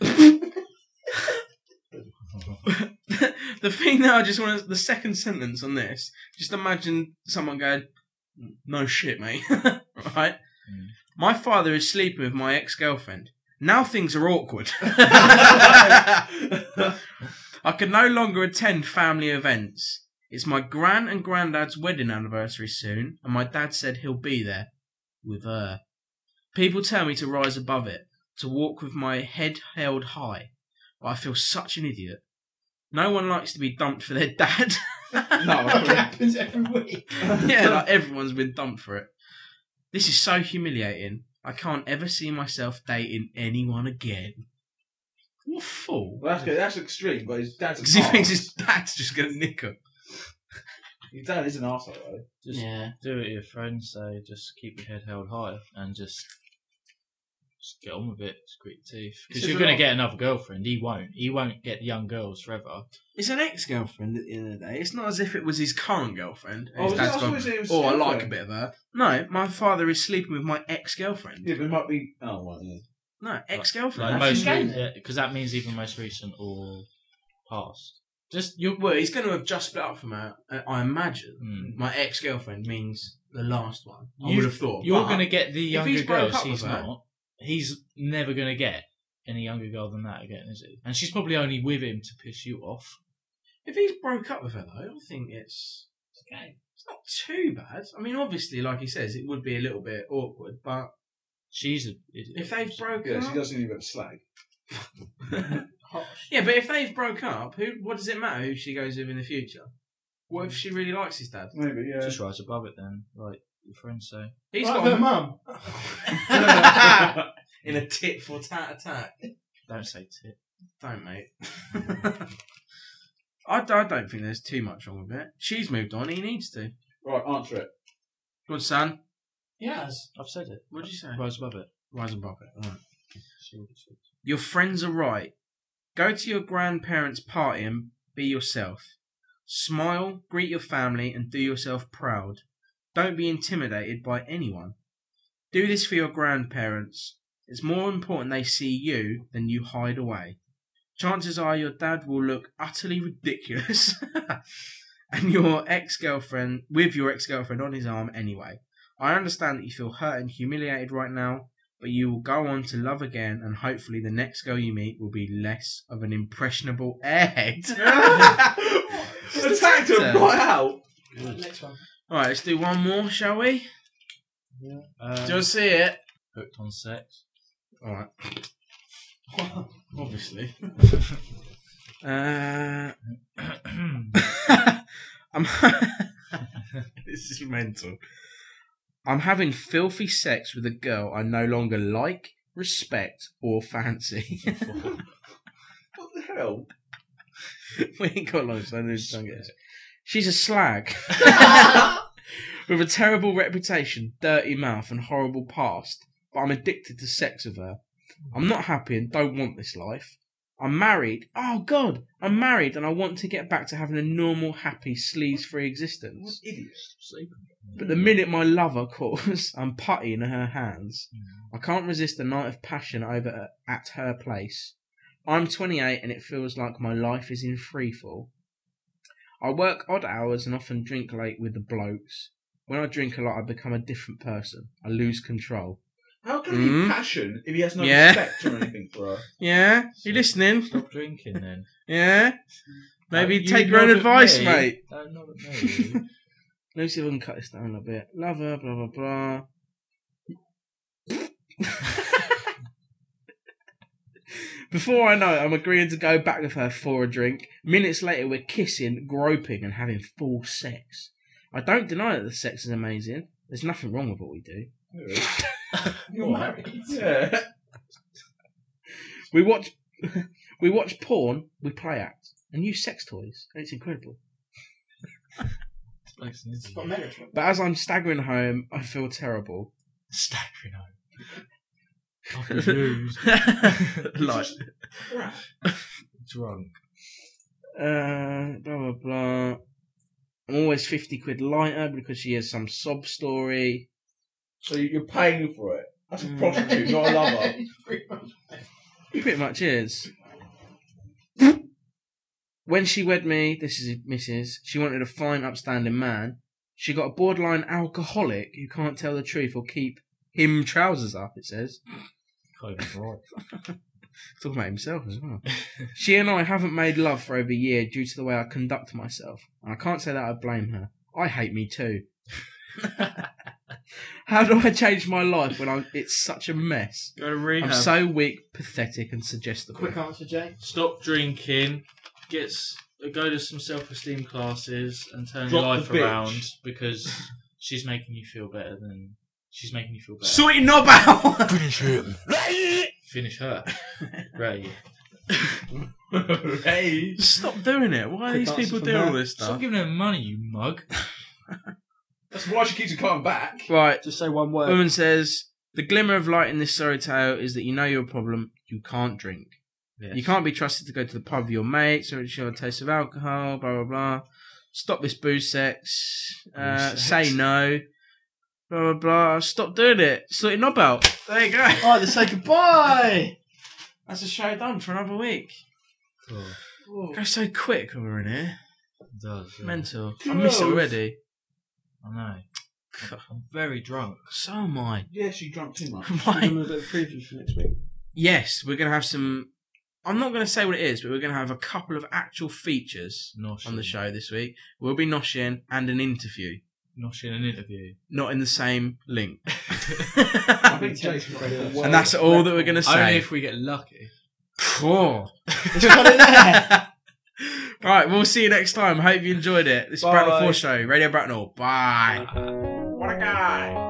[SPEAKER 7] *laughs* the thing that I just want to, the second sentence on this, just imagine someone going, no shit, mate. *laughs* right? My father is sleeping with my ex girlfriend. Now things are awkward. I can no longer attend family events. It's my gran and granddad's wedding anniversary soon, and my dad said he'll be there with her. People tell me to rise above it, to walk with my head held high, but I feel such an idiot. No one likes to be dumped for their dad.
[SPEAKER 10] *laughs*
[SPEAKER 7] no,
[SPEAKER 10] happens every week.
[SPEAKER 7] *laughs* yeah, like everyone's been dumped for it. This is so humiliating. I can't ever see myself dating anyone again. What a fool.
[SPEAKER 8] Well, that's good. That's extreme, but his dad's.
[SPEAKER 7] Because he thinks his dad's just going to nick him.
[SPEAKER 8] His dad is an arsehole, though.
[SPEAKER 9] Just yeah. do it, your friend. So just keep your head held high and just, just get on with it. Squeak teeth.
[SPEAKER 15] It's
[SPEAKER 9] Because you're
[SPEAKER 15] a
[SPEAKER 9] going
[SPEAKER 15] lot.
[SPEAKER 9] to get another girlfriend. He won't. He won't get young girls forever.
[SPEAKER 7] It's an ex girlfriend at the end of the day. It's not as if it was his current girlfriend. and
[SPEAKER 9] Oh,
[SPEAKER 7] his
[SPEAKER 9] was it-
[SPEAKER 7] dad's
[SPEAKER 9] I
[SPEAKER 7] gone,
[SPEAKER 9] thought it was
[SPEAKER 7] oh, I like a
[SPEAKER 9] girlfriend."
[SPEAKER 7] bit of her. No, my father is sleeping with my ex girlfriend.
[SPEAKER 8] Yeah, but it might be. Oh, well, yeah.
[SPEAKER 7] No, ex girlfriend.
[SPEAKER 9] Like most, because that means even most recent or past.
[SPEAKER 7] Just you well, he's going to have just split up from her. uh, I imagine
[SPEAKER 9] Hmm.
[SPEAKER 7] my ex girlfriend means the last one. I
[SPEAKER 9] You-
[SPEAKER 7] would have thought
[SPEAKER 9] You're
[SPEAKER 7] but
[SPEAKER 9] going to get the
[SPEAKER 7] if
[SPEAKER 9] younger
[SPEAKER 7] he's broke
[SPEAKER 9] girls.
[SPEAKER 7] up with
[SPEAKER 9] He's
[SPEAKER 7] her-
[SPEAKER 9] not. He's never going to get any younger girl than that again, is he? And she's probably only with him to piss you off.
[SPEAKER 7] If he's broke up with her though, I think it's okay. It's not too bad. I mean, obviously, like he says, it would be a little bit awkward, but
[SPEAKER 9] she's a
[SPEAKER 7] if they've broken
[SPEAKER 8] Yeah,
[SPEAKER 7] up,
[SPEAKER 8] she does need a bit of slag.
[SPEAKER 7] Yeah, but if they've broke up, who? What does it matter who she goes with in the future? What if she really likes his dad?
[SPEAKER 8] Maybe, yeah.
[SPEAKER 9] Just rise above it then, like your friends say.
[SPEAKER 7] He's
[SPEAKER 9] Like
[SPEAKER 7] got
[SPEAKER 9] their
[SPEAKER 7] a-
[SPEAKER 9] mum.
[SPEAKER 7] *laughs* in a tit for tat attack.
[SPEAKER 9] Don't say tit.
[SPEAKER 7] Don't, mate. *laughs* I, d- I don't think there's too much wrong with it. She's moved on. He needs to.
[SPEAKER 8] Right, answer it.
[SPEAKER 7] Good son.
[SPEAKER 9] Yes, I've said it.
[SPEAKER 7] What did you say?
[SPEAKER 9] Rise above it.
[SPEAKER 7] Rise above it. All right. Your friends are right. Go to your grandparents' party and be yourself. Smile, greet your family, and do yourself proud. Don't be intimidated by anyone. Do this for your grandparents. It's more important they see you than you hide away. Chances are your dad will look utterly ridiculous *laughs* and your ex girlfriend, with your ex girlfriend on his arm anyway. I understand that you feel hurt and humiliated right now, but you will go on to love again, and hopefully the next girl you meet will be less of an impressionable *laughs*
[SPEAKER 10] *laughs*
[SPEAKER 7] airhead.
[SPEAKER 10] Attacked him right out.
[SPEAKER 7] Good.
[SPEAKER 10] Next one.
[SPEAKER 7] Alright, let's do one more, shall we? Um,
[SPEAKER 9] Yeah.
[SPEAKER 7] do you see it?
[SPEAKER 9] Hooked on sex.
[SPEAKER 8] *laughs*
[SPEAKER 7] Alright. Obviously. uh, *clears throat* I'm *laughs* this is mental. I'm having filthy sex with a girl I no longer like, respect, or fancy. *laughs*
[SPEAKER 8] What the hell?
[SPEAKER 7] we ain't got long, so I need to try and get this. She's a slag. with a terrible reputation, dirty mouth, and horrible past, but I'm addicted to sex with her. I'm not happy and don't want this life. I'm married. Oh God, I'm married, and I want to get back to having a normal, happy, sleaze-free existence. But the minute my lover calls, *laughs* I'm putty in her hands. I
[SPEAKER 8] Mm.
[SPEAKER 7] can't resist a night of passion over uh, at her place. I'm 28 and it feels like my life is in freefall. I work odd hours and often drink late with the blokes. When I drink a lot, I become a different person. I lose control.
[SPEAKER 8] How can he
[SPEAKER 7] Mm.
[SPEAKER 8] be passion if he has no
[SPEAKER 7] Yeah.
[SPEAKER 8] respect or anything for her?
[SPEAKER 7] *laughs* Yeah, you listening?
[SPEAKER 9] Stop drinking
[SPEAKER 20] *laughs*
[SPEAKER 9] then.
[SPEAKER 7] Yeah, maybe
[SPEAKER 9] Like, you
[SPEAKER 7] take your own
[SPEAKER 9] nod at
[SPEAKER 7] advice,
[SPEAKER 9] me.
[SPEAKER 7] mate.
[SPEAKER 9] Don't nod at me.
[SPEAKER 7] Let me see if I can cut this down a bit. Love her, blah blah blah. Before I know it, I'm agreeing to go back with her for a drink. Minutes later, we're kissing, groping, and having full sex. I don't deny that the sex is amazing. There's nothing wrong with what we do.
[SPEAKER 10] *laughs* You're married.
[SPEAKER 8] Yeah.
[SPEAKER 7] We watch, *laughs* we watch porn, we play act, and use sex toys, and it's incredible. But as I'm staggering home, I feel terrible.
[SPEAKER 9] Staggering home.
[SPEAKER 10] *laughs*
[SPEAKER 7] like
[SPEAKER 9] drunk.
[SPEAKER 7] Uh, blah blah blah. I'm always fifty quid lighter because she has some sob story.
[SPEAKER 8] So you're paying for it. That's a
[SPEAKER 7] Mm.
[SPEAKER 8] prostitute, not a lover.
[SPEAKER 7] It pretty much is. When she wed me, this is Mrs. She wanted a fine, upstanding man. She got a borderline alcoholic who can't tell the truth or keep him trousers up. It says. *laughs*
[SPEAKER 9] right.
[SPEAKER 7] Talking about himself as well. she and I haven't made love for over a year due to the way I conduct myself, and I can't say that I blame her. I hate me too. How do I change my life when I'm, it's such a mess?
[SPEAKER 9] Go to rehab.
[SPEAKER 7] I'm so weak, pathetic, and suggestible.
[SPEAKER 20] Quick answer, Jay.
[SPEAKER 9] Stop drinking. Gets go to some self-esteem classes and turn your
[SPEAKER 20] Drop
[SPEAKER 9] life
[SPEAKER 20] the bitch.
[SPEAKER 9] around because she's making you feel better than she's making you feel better.
[SPEAKER 7] Sweet knob
[SPEAKER 20] *laughs*
[SPEAKER 7] out.
[SPEAKER 9] Finish him. Finish her. Ray.
[SPEAKER 7] Ray. Stop doing it. Why are
[SPEAKER 9] Quick
[SPEAKER 7] these
[SPEAKER 9] answer
[SPEAKER 7] people
[SPEAKER 9] from
[SPEAKER 7] doing all
[SPEAKER 9] her.
[SPEAKER 7] this stuff?
[SPEAKER 9] *laughs* Stop giving her money, you mug.
[SPEAKER 8] That's why she keeps on coming back.
[SPEAKER 7] Right.
[SPEAKER 20] Just say one word.
[SPEAKER 7] Woman says, The glimmer of light in this sorry tale is that you know you're a problem, you can't drink.
[SPEAKER 9] Yes.
[SPEAKER 7] You can't be trusted to go to the pub with your mates or share a taste of alcohol, blah, blah, blah. Stop this booze sex. Uh,
[SPEAKER 20] Booze
[SPEAKER 7] Say no. Blah, blah, blah. Stop doing it. Sort your knob out. There you go.
[SPEAKER 20] Alright, they say goodbye.
[SPEAKER 7] That's a show done for another week.
[SPEAKER 9] Cool.
[SPEAKER 7] Goes so quick when we're in here.
[SPEAKER 9] It does. yeah.
[SPEAKER 7] Mental. I
[SPEAKER 20] Gross.
[SPEAKER 7] miss it already.
[SPEAKER 9] I know. I'm very drunk.
[SPEAKER 7] So am I.
[SPEAKER 8] Yeah, she drank
[SPEAKER 7] *laughs*
[SPEAKER 8] too much.
[SPEAKER 7] Why?
[SPEAKER 20] Give them a bit of preview for next week.
[SPEAKER 7] Yes, we're going to have some. I'm not going to say what it is, but we're going to have a couple of actual features on the show this week. We'll be noshing and an interview,
[SPEAKER 9] Not in an interview.
[SPEAKER 7] not in the same link.
[SPEAKER 8] I think Jason got the world
[SPEAKER 7] and that's all that we're going to
[SPEAKER 9] Only
[SPEAKER 7] say.
[SPEAKER 9] if we get lucky.
[SPEAKER 7] Cool. *laughs* right, we'll see you next time. Hope you enjoyed it. This is Bracknell 4 Show, Radio Bracknell. Bye. What a guy.